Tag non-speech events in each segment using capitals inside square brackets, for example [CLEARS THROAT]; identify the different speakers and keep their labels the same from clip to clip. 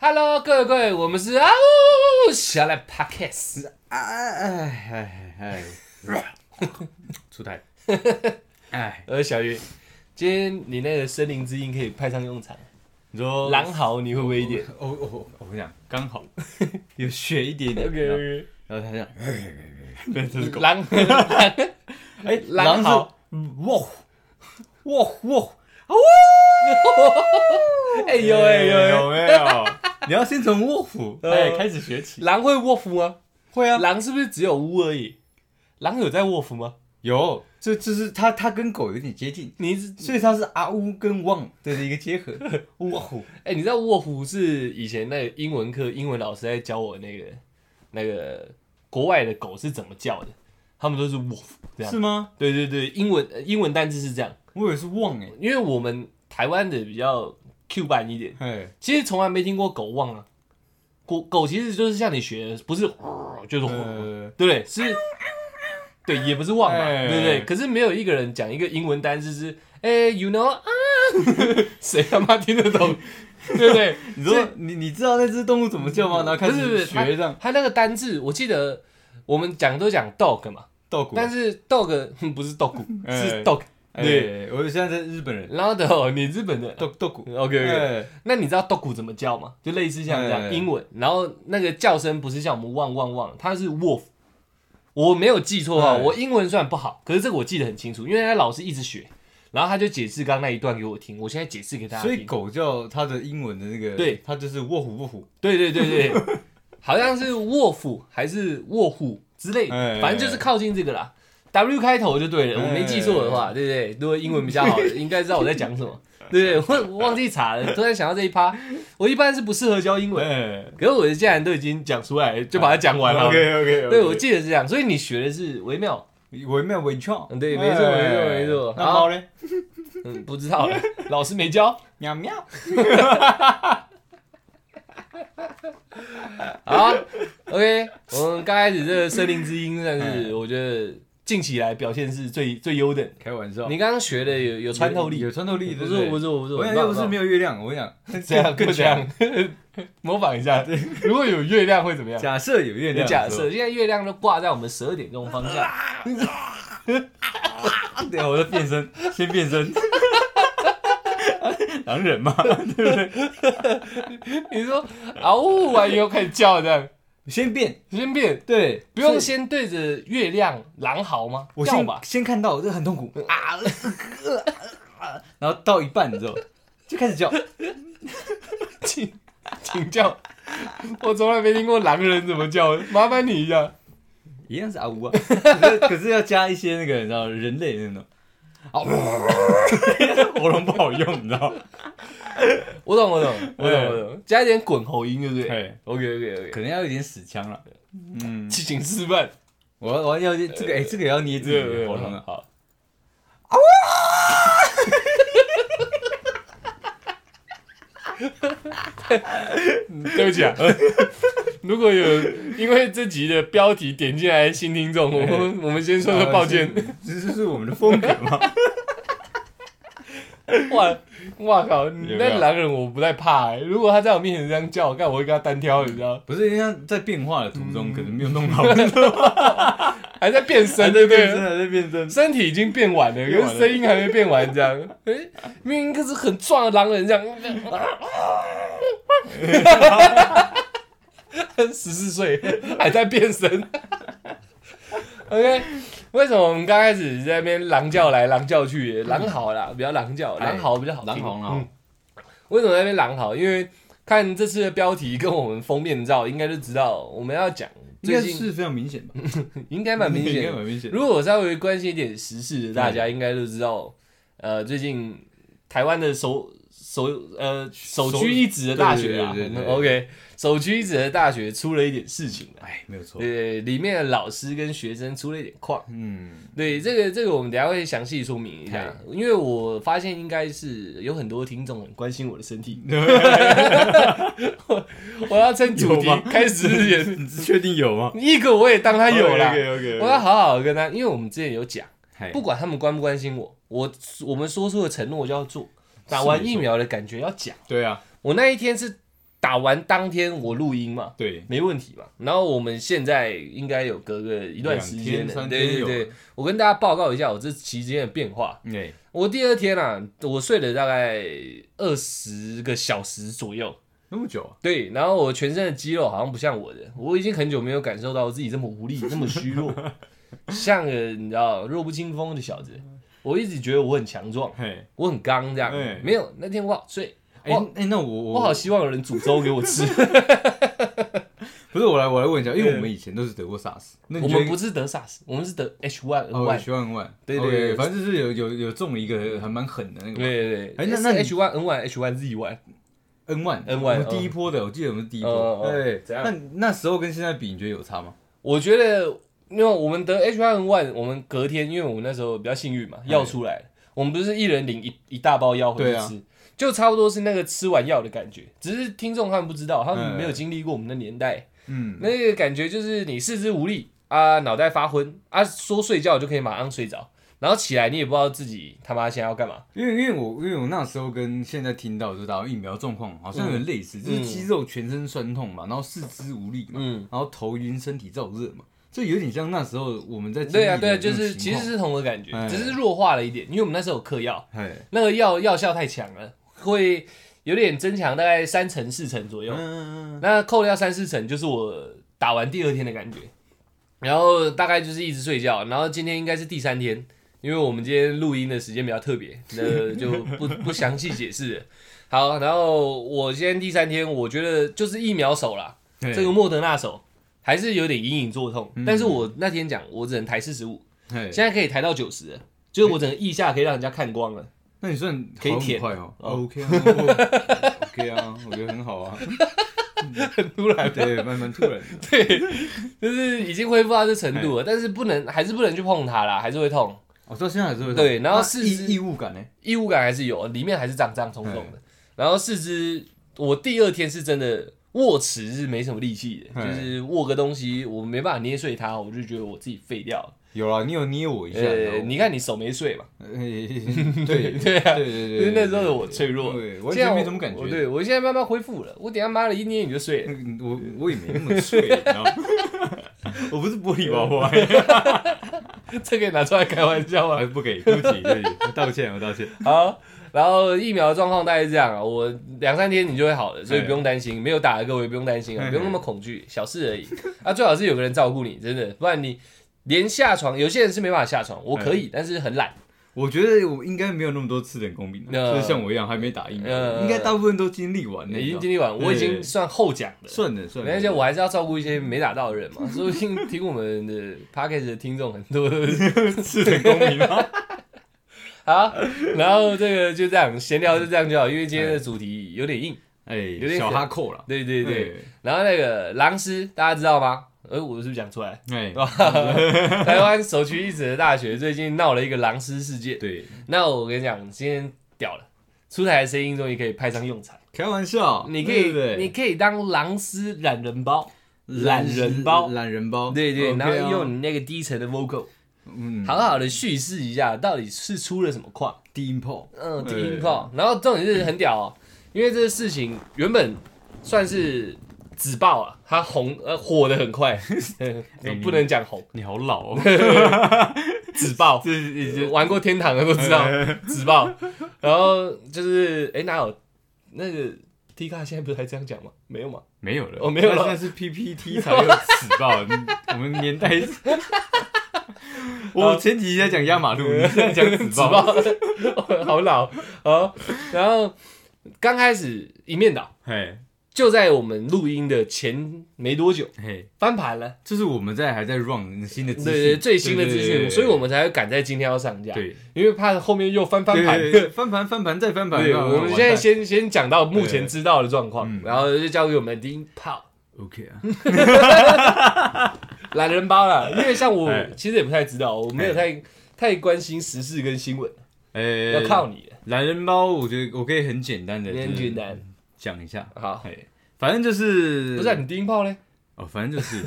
Speaker 1: Hello，各位各位，我们是啊呜小懒 Podcast，
Speaker 2: 哎哎哎哎，出台，哎，
Speaker 1: 呃，小鱼，今天你那个森林之音可以派上用场，
Speaker 2: 你说
Speaker 1: 狼嚎你会不会一点
Speaker 2: 我我我我跟你讲，刚好有血一点点
Speaker 1: ？OK，
Speaker 2: 然后然后他这样，对，这是狗，
Speaker 1: 狼，
Speaker 2: 哎，
Speaker 1: [LAUGHS] 狼
Speaker 2: 狼
Speaker 1: 嚎
Speaker 2: 嚎，哇哇哇，
Speaker 1: [LAUGHS] 哎呦哎呦哎，
Speaker 2: 有没有？你要先从卧虎哎开始学起，
Speaker 1: 狼会卧夫吗？
Speaker 2: 会啊，
Speaker 1: 狼是不是只有呜而已？狼有在卧夫吗？
Speaker 2: 有，这这是它它跟狗有点接近，
Speaker 1: 你是
Speaker 2: 所以它是阿乌跟旺的一个结合，哇虎，
Speaker 1: 哎、你知道卧虎是以前那个英文课，英文老师在教我那个那个国外的狗是怎么叫的，他们都是卧虎这样。
Speaker 2: 是吗？
Speaker 1: 对对对，英文呃英文单字是这样，
Speaker 2: 我以为是旺哎，
Speaker 1: 因为我们台湾的比较 Q 版一点，
Speaker 2: 哎，
Speaker 1: 其实从来没听过狗汪啊。狗狗其实就是像你学的，不是喔就是喔
Speaker 2: 呃，
Speaker 1: 对不对？是，对，也不是汪嘛，
Speaker 2: 哎
Speaker 1: 对不对？可是没有一个人讲一个英文单字是，哎、y o u know 啊， [LAUGHS] 谁他妈听得懂？ [LAUGHS] 对不对？
Speaker 2: 你说你你知道那只动物怎么叫吗？然后开
Speaker 1: 不是不是
Speaker 2: 始学这样
Speaker 1: 它那个单字，我记得我们讲都讲 dog 嘛，
Speaker 2: 稻谷。
Speaker 1: 但是 dog [LAUGHS] 哼不是 dog，是
Speaker 2: 哎
Speaker 1: dog。对，
Speaker 2: 对，我现在是日本人，
Speaker 1: 然后的哦，你日本的
Speaker 2: 稻稻谷。
Speaker 1: ，OK OK。
Speaker 2: 哎
Speaker 1: 那你知道 dog 怎么叫吗？就类似像这
Speaker 2: 哎
Speaker 1: 样英文，然后那个叫声不是像我们汪汪汪，它是 wolf。我没有记错啊，
Speaker 2: 哎
Speaker 1: 我英文虽然不好，可是这个我记得很清楚，因为他老师一直学，然后他就解释刚刚那一段给我听，我现在解释给大家
Speaker 2: 所
Speaker 1: 听。
Speaker 2: 以狗叫它的英文的那个，
Speaker 1: 对
Speaker 2: 它就是卧虎卧虎。
Speaker 1: 对对对 [LAUGHS] 对，好像是卧虎还是卧虎之类
Speaker 2: 哎
Speaker 1: 的，反正就是靠近这个啦。W 开头就对了，
Speaker 2: 哎
Speaker 1: 我没记错的话，对不对？如果英文比较好，
Speaker 2: [LAUGHS]
Speaker 1: 应该知道我在讲什么，对不对？我我忘记查了，突然想到这一
Speaker 2: [LAUGHS]
Speaker 1: 趴，我一般是不适合教英文，
Speaker 2: 哎
Speaker 1: 可是我既然都已经讲出来，就把它讲完
Speaker 2: 아,
Speaker 1: 了。
Speaker 2: OK。
Speaker 1: 对，我记得是这样，所以你学的是微妙，
Speaker 2: 我没有文创
Speaker 1: 嗯。对没错
Speaker 2: 哎
Speaker 1: 没错没错
Speaker 2: 那
Speaker 1: 好
Speaker 2: 猫呢？
Speaker 1: 嗯，不知道了，老师没教。
Speaker 2: 喵喵。
Speaker 1: 好，OK，我们刚开始这个森林之音算是我觉得近期来表现是最最优等。
Speaker 2: 开玩笑，
Speaker 1: 你刚刚学的有有穿透力，
Speaker 2: 有穿透力，
Speaker 1: 不是
Speaker 2: 对不
Speaker 1: 不
Speaker 2: 是。
Speaker 1: 是不是，
Speaker 2: 我想
Speaker 1: 很棒
Speaker 2: 要不是没有月亮，我想
Speaker 1: 这样
Speaker 2: 更
Speaker 1: 不这样， [LAUGHS] 模仿一下，如果有月亮会怎么样？
Speaker 2: 假设有月亮，
Speaker 1: 假设现在月亮都挂在我们十二点钟方向，
Speaker 2: 啊，对，我在变身，先变 [LAUGHS] 身。狼人嘛，
Speaker 1: [LAUGHS] 你说啊呜完以后开始叫这样，
Speaker 2: 先变，
Speaker 1: 先变，
Speaker 2: 对，
Speaker 1: 不用
Speaker 2: 是
Speaker 1: 先对着月亮狼嚎吗？
Speaker 2: 我
Speaker 1: 叫
Speaker 2: 先
Speaker 1: 吧，呃
Speaker 2: 先看到，这很痛苦啊，呃然后到一半之后 [LAUGHS] 就开始叫，
Speaker 1: 请请叫，我从来没听过狼人怎么叫，麻烦你一下。
Speaker 2: 一样是啊呜啊，可是可是要加一些那个你知道人类那种，啊 [LAUGHS] 呜，喉咙不好用，你知道？
Speaker 1: 我懂，
Speaker 2: [LAUGHS]
Speaker 1: 我懂，我懂，
Speaker 2: 哎
Speaker 1: 我懂，加一点滚喉音，对不对
Speaker 2: 对，
Speaker 1: ？OK，OK，OK，
Speaker 2: 可能要有点死腔了。嗯，
Speaker 1: 请请示范，
Speaker 2: 我要我要这
Speaker 1: 呃
Speaker 2: 个哎，这个也要捏自己的喉咙啊。
Speaker 1: 好。对不起
Speaker 2: [LAUGHS]
Speaker 1: 啊，如果有因为这集的标题点进来的新听众，我
Speaker 2: 哎
Speaker 1: 们我们先说说抱歉。
Speaker 2: 啊这就是我们的风格嘛。
Speaker 1: [LAUGHS] 哇哇靠，你
Speaker 2: 有没有
Speaker 1: 那狼人我不太怕欸，如果他在我面前这样叫，我看我会跟他单挑，你知道？
Speaker 2: 不是，因为它在变化的途
Speaker 1: 嗯
Speaker 2: 中可能没有
Speaker 1: [LAUGHS]
Speaker 2: 弄好，
Speaker 1: 还在变身，
Speaker 2: 还
Speaker 1: 对
Speaker 2: [LAUGHS]
Speaker 1: 不
Speaker 2: 在
Speaker 1: 对
Speaker 2: 变身，？还在变身。
Speaker 1: 身体已经变完了，
Speaker 2: 变
Speaker 1: 可
Speaker 2: 完
Speaker 1: 是
Speaker 2: 了
Speaker 1: 声音还没变完，这
Speaker 2: [LAUGHS]
Speaker 1: 样，哎、明明可是很壮的狼人这样，十四岁还在变身。OK，为什么我们刚开始在那边狼叫来狼叫去，狼嚎啦，比较狼叫，
Speaker 2: 哎
Speaker 1: 狼嚎比较好听。
Speaker 2: 狼嚎
Speaker 1: 嗯为什么在那边狼嚎？因为看这次的标题跟我们封面照，应该就知道我们要讲
Speaker 2: 应该
Speaker 1: 最近
Speaker 2: 是非常明显吧？
Speaker 1: 应该蛮明显
Speaker 2: 应
Speaker 1: 的
Speaker 2: 该，蛮明显的。
Speaker 1: 如果我稍微关心一点时事的，大家应该都知道，呃，最近台湾的首首呃首屈一指的大学啊
Speaker 2: 对对对对对
Speaker 1: ，OK，首屈一指的大学出了一点事情啊
Speaker 2: 哎，没有错。
Speaker 1: 对，里面的老师跟学生出了一点况。
Speaker 2: 嗯，
Speaker 1: 对，这个这个我们等一下会详细说明一下
Speaker 2: 嗨，
Speaker 1: 因为我发现应该是有很多听众很关心我的身
Speaker 2: [LAUGHS]
Speaker 1: 体。我要趁主题
Speaker 2: 有吗
Speaker 1: 开始之前，
Speaker 2: 你是确定有吗？
Speaker 1: 一个我也当他有啦，
Speaker 2: OK
Speaker 1: 我要好好地跟他，因为我们之前有讲。
Speaker 2: OK。
Speaker 1: 不管他们关不关心我，我我们说出的承诺就要做，打
Speaker 2: 是
Speaker 1: 完
Speaker 2: 没
Speaker 1: 疫
Speaker 2: 错
Speaker 1: 苗的感觉要讲。
Speaker 2: 对啊，
Speaker 1: 我那一天是打完当天我录音嘛，
Speaker 2: 对，
Speaker 1: 没问题嘛。然后我们现在应该有隔个一段时间
Speaker 2: 两天
Speaker 1: 了，
Speaker 2: 三
Speaker 1: 对
Speaker 2: 天
Speaker 1: 对
Speaker 2: 有
Speaker 1: 对，我跟大家报告一下我这期间的变化。
Speaker 2: 对，
Speaker 1: 我第二天啊，我睡了大概二十个小时左右，
Speaker 2: 那么久啊，
Speaker 1: 对，然后我全身的肌肉好像不像我的，我已经很久没有感受到自己这么无力、那么虚
Speaker 2: [LAUGHS]
Speaker 1: 弱，像个你知道弱不禁风的小子。我一直觉得我很强壮，
Speaker 2: 嘿，
Speaker 1: 我很刚这样
Speaker 2: 对，
Speaker 1: 没有那天我好睡，
Speaker 2: 哎
Speaker 1: 哇
Speaker 2: 哎，那我我
Speaker 1: 我好希望有人煮粥给我吃。
Speaker 2: 不是我来我来问一下，因为
Speaker 1: 对
Speaker 2: 我们以前都是得过 SARS，那你
Speaker 1: 我
Speaker 2: 觉
Speaker 1: 们
Speaker 2: 得哦
Speaker 1: 不是得 SARS，我们是得 H1N1。
Speaker 2: H 万万，
Speaker 1: 对对对
Speaker 2: OK，反正就是有有有中了一个还蛮狠的那个
Speaker 1: 对对对，
Speaker 2: 哎那那你
Speaker 1: H1N1、H1Z1，
Speaker 2: N 万
Speaker 1: N1
Speaker 2: 我们第一波的，我记得我们是第一
Speaker 1: 哦
Speaker 2: 波，
Speaker 1: 哦
Speaker 2: 对，
Speaker 1: 怎样
Speaker 2: 那那时候跟现在比，你觉得有差吗？
Speaker 1: 我觉得因为我们得 H1N1，我们隔天因为我们那时候比较幸运嘛，药出来了，我们不是一人领一一大包药回去
Speaker 2: 对啊
Speaker 1: 吃。就差不多是那个吃完药的感觉，只是听众他们不知道，他们
Speaker 2: 嗯
Speaker 1: 没有经历过我们的年代，
Speaker 2: 嗯，
Speaker 1: 那个感觉就是你四肢无力啊，脑袋发昏啊，说睡觉就可以马上睡着，然后起来你也不知道自己他妈现在要干嘛。
Speaker 2: 因为因为我因为我那时候跟现在听到就是打疫苗状况好
Speaker 1: 嗯
Speaker 2: 像有点类似，就是肌肉全身酸痛嘛，然后四肢无力嘛，
Speaker 1: 嗯，
Speaker 2: 然后头晕、身体燥热嘛，这有点像那时候我们在经历
Speaker 1: 对啊，
Speaker 2: 的
Speaker 1: 对啊，
Speaker 2: 那种
Speaker 1: 就是其
Speaker 2: 情
Speaker 1: 实
Speaker 2: 况，
Speaker 1: 是同个感觉，
Speaker 2: 哎
Speaker 1: 只是弱化了一点，因为我们那时候有嗑药，
Speaker 2: 哎，
Speaker 1: 那个药药效太强了，会有点增强，大概三成四成左右。
Speaker 2: 嗯，
Speaker 1: 那扣掉三四成，就是我打完第二天的感觉。然后大概就是一直睡觉，然后今天应该是第三天，因为我们今天录音的时间比较特别，那就不 [LAUGHS] 不详细解释了。好，然后我今天第三天，我觉得就是疫苗手啦，
Speaker 2: 对嗯
Speaker 1: 这个莫德纳手还是有点隐隐作痛，但是我那天讲我只能抬四十五，
Speaker 2: 哎
Speaker 1: 现在可以抬到九十，就是我整个腋下可以让人家看光了。
Speaker 2: 那你算
Speaker 1: 可以
Speaker 2: 好很
Speaker 1: 舔
Speaker 2: 快哦
Speaker 1: 哦
Speaker 2: ，OK 啊我
Speaker 1: [LAUGHS]
Speaker 2: ，OK 啊，我觉得很好啊，
Speaker 1: 很突然，啊
Speaker 2: 对，蛮蛮突然的，
Speaker 1: 就是已经恢复到这程度了，但是不能还是不能去碰它啦，还是会痛，
Speaker 2: 我哦到现在还是会痛
Speaker 1: 对然后
Speaker 2: 那
Speaker 1: 四肢
Speaker 2: 异异物感呢，
Speaker 1: 异物感还是有，里面还是胀胀冲冲的。然后四肢，我第二天是真的握持是没什么力气的，
Speaker 2: 嘿
Speaker 1: 就是握个东西我没办法捏碎它，我就觉得我自己废掉了。
Speaker 2: 有啦，你有捏我一下，
Speaker 1: 呃，
Speaker 2: 然后
Speaker 1: 你看你手没碎嘛， [LAUGHS]
Speaker 2: 哎对
Speaker 1: 对啊就
Speaker 2: 对对对
Speaker 1: 是，那时候的我脆弱，
Speaker 2: 对，完
Speaker 1: 现在
Speaker 2: 全
Speaker 1: 我
Speaker 2: 没什么感觉
Speaker 1: 我。对我现在慢慢恢复了，我等一下妈的一捏你就碎了。 [LAUGHS]
Speaker 2: 嗯我我也没那么脆，你知道吗？我不是玻璃娃娃，
Speaker 1: 这可以拿出来开玩
Speaker 2: [LAUGHS]
Speaker 1: 笑吗？
Speaker 2: 还哎不给，对不起，对不起，我道歉，我道歉。
Speaker 1: [LAUGHS] 好，然后疫苗的状况大概是这样啊，我两三天你就会好了，所以不用担心，没有打的各位不用担心啊，
Speaker 2: 嗯
Speaker 1: 不用那么恐惧，小事而已。 [LAUGHS] 啊，最好是有个人照顾你，真的，不然你连下床，有些人是没办法下床，我
Speaker 2: 嗯
Speaker 1: 可以，但是很懒。
Speaker 2: 我觉得我应该没有那么多次等公平，
Speaker 1: 呃
Speaker 2: 就是像我一样还没打疫苗，
Speaker 1: 呃
Speaker 2: 应该大部分都经历完了，
Speaker 1: 已经
Speaker 2: 你知
Speaker 1: 经历完，
Speaker 2: 对
Speaker 1: 我已经算后讲
Speaker 2: 道
Speaker 1: 了。
Speaker 2: 算了算了。
Speaker 1: 而且啊我还是要照顾一些没打到的人
Speaker 2: [LAUGHS]
Speaker 1: 嘛，说不定听我们的 p a c k a g e 的听众很多都是
Speaker 2: 次等公啊平吗？
Speaker 1: [LAUGHS] 好，然后这个就这样闲聊就这样就好，因为今天的主题有点硬，
Speaker 2: 哎
Speaker 1: 点，
Speaker 2: 小哈扣了，
Speaker 1: [LAUGHS] 对对对。然后那个狼师大家知道吗？呃，我是不是讲出来？
Speaker 2: 哎，哎，
Speaker 1: 哇 [LAUGHS] 台湾首屈一指的大学最近闹了一个狼师事件。
Speaker 2: 对，
Speaker 1: 那我跟你讲，今天屌了，出台的声音终于可以派上用场。
Speaker 2: 开玩笑，
Speaker 1: 你可以，
Speaker 2: 对
Speaker 1: 你
Speaker 2: 不
Speaker 1: 可以当狼师懒人包，
Speaker 2: 对
Speaker 1: 懒人包
Speaker 2: 懒人包，
Speaker 1: 对对，
Speaker 2: OK 啊
Speaker 1: 然后用你那个低沉的 vocal，
Speaker 2: 嗯
Speaker 1: 好好的叙事一下到底是出了什么况。
Speaker 2: 低音
Speaker 1: [LAUGHS]
Speaker 2: 炮，
Speaker 1: 嗯，低
Speaker 2: 对
Speaker 1: 音炮。然后重点是很屌哦，因为这个事情原本算是纸爆啊，它红呃火的很
Speaker 2: [LAUGHS]
Speaker 1: 快，嗯不能讲红，
Speaker 2: 你好老 [LAUGHS] 哦，
Speaker 1: 纸爆。
Speaker 2: 这是已经哎
Speaker 1: 玩过天堂的都知道纸爆，然后就是哎、诶哪有那个 T 卡现在不是还这样讲吗？没有吗？
Speaker 2: 没有了，
Speaker 1: 哦没有了
Speaker 2: 那现在是 PPT 才有死吧？嗯 [LAUGHS] 我们年代
Speaker 1: [LAUGHS]
Speaker 2: 是， [LAUGHS] 我前几集在讲压马路，你现在讲死
Speaker 1: 纸
Speaker 2: 吧？
Speaker 1: 爆， [LAUGHS] 好老哦。然后刚开始一面倒，
Speaker 2: 嘿，
Speaker 1: 就在我们录音的前没多久
Speaker 2: 嘿，
Speaker 1: 翻盘了，
Speaker 2: 就是我们在还在 run 新的资
Speaker 1: 对
Speaker 2: 讯，
Speaker 1: 对对最新的资
Speaker 2: 对对
Speaker 1: 讯，
Speaker 2: 对
Speaker 1: 所以我们才会赶在今天要上架，
Speaker 2: 对
Speaker 1: 因为怕后面又翻翻
Speaker 2: 对
Speaker 1: 盘。[LAUGHS]
Speaker 2: 对对翻盘翻盘再翻盘，
Speaker 1: 对，
Speaker 2: 然后
Speaker 1: 我们现在
Speaker 2: 完蛋
Speaker 1: 先先讲到目前知道的状况
Speaker 2: 对，对嗯
Speaker 1: 然后就交给我们的低音炮。
Speaker 2: OK
Speaker 1: [LAUGHS]
Speaker 2: 啊，
Speaker 1: 懒人包啦，因为像我
Speaker 2: 哎
Speaker 1: 其实也不太知道，我没有太太关心时事跟新闻，要
Speaker 2: 呃，
Speaker 1: 靠你了，
Speaker 2: 懒人包，我觉得我可以很简单的，
Speaker 1: 很简单。
Speaker 2: 讲一下，
Speaker 1: 好，
Speaker 2: 嘿，反正就是
Speaker 1: 不是啊你低音炮嘞？
Speaker 2: 哦，反正就是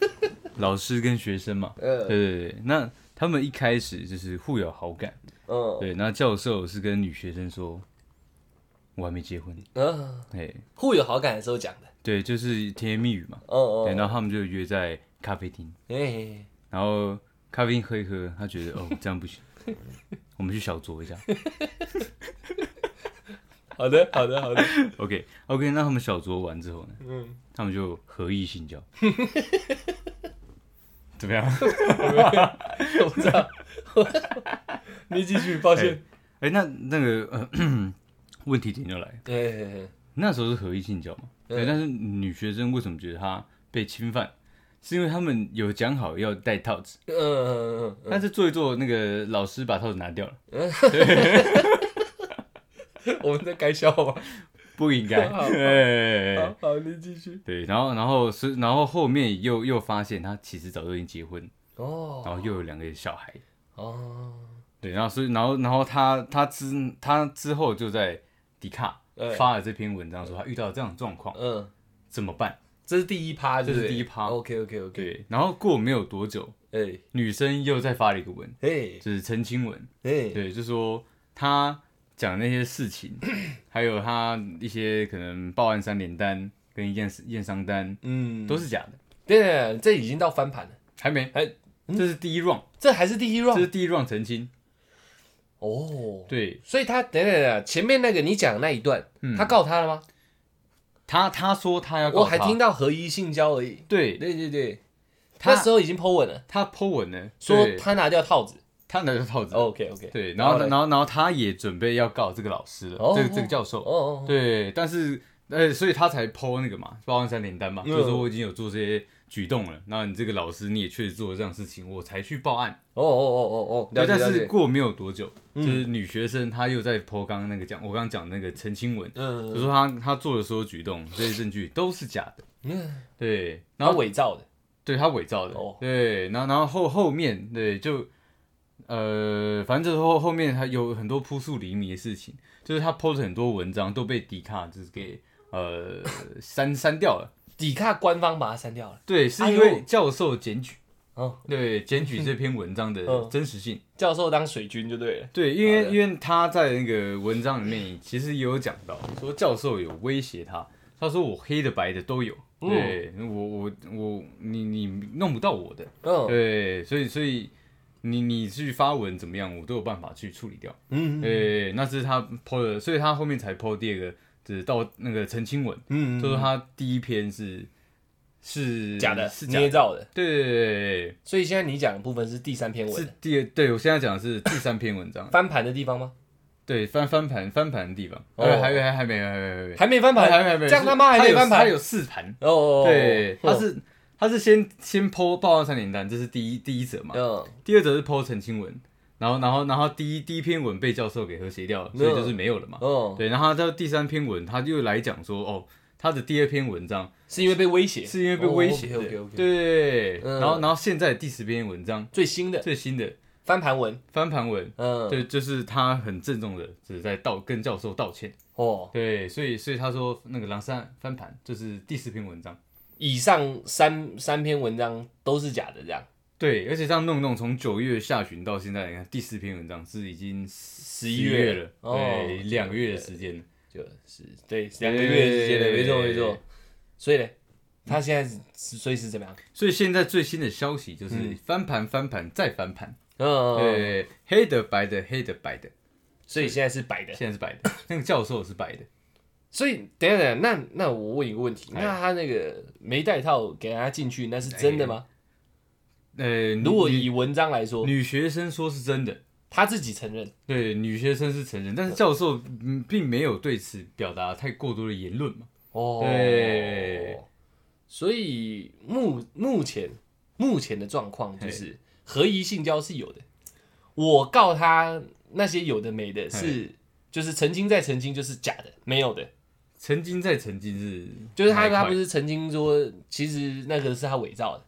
Speaker 2: [LAUGHS] 老师跟学生嘛，对
Speaker 1: 呃，
Speaker 2: 对对，那他们一开始就是互有好感。
Speaker 1: 嗯，
Speaker 2: 对，那教授是跟女学生说：“我还没结婚，
Speaker 1: 嗯，
Speaker 2: 哎，
Speaker 1: 互有好感的时候讲的，
Speaker 2: 对，就是甜言蜜语嘛，
Speaker 1: 哦哦，
Speaker 2: 对，然后他们就约在咖啡厅，
Speaker 1: 哎，
Speaker 2: 然后咖啡厅喝一喝，他觉
Speaker 1: [LAUGHS]
Speaker 2: 得哦这样不行，我们去小酌一下
Speaker 1: 好的，好的，好的，
Speaker 2: ，OK OK，那他们小酌完之后呢，
Speaker 1: 嗯，
Speaker 2: 他们就合意
Speaker 1: [LAUGHS]
Speaker 2: 性交，怎么样？
Speaker 1: 我知道， [LAUGHS] 你继续，抱歉，
Speaker 2: 哎、那那个、呃 [COUGHS] 问题点就来了，
Speaker 1: 哎哎，
Speaker 2: 那时候是合意性交嘛，对，
Speaker 1: 嗯
Speaker 2: 但是女学生为什么觉得她被侵犯？是因为他们有讲好要戴套子，
Speaker 1: 嗯嗯嗯
Speaker 2: 但是做一做，那个老师把套子拿掉了，
Speaker 1: 嗯，我们在改笑话，
Speaker 2: 不应
Speaker 1: [LAUGHS]
Speaker 2: 该。
Speaker 1: 好好
Speaker 2: 哎
Speaker 1: 好好，你继续，
Speaker 2: 对，然后然后是然后后面又又发现他其实早就已经结婚，
Speaker 1: 哦
Speaker 2: 然后又有两个小孩，
Speaker 1: 哦，
Speaker 2: 对，然后所以然后然后他他之他之后就在迪卡
Speaker 1: 哎
Speaker 2: 发了这篇文章说他遇到这样的状况
Speaker 1: 嗯，
Speaker 2: 怎么办？
Speaker 1: 这是第一趴，
Speaker 2: 这
Speaker 1: 对
Speaker 2: 是
Speaker 1: 不对
Speaker 2: 第一趴
Speaker 1: ，OK OK OK，
Speaker 2: 对，然后过没有多久，
Speaker 1: 哎
Speaker 2: 女生又再发了一个文，
Speaker 1: 哎
Speaker 2: 就是澄清文，
Speaker 1: 哎，
Speaker 2: 对，就说她讲那些事情，还有她一些可能报案三联单跟验验伤单
Speaker 1: 嗯，
Speaker 2: 都是假的，
Speaker 1: 对对，这已经到翻盘了，
Speaker 2: 还没，
Speaker 1: 还
Speaker 2: 这是第一 round，
Speaker 1: 这还是第一
Speaker 2: 哎这
Speaker 1: round
Speaker 2: 是第一 round 澄清，
Speaker 1: 哦，
Speaker 2: 对
Speaker 1: 所以他等等等等，前面那个你讲的那一段，他告他了吗？
Speaker 2: 她她说她要告
Speaker 1: 我还
Speaker 2: 她
Speaker 1: 听到合一性交而已。
Speaker 2: 对
Speaker 1: 对对对，
Speaker 2: 他
Speaker 1: 那时候已经 Po 稳了，
Speaker 2: 她 po 文呢，
Speaker 1: 说
Speaker 2: 对
Speaker 1: 他拿掉套子。
Speaker 2: 她拿着套子，
Speaker 1: OK OK，
Speaker 2: 对，然后
Speaker 1: 然后嘞
Speaker 2: 然后然后她也准备要告这个老师了，
Speaker 1: 哦
Speaker 2: 这个这个教授，
Speaker 1: 哦哦，
Speaker 2: 对，但是呃，所以他才抛那个嘛，报案三连单嘛，
Speaker 1: 嗯
Speaker 2: 就是说我已经有做这些举动了，那你这个老师你也确实做了这样的事情，我才去报案。
Speaker 1: 哦哦哦哦哦，
Speaker 2: 对，
Speaker 1: 了解
Speaker 2: 但
Speaker 1: 了
Speaker 2: 是
Speaker 1: 解。嗯
Speaker 2: 过没有多久，就是女学生她又在抛刚刚那个讲，我刚刚讲那个澄清文，就
Speaker 1: 嗯，
Speaker 2: 说她她做的所有举动，这些证据都是假的。
Speaker 1: 嗯
Speaker 2: 对，然
Speaker 1: 然
Speaker 2: 后
Speaker 1: 后伪造的，
Speaker 2: 对他伪造的，
Speaker 1: 哦
Speaker 2: 对，然后然后后后面对就，呃，反正就是后后面他有很多扑朔迷离的事情，就是他 post 很多文章都被迪卡就是给呃删删掉了，
Speaker 1: 底卡官方把它删掉了。
Speaker 2: 对，是
Speaker 1: 哎
Speaker 2: 因
Speaker 1: 呦
Speaker 2: 为教授检举，
Speaker 1: 哦，
Speaker 2: 对，检举这篇文章的
Speaker 1: 嗯
Speaker 2: 真实性，
Speaker 1: 教授当水军就对了。
Speaker 2: 对，因为
Speaker 1: 好的
Speaker 2: 因为他在那个文章里面其实也有讲到，说教授有威胁他，他说我黑的白的都有，
Speaker 1: 嗯
Speaker 2: 对我我我你你弄不到我的。
Speaker 1: 嗯
Speaker 2: 对，所以所以你你去发文怎么样，我都有办法去处理掉。
Speaker 1: 嗯
Speaker 2: 对，那这是他 PO 的，所以他后面才 PO 第二个，就是到那个澄清文，
Speaker 1: 嗯，
Speaker 2: 就是他第一篇是是
Speaker 1: 假的，
Speaker 2: 是假
Speaker 1: 捏
Speaker 2: 的。
Speaker 1: 造的。
Speaker 2: 对对对
Speaker 1: 所以现在你讲的部分是第三篇
Speaker 2: 对，是
Speaker 1: 文
Speaker 2: 第二对我现在讲的是第三篇文章，
Speaker 1: 翻盘的地方吗？
Speaker 2: 对翻翻盘翻盘的地方，
Speaker 1: 哦
Speaker 2: 呃还没还还没还没还没
Speaker 1: 还没翻盘，
Speaker 2: 还没还没，
Speaker 1: 这样他妈还
Speaker 2: 他
Speaker 1: 没
Speaker 2: 有
Speaker 1: 翻
Speaker 2: 他
Speaker 1: 盘。
Speaker 2: 有四盘，
Speaker 1: 哦哦，哦
Speaker 2: 对，他
Speaker 1: 哦
Speaker 2: 是他是先先 PO 报案三连单，这是第一第一则嘛，
Speaker 1: 嗯
Speaker 2: 第二则是 PO 澄清文，然后然后然后第一第一篇文被教授给和谐掉了，
Speaker 1: 嗯
Speaker 2: 所以就是没有了嘛。
Speaker 1: 嗯，
Speaker 2: 对，然后他到第三篇文，他就来讲说，哦，他的第二篇文章
Speaker 1: 是因为被威胁，哦
Speaker 2: 是因为被威胁的，
Speaker 1: OK，
Speaker 2: 对，
Speaker 1: 嗯
Speaker 2: 然后然后现在第十篇文章
Speaker 1: 最新的
Speaker 2: 最新的
Speaker 1: 翻盘文，
Speaker 2: 翻盘文，
Speaker 1: 嗯，
Speaker 2: 对，就是他很郑重的只是在道跟教授道歉，
Speaker 1: 哦，
Speaker 2: 对，所以所以他说那个狼山翻盘就是第十篇文章，
Speaker 1: 以上三三篇文章都是假的，这样
Speaker 2: 对，而且这样弄弄，从九月下旬到现在，你看第四篇文章是已经十
Speaker 1: 11
Speaker 2: 月
Speaker 1: 月
Speaker 2: 了，
Speaker 1: 哦
Speaker 2: 对，两个月的时间了。
Speaker 1: 就是对两个月之间的，没错没错。所以呢，他现在是所以是怎么样？
Speaker 2: 所以现在最新的消息就是
Speaker 1: 嗯
Speaker 2: 翻盘、翻盘再翻盘，
Speaker 1: 嗯，
Speaker 2: 对，黑的、白的、黑的、白的，
Speaker 1: 所以现在是白的。
Speaker 2: 现在是白的，那个教授是白的，
Speaker 1: 所以等一下等一下，那那我问一个问题，
Speaker 2: 哎
Speaker 1: 那他那个没带套给他进去，那是真的吗？
Speaker 2: 呃，女
Speaker 1: 如果
Speaker 2: 女
Speaker 1: 以文章来说，
Speaker 2: 女学生说是真的，
Speaker 1: 他自己承认，
Speaker 2: 对，女学生是承认，但是教授嗯并没有对此表达太过多的言论嘛，
Speaker 1: 哦，
Speaker 2: 对，
Speaker 1: 所以目目前目前的状况就是合宜性交是有的，我告他那些有的没的是就是曾经在曾经就是假的，没有的，
Speaker 2: 曾经在曾经是，
Speaker 1: 就是他
Speaker 2: 哪一块
Speaker 1: 他不是曾经说其实那个是他伪造的，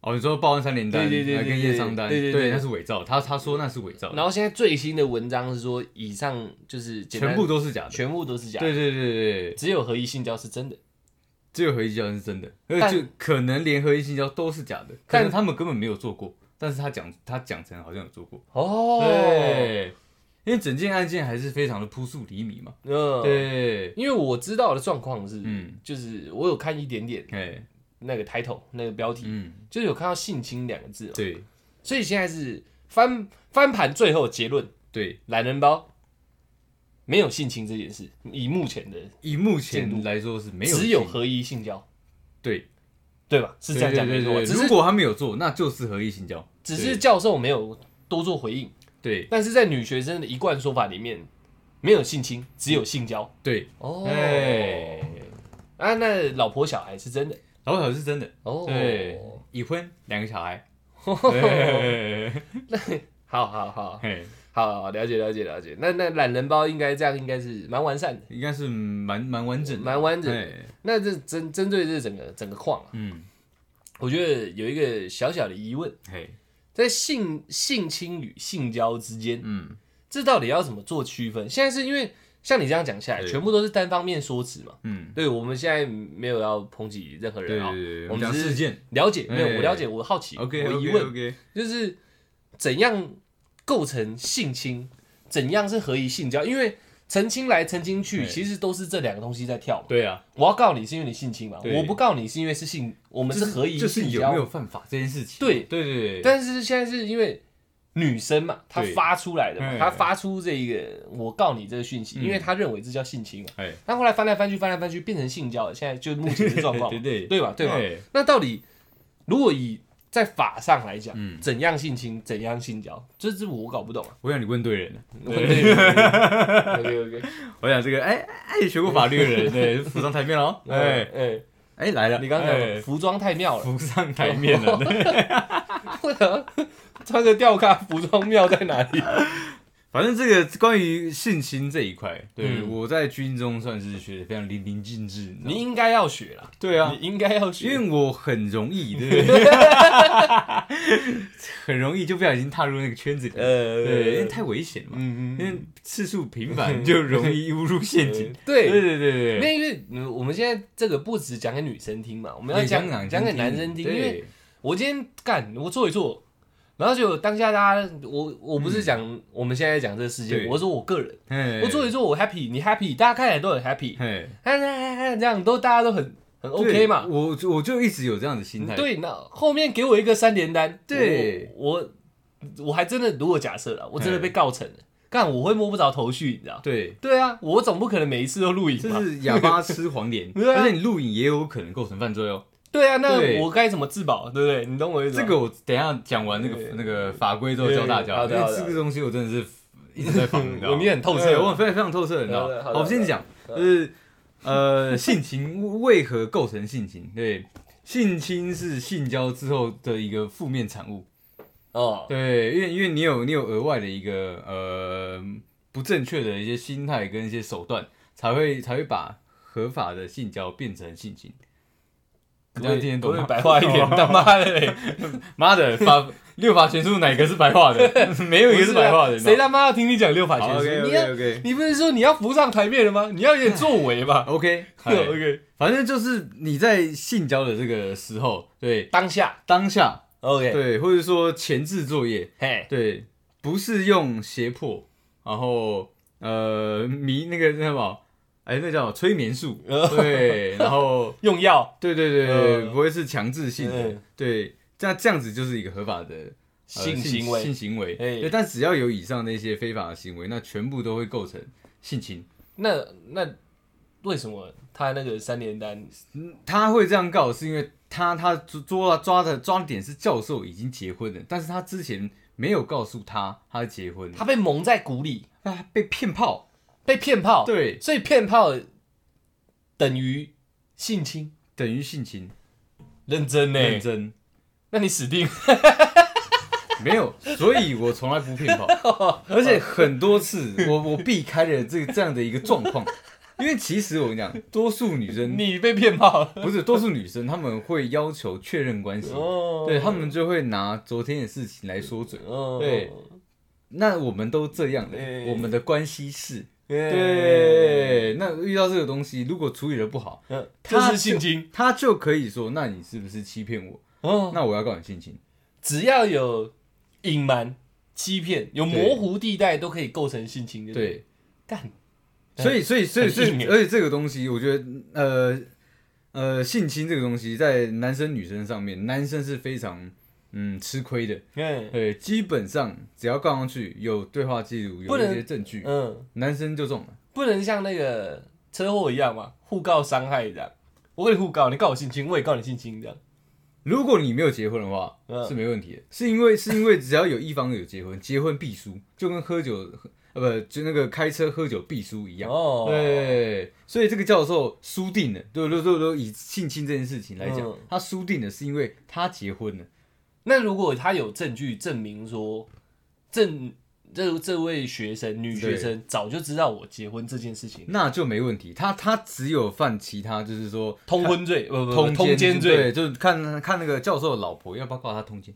Speaker 2: 哦，你说报案三连单，
Speaker 1: 对对对
Speaker 2: 还
Speaker 1: 对
Speaker 2: 跟
Speaker 1: 对
Speaker 2: 验伤单，
Speaker 1: 对对对
Speaker 2: 那是伪造，他他说那是伪造的，
Speaker 1: 然后现在最新的文章是说以上就是简单
Speaker 2: 全部都是假的，
Speaker 1: 全部都是假的，
Speaker 2: 对对对对对，
Speaker 1: 只有合宜性交是真的，
Speaker 2: 只有合一性交是真的，而
Speaker 1: 但
Speaker 2: 且就可能联合一性交都是假的，可
Speaker 1: 但
Speaker 2: 能他们根本没有做过，但是他讲他讲成好像有做过，
Speaker 1: 哦
Speaker 2: 对，因为整件案件还是非常的扑朔迷离嘛。
Speaker 1: 嗯，，
Speaker 2: 对，
Speaker 1: 因为我知道的状况是，
Speaker 2: 嗯
Speaker 1: 就是我有看一点点
Speaker 2: 哎，
Speaker 1: 那个 title 那个标题，
Speaker 2: 嗯，
Speaker 1: 就是有看到性侵两个字嘛，
Speaker 2: 对
Speaker 1: 所以现在是翻翻盘最后结论，
Speaker 2: 对，
Speaker 1: 懒人包没有性侵这件事，以目前的
Speaker 2: 以目
Speaker 1: 进
Speaker 2: 前来说是没有性，
Speaker 1: 只有合一性交，
Speaker 2: 对
Speaker 1: 对吧？是这样讲
Speaker 2: 对
Speaker 1: 没
Speaker 2: 对
Speaker 1: 错，
Speaker 2: 对
Speaker 1: 只
Speaker 2: 对如
Speaker 1: 是
Speaker 2: 果他没有做，那就是合意性交，
Speaker 1: 只是教授没有多做回应，
Speaker 2: 对
Speaker 1: 但是在女学生的一贯说法里面，没有性侵，只有性交。
Speaker 2: 对，
Speaker 1: 哦，
Speaker 2: 哎，
Speaker 1: 啊，那老婆小孩是真的
Speaker 2: 老小是真的，
Speaker 1: 哦， [LAUGHS]
Speaker 2: 对，已婚两个小孩，对
Speaker 1: 好好好
Speaker 2: 嘿
Speaker 1: 好好，了解了解了解。那那懒人包应该这样，应该是蛮完善的。
Speaker 2: 应该是蛮蛮完整的，哎
Speaker 1: 蛮完整的
Speaker 2: 嘿
Speaker 1: 那这针针对这整个整个框啊，
Speaker 2: 嗯，
Speaker 1: 我觉得有一个小小的疑问，
Speaker 2: 嘿，
Speaker 1: 在性性侵与性交之间，
Speaker 2: 嗯，
Speaker 1: 这到底要怎么做区分？现在是因为像你这样讲下来，
Speaker 2: 对
Speaker 1: 全部都是单方面说辞嘛。
Speaker 2: 嗯，
Speaker 1: 对，我们现在没有要抨击任何
Speaker 2: 对
Speaker 1: 人啊、
Speaker 2: 对对，
Speaker 1: 我
Speaker 2: 我们
Speaker 1: 们
Speaker 2: 讲
Speaker 1: 只
Speaker 2: 事
Speaker 1: 是
Speaker 2: 件
Speaker 1: 了解，没有
Speaker 2: 哎
Speaker 1: 我了解，我好奇，我
Speaker 2: ，OK
Speaker 1: 疑
Speaker 2: OK
Speaker 1: 问
Speaker 2: OK，
Speaker 1: 就是怎样构成性侵，怎样是合宜性交？因为澄清来澄清去，
Speaker 2: 对
Speaker 1: 其实都是这两个东西在跳嘛。
Speaker 2: 对啊，
Speaker 1: 我要告你是因为你性侵嘛，
Speaker 2: 对
Speaker 1: 我不告你是因为是性，我们是合宜
Speaker 2: 就
Speaker 1: 性交。
Speaker 2: 是有没有犯法这件事情，
Speaker 1: 对
Speaker 2: 对对对，
Speaker 1: 但是现在是因为女生嘛，她
Speaker 2: 对
Speaker 1: 发出来的嘛，
Speaker 2: 哎
Speaker 1: 她发出这一个我告你这个讯息，
Speaker 2: 嗯
Speaker 1: 因为她认为这叫性侵嘛。
Speaker 2: 哎，
Speaker 1: 但后来翻来翻去，翻来翻去，变成性交了。现在就目前的状况嘛，
Speaker 2: [LAUGHS] 对对
Speaker 1: 对吧？对吧？
Speaker 2: 哎
Speaker 1: 那到底如果以在法上来讲，
Speaker 2: 嗯
Speaker 1: 怎样性侵，怎样性交，这是我搞不懂啊。
Speaker 2: 我想你问对人了，
Speaker 1: OK OK，
Speaker 2: 我想这个哎哎学过法律的人，对，浮上台面 [LAUGHS] 了，
Speaker 1: [LAUGHS] 哎
Speaker 2: 哎
Speaker 1: 哎，
Speaker 2: 哎来了，
Speaker 1: 你刚才
Speaker 2: 哎
Speaker 1: 讲服装太妙 [LAUGHS] 了，
Speaker 2: 浮上台面了，对
Speaker 1: 穿个吊咖服装妙在哪里？
Speaker 2: [LAUGHS] 反正这个关于性侵这一块，对
Speaker 1: 嗯
Speaker 2: 我在军中算是学的非常淋漓尽致，
Speaker 1: [LAUGHS] 你
Speaker 2: 知道吗
Speaker 1: 应该要学啦，
Speaker 2: 对啊
Speaker 1: 你，应该要
Speaker 2: 因
Speaker 1: 学，
Speaker 2: 为我很容
Speaker 1: [LAUGHS]
Speaker 2: 易，对不对？很容易就不小心踏入那个圈子里，
Speaker 1: 呃
Speaker 2: 对，因为太危险了嘛，
Speaker 1: 嗯嗯
Speaker 2: 因为次数频繁就容易误入陷阱。对
Speaker 1: 对。
Speaker 2: 对对
Speaker 1: 那
Speaker 2: 对，
Speaker 1: 因为嗯我们现在这个不只讲给女生听嘛，我们要
Speaker 2: 你
Speaker 1: 讲
Speaker 2: 讲
Speaker 1: 讲给男生听，因为
Speaker 2: 对
Speaker 1: 我今天干，我做一做，然后就当下大家，我我不是讲我们现在讲这个事件，
Speaker 2: 对
Speaker 1: 我说我个人，
Speaker 2: 嘿
Speaker 1: 我做一做我 happy，你 happy，大家看起来都很 happy，
Speaker 2: 嘿
Speaker 1: 哎哎哎哎这样都大家都很很
Speaker 2: 对
Speaker 1: OK 嘛。
Speaker 2: 我我就一直有这样的心态，
Speaker 1: 对，那后面给我一个三连单，
Speaker 2: 对
Speaker 1: 我我我还真的，如果假设了，我真的被告成了，干我会摸不着头绪，你知道？
Speaker 2: 对，
Speaker 1: 对啊，我总不可能每一次都录影
Speaker 2: 这
Speaker 1: 吧？
Speaker 2: 是哑巴吃黄连，
Speaker 1: 对啊
Speaker 2: 而且你录影也有可能构成犯罪哦。
Speaker 1: 对啊，
Speaker 2: 对
Speaker 1: 那我该怎么自保，对不对？你懂我意思吗？
Speaker 2: 这个我等一下讲完那
Speaker 1: 对
Speaker 2: 个那个法规之后教大
Speaker 1: 对好
Speaker 2: 家，
Speaker 1: 的
Speaker 2: 因为
Speaker 1: 好的
Speaker 2: 这个东西我真的是一直在防，你知
Speaker 1: [LAUGHS]
Speaker 2: 道吗
Speaker 1: 你很透彻
Speaker 2: 对我很非常非常透彻，你知道
Speaker 1: 好
Speaker 2: 吗
Speaker 1: 的？好的
Speaker 2: 好我先讲，
Speaker 1: 好的
Speaker 2: 就是呃，性侵为何构成性侵？对，性侵是性交之后的一个负面产物。
Speaker 1: 哦，
Speaker 2: 对，因为因为你有你有额外的一个呃不正确的一些心态跟一些手段，才会才会把合法的性交变成性侵。你这样听得懂
Speaker 1: 各
Speaker 2: 吗
Speaker 1: 位？白话一点，他妈的嘞，
Speaker 2: 妈的，法六法全书哪个是白话的？ [LAUGHS]
Speaker 1: [LAUGHS]
Speaker 2: 没有一个是啊白话的。
Speaker 1: 谁他妈要听你讲六法全书？你要
Speaker 2: OK OK
Speaker 1: 你不是说你要浮上台面了吗？你要有点作为 [LAUGHS] 吧。
Speaker 2: OK OK，
Speaker 1: OK，
Speaker 2: 反正就是你在性交的这个时候，对
Speaker 1: 当下
Speaker 2: 当下，
Speaker 1: OK，
Speaker 2: 对或者说前置作业，
Speaker 1: 嘿，
Speaker 2: 对，不是用胁迫，然后呃迷那个那什么，哎，那叫什么催眠 [LAUGHS] 术，对，然后
Speaker 1: 用药
Speaker 2: 对对对 [LAUGHS] 对，
Speaker 1: 嗯
Speaker 2: 不会是强制性的
Speaker 1: 嗯，
Speaker 2: 对，这样这样子就是一个合法的呃
Speaker 1: 性行
Speaker 2: 性
Speaker 1: 为，
Speaker 2: 行为。
Speaker 1: 哎
Speaker 2: 对，但只要有以上那些非法的行为，那全部都会构成性侵。
Speaker 1: 那那为什么他那个三连单？
Speaker 2: 嗯他会这样告，是因为他他抓抓的抓的点是教授已经结婚了，但是他之前没有告诉他他结婚了，
Speaker 1: 他被蒙在鼓里，
Speaker 2: 他他被骗炮。
Speaker 1: 被骗炮，，
Speaker 2: 对，
Speaker 1: 所以骗炮等于性侵，
Speaker 2: 等于性侵，
Speaker 1: 认真呢？
Speaker 2: 认真。
Speaker 1: 那你死定。 [LAUGHS]
Speaker 2: 没有，所以我从来不
Speaker 1: [LAUGHS]
Speaker 2: 骗
Speaker 1: 哦
Speaker 2: 炮，而且很多次我我避开了这这样的一个状况，因为其实我跟你讲，多数女生
Speaker 1: 你被骗炮了。
Speaker 2: 不是多数女生，她们会要求确认关
Speaker 1: [LAUGHS]
Speaker 2: 系，
Speaker 1: 哦
Speaker 2: 对他们就会拿昨天的事情来说嘴。
Speaker 1: 哦
Speaker 2: 对，那我们都这样的
Speaker 1: 哎，
Speaker 2: 我们的关系是，
Speaker 1: 对，
Speaker 2: 对。那遇到这个东西，如果处理的不好，
Speaker 1: 嗯这
Speaker 2: 他
Speaker 1: 是性侵。
Speaker 2: 他就可以说，那你是不是欺骗我？
Speaker 1: 哦，
Speaker 2: 那我要告你性侵。
Speaker 1: 只要有隐瞒、欺骗，有模糊地带都可以构成性侵，，
Speaker 2: 对，
Speaker 1: 干，
Speaker 2: 所以所以所以所
Speaker 1: 很硬
Speaker 2: 以，
Speaker 1: 耶
Speaker 2: 而且这个东西，我觉得呃呃，性侵这个东西在男生女生上面，男生是非常嗯吃亏的。
Speaker 1: 嗯
Speaker 2: 对，基本上只要告上去有对话记录，有
Speaker 1: 不
Speaker 2: 一
Speaker 1: 能
Speaker 2: 些证据，
Speaker 1: 嗯，
Speaker 2: 男生就中了。
Speaker 1: 不能像那个车祸一样嘛，互告伤害这样，我跟你互告，你告我性侵，我也告你性侵这样，
Speaker 2: 如果你没有结婚的话，
Speaker 1: 嗯
Speaker 2: 是没问题的，是因为是因为只要有一方有结婚，结婚必输，就跟喝酒喝呃不就那个开车喝酒必输一样。
Speaker 1: 哦，
Speaker 2: 对，所以这个教授输定了，对对对对，以性侵这件事情来讲，
Speaker 1: 嗯
Speaker 2: 他输定了是因为他结婚了，
Speaker 1: 那如果他有证据证明说，证这这位学生女学生早就知道我结婚这件事情，
Speaker 2: [LAUGHS] 那就没问题。他他只有犯其他，就是说
Speaker 1: 通婚罪不不不
Speaker 2: 通
Speaker 1: 呃通奸罪，
Speaker 2: 对，就是看看那个教授的老婆要不要告他通奸，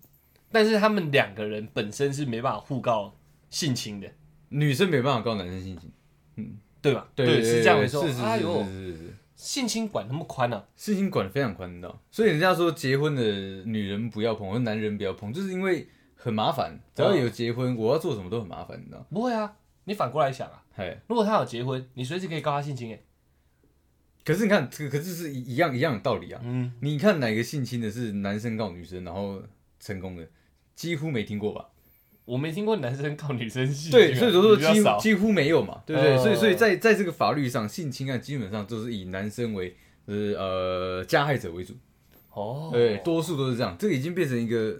Speaker 1: 但是他们两个人本身是没办法互告性侵的，
Speaker 2: 女生没办法告男生性侵，
Speaker 1: 对吧？
Speaker 2: 对对
Speaker 1: 是这样没错。
Speaker 2: 是是是
Speaker 1: 哎呦
Speaker 2: 是，是是是。
Speaker 1: 性侵管那么宽啊？
Speaker 2: 事情管得非常宽的，所以人家说结婚的女人不要碰，或男人不要碰，就是因为很麻烦。只要有结婚，我要做什么都很麻烦，你知道吗？
Speaker 1: 不会啊，你反过来想啊，
Speaker 2: 嘿，
Speaker 1: 如果他有结婚，你随时可以告他性侵哎、
Speaker 2: 可是你看，这个可是是一一样一样的道理啊。
Speaker 1: 嗯，
Speaker 2: 你看哪个性侵的是男生告女生然后成功的，几乎没听过吧？
Speaker 1: 我没听过男生告女生性侵啊、
Speaker 2: 对，所以说
Speaker 1: 比较
Speaker 2: 几乎
Speaker 1: 少
Speaker 2: 几乎没有嘛，对不对？
Speaker 1: 嗯
Speaker 2: 所以所以在在这个法律上，性侵案基本上都是以男生为就是呃加害者为主，
Speaker 1: 哦，
Speaker 2: 对，多数都是这样。这个已经变成一个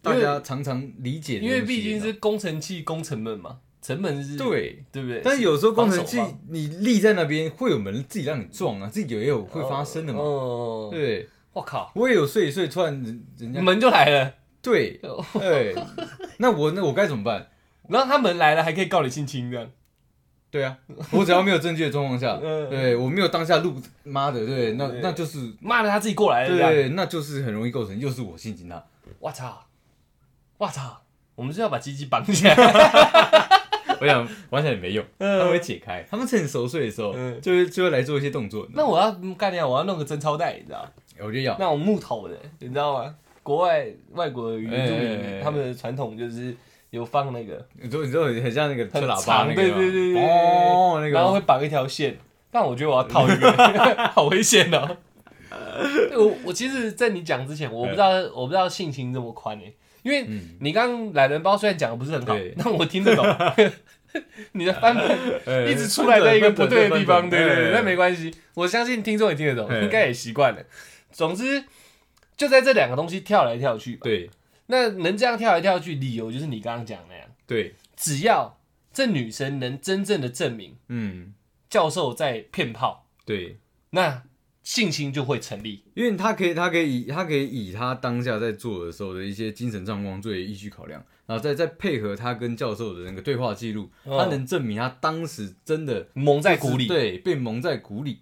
Speaker 2: 大家常常理解的东
Speaker 1: 因
Speaker 2: 西，
Speaker 1: 为毕竟
Speaker 2: 你知
Speaker 1: 是工程器工成本嘛，成本是
Speaker 2: 道吗对。
Speaker 1: 对不对？
Speaker 2: 但是有时候工程器
Speaker 1: 防守嘛
Speaker 2: 你立在那边，会有门自己让你撞啊，自己也有会发生的嘛。
Speaker 1: 哦，哦
Speaker 2: 对，
Speaker 1: 我靠，
Speaker 2: 我也有睡一睡，突然人人家
Speaker 1: 门就来了，
Speaker 2: 对，
Speaker 1: 哦
Speaker 2: 对，那我那我该怎么办？
Speaker 1: 然后他门来了还可以告你性侵这样，
Speaker 2: 对啊，我只要没有证据的状况下，
Speaker 1: [LAUGHS] 嗯
Speaker 2: 对我没有当下录，妈的，对，那
Speaker 1: 对哎
Speaker 2: 那就是
Speaker 1: 妈的他自己过来了这样，
Speaker 2: 对，那就是很容易构成又是我性
Speaker 1: [LAUGHS]
Speaker 2: 侵他，
Speaker 1: 我操，我操，我们是要把鸡鸡绑起
Speaker 2: [LAUGHS]
Speaker 1: 来，
Speaker 2: 我想完全也没用，他
Speaker 1: 嗯
Speaker 2: 们会解开，他们趁你熟睡的时候，
Speaker 1: 嗯
Speaker 2: 就会就会来做一些动作。
Speaker 1: 那我要嗯干掉，我要弄个贞操带，你知道，
Speaker 2: 我觉得要
Speaker 1: 那种木头的，你知道吗？国外外国的原住
Speaker 2: 哎哎哎哎
Speaker 1: 民他们的传统就是有放那个，
Speaker 2: 你说你说很像那个吹
Speaker 1: 很
Speaker 2: 喇叭
Speaker 1: 长
Speaker 2: 那个吗，
Speaker 1: 对对对对对
Speaker 2: 哦，那个
Speaker 1: 然后会绑一条线，但我觉得我要套一 [LAUGHS] 个，好危险哦。对我我其实，在你讲之前，我不知道我不知道性情这么宽诶、因为
Speaker 2: 嗯
Speaker 1: 你刚刚懒人包虽然讲的不是很好
Speaker 2: 对，
Speaker 1: 但我听得 [LAUGHS] 懂。你的翻本
Speaker 2: 呃
Speaker 1: 一直出来在一个不对的地方，
Speaker 2: 分
Speaker 1: 对
Speaker 2: 的
Speaker 1: 对对，
Speaker 2: 哎
Speaker 1: 那没关系，我相信听众也听得懂，
Speaker 2: 哎
Speaker 1: 应该也习惯了。总之，就在这两个东西跳来跳去吧。
Speaker 2: 对
Speaker 1: 那能这样跳来跳去，理由就是你刚刚讲那样，
Speaker 2: 对，
Speaker 1: 只要这女生能真正的证明
Speaker 2: 嗯
Speaker 1: 教授在骗炮，
Speaker 2: 对，
Speaker 1: 那性侵就会成立。
Speaker 2: 因为他可以，他可以以，他可以以他当下在做的时候的一些精神状况作为依据考量，然后再再配合他跟教授的那个对话记录，
Speaker 1: 哦
Speaker 2: 他能证明他当时真的
Speaker 1: 蒙在鼓里，
Speaker 2: 对，被蒙在鼓里，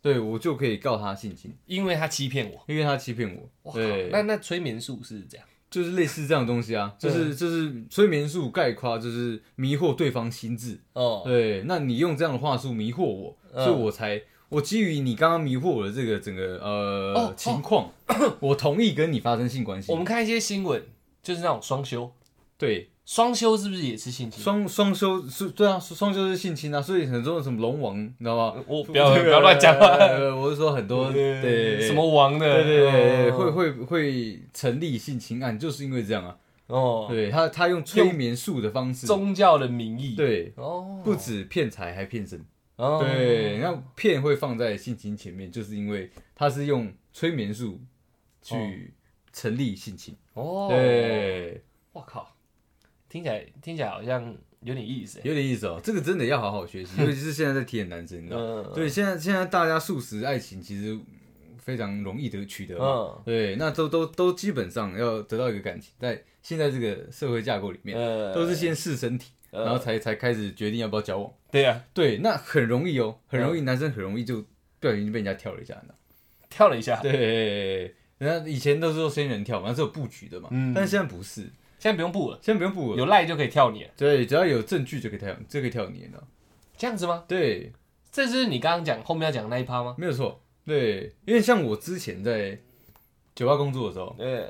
Speaker 2: 对我就可以告他性侵，
Speaker 1: 因为他欺骗我。
Speaker 2: 因为他欺骗我，
Speaker 1: 哇
Speaker 2: 对，
Speaker 1: 那那催眠术是这样，
Speaker 2: 就是类似这样的东西啊，就是就是催眠术概括，就是迷惑对方心智，
Speaker 1: 哦，
Speaker 2: 对，那你用这样的话术迷惑我，
Speaker 1: 嗯
Speaker 2: 所以我才我基于你刚刚迷惑我的这个整个呃、
Speaker 1: 哦
Speaker 2: 情况，我同意跟你发生性关系
Speaker 1: 我。们看一些新闻，就是那种双休，
Speaker 2: 对，
Speaker 1: 双休是不是也是性侵？
Speaker 2: 双双休是，对啊，双休是性侵啊，所以很多什么龙王，你知道吗？
Speaker 1: 呃我不要不要乱讲话，
Speaker 2: 呃我是说很多对
Speaker 1: 什。么王的，
Speaker 2: 对对对，
Speaker 1: 哦
Speaker 2: 会会会成立性侵案，就是因为这样啊。
Speaker 1: 哦，
Speaker 2: 对他，他用催眠术的方式，
Speaker 1: 宗教的名义，
Speaker 2: 对，
Speaker 1: 哦，
Speaker 2: 不止骗财还骗身。
Speaker 1: 哦，
Speaker 2: 对，那骗会放在性侵前面，就是因为他是用催眠术去成立性侵。
Speaker 1: 哦，，
Speaker 2: 对，
Speaker 1: 我靠，听起来听起来好像有点意思欸，
Speaker 2: 有点意思哦。这个真的要好好学习，尤其是现在在体验男生，你知道吗？
Speaker 1: 嗯
Speaker 2: 对，现在现在大家素食爱情其实非常容易得取得嘛。
Speaker 1: 嗯
Speaker 2: 对，那都都都基本上要得到一个感情，在现在这个社会架构里面，
Speaker 1: 呃
Speaker 2: 都是先试身体，
Speaker 1: 呃
Speaker 2: 然后才才开始决定要不要交往。
Speaker 1: 对啊呀，
Speaker 2: 对，那很容易哦，很容
Speaker 1: 嗯
Speaker 2: 易，男生很容易就不小心就被人家跳了一下，你知道吗
Speaker 1: 跳了一下，
Speaker 2: 对，人家以前都是说仙人跳嘛，那是有布局的嘛，
Speaker 1: 嗯
Speaker 2: 但现在不是，
Speaker 1: 现在不用布了，
Speaker 2: 现在不用布了，
Speaker 1: 有赖就可以跳你了，
Speaker 2: 对，只要有证据就可以跳，就可以跳你了。
Speaker 1: 这样子吗？
Speaker 2: 对，
Speaker 1: 这是你刚刚讲后面要讲的那一趴吗？
Speaker 2: 没有错，对，因为像我之前在酒吧工作的时候，
Speaker 1: 对，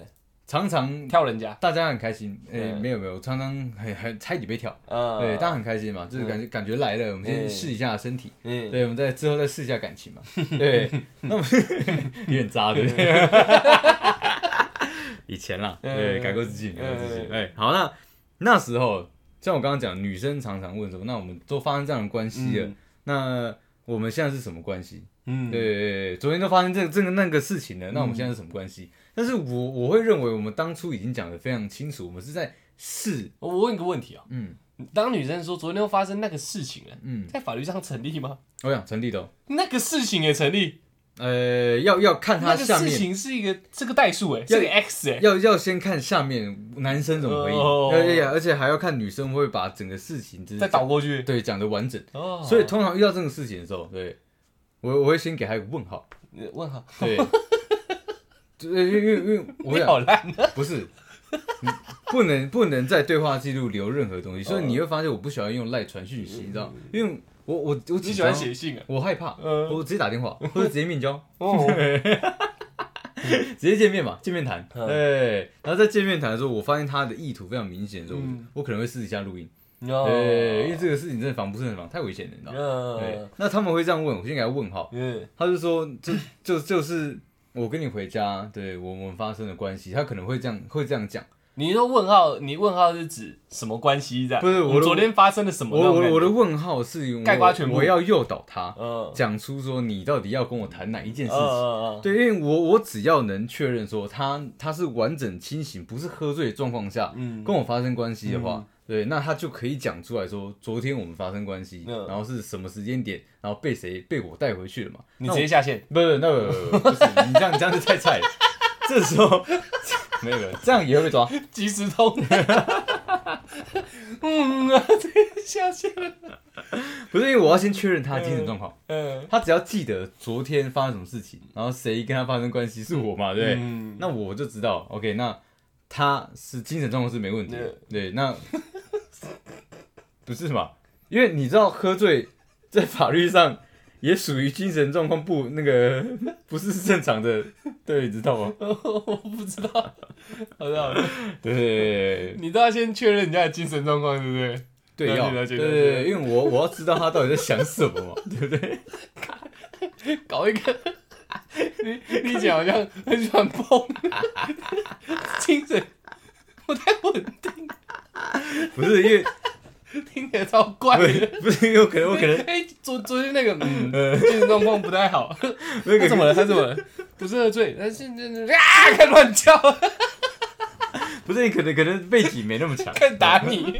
Speaker 2: 常常
Speaker 1: 跳人家，
Speaker 2: 大家很开心，哎、
Speaker 1: 嗯
Speaker 2: 没有没有，常常很很差一点被跳，
Speaker 1: 嗯，
Speaker 2: 对，大家很开心嘛，就是感觉、感觉来了，我们先试一下身体，
Speaker 1: 嗯，
Speaker 2: 对，我们再之后再试一下感情
Speaker 1: [LAUGHS]
Speaker 2: 嘛，对，那我们有点渣，对不对？ [LAUGHS] 以前啦，
Speaker 1: 嗯
Speaker 2: 对，改过自新，改过自新，
Speaker 1: 嗯
Speaker 2: 哎，好，那那时候像我刚刚讲，女生常常问说，那我们都发生这样的关系了
Speaker 1: 嗯，
Speaker 2: 那我们现在是什么关系？
Speaker 1: 嗯，
Speaker 2: 对，对对，昨天都发生这个这个那个事情了，那我们现在是什么关系？但是我我会认为我们当初已经讲的非常清楚，我们是在试，
Speaker 1: 我问一个问题啊，
Speaker 2: 嗯
Speaker 1: 当女生说昨天又发生那个事情了，
Speaker 2: 嗯，
Speaker 1: 在法律上成立吗？
Speaker 2: 我想成立的哦，
Speaker 1: 那个事情也成立，
Speaker 2: 呃，要要看
Speaker 1: 那
Speaker 2: 它
Speaker 1: 个
Speaker 2: 下
Speaker 1: 事
Speaker 2: 面。
Speaker 1: 情是一个这个代数哎，是个 x 哎，
Speaker 2: [LAUGHS] 要要先看下面男生怎么回应，
Speaker 1: 哦
Speaker 2: 而且、而且还要看女生会不会把整个事情就是
Speaker 1: 再倒过去，
Speaker 2: 对讲的完整。
Speaker 1: 哦，
Speaker 2: 所以通常遇到这种事情的时候，对我我会先给他一个问号，
Speaker 1: 呃问号，
Speaker 2: 对，
Speaker 1: [LAUGHS]
Speaker 2: 对，因为因为因为我
Speaker 1: 你好
Speaker 2: 想
Speaker 1: 烂啊，
Speaker 2: 不是。你不能不能在对话记录留任何东西，
Speaker 1: 哦
Speaker 2: 所以你会发现我不喜欢用赖传讯息，你知道吗，因为我我我
Speaker 1: 嗯你
Speaker 2: 只
Speaker 1: 喜欢写，信啊？
Speaker 2: 我害怕，
Speaker 1: 嗯
Speaker 2: 我直接打电话或者直接
Speaker 1: [LAUGHS]
Speaker 2: 面交，
Speaker 1: 哦，
Speaker 2: 直接见面嘛，见面谈。
Speaker 1: 嗯
Speaker 2: 对，然后在见面谈的时候，我发现他的意图非常明显的时候，
Speaker 1: 嗯
Speaker 2: 我可能会私底下录音。对，因为
Speaker 1: 哦，
Speaker 2: 这个事情真的防不胜防，太危险了，你知道吗？对
Speaker 1: 嗯，
Speaker 2: 那他们会这样问，我先给他问号，
Speaker 1: 嗯
Speaker 2: 他就说，就就就是我跟你回家，对我们发生了关系，他可能会这样会这样讲。
Speaker 1: 你说问号，你问号是指什么关系这样？
Speaker 2: 不是我的
Speaker 1: 们昨天发生了什么？
Speaker 2: 我我我的，问号是我
Speaker 1: 盖瓜全部
Speaker 2: 我要诱导他
Speaker 1: 嗯，
Speaker 2: 讲出说你到底要跟我谈哪一
Speaker 1: 嗯
Speaker 2: 件事情。
Speaker 1: 嗯嗯，
Speaker 2: 对，因为我我只要能确认说他他是完整清醒，不是喝醉的状况下，
Speaker 1: 嗯
Speaker 2: 跟我发生关系的话，对，那他就可以讲出来说，昨天我们发生关系，
Speaker 1: 嗯
Speaker 2: 然后是什么时间点，然后被谁被我带回去了嘛？
Speaker 1: 你
Speaker 2: 那
Speaker 1: 直
Speaker 2: 我
Speaker 1: 接下
Speaker 2: [LAUGHS]
Speaker 1: 线，
Speaker 2: 不是，那个不是，你这样你这样就太菜了。这时候 [LAUGHS] 没有没有，这样也会被抓。
Speaker 1: 即时通。嗯啊，直接下线了。
Speaker 2: 不是因为我要先确认他的精神状况，
Speaker 1: 嗯，
Speaker 2: 他只要记得昨天发生什么事情，然后谁跟他发生关系是我嘛，对不对？
Speaker 1: 嗯
Speaker 2: 那我就知道，OK，那他是精神状况是没问题的，对，那不是嘛？因为你知道喝醉在法律上也属于精神状况不那个 [LAUGHS] 不是正常的，对，你知道吗？
Speaker 1: 我不知道，好的好的，
Speaker 2: 对
Speaker 1: 你都要先确认人家的精神状况，对不对？
Speaker 2: 对，
Speaker 1: 了解
Speaker 2: 要
Speaker 1: 了
Speaker 2: 对
Speaker 1: 解
Speaker 2: 对
Speaker 1: 了解
Speaker 2: 对，因为我我要知道他到底在想什么嘛， [LAUGHS] 对不对？
Speaker 1: 搞一个， [LAUGHS] 你你姐好像很喜欢碰， [LAUGHS] 精神不太稳定，
Speaker 2: 不是因为
Speaker 1: 听起来超怪
Speaker 2: 不
Speaker 1: 的。
Speaker 2: 是不是因为我可能我可能
Speaker 1: 哎、昨昨天那个，嗯，[LAUGHS]
Speaker 2: 呃，
Speaker 1: 精神状况不太好，
Speaker 2: 那
Speaker 1: 他
Speaker 2: 个
Speaker 1: 怎么了？他怎么了？不是喝醉，但是啊， [LAUGHS] 开始乱叫，
Speaker 2: [LAUGHS] 不是你可能可能背景没那么强，
Speaker 1: 开始打你。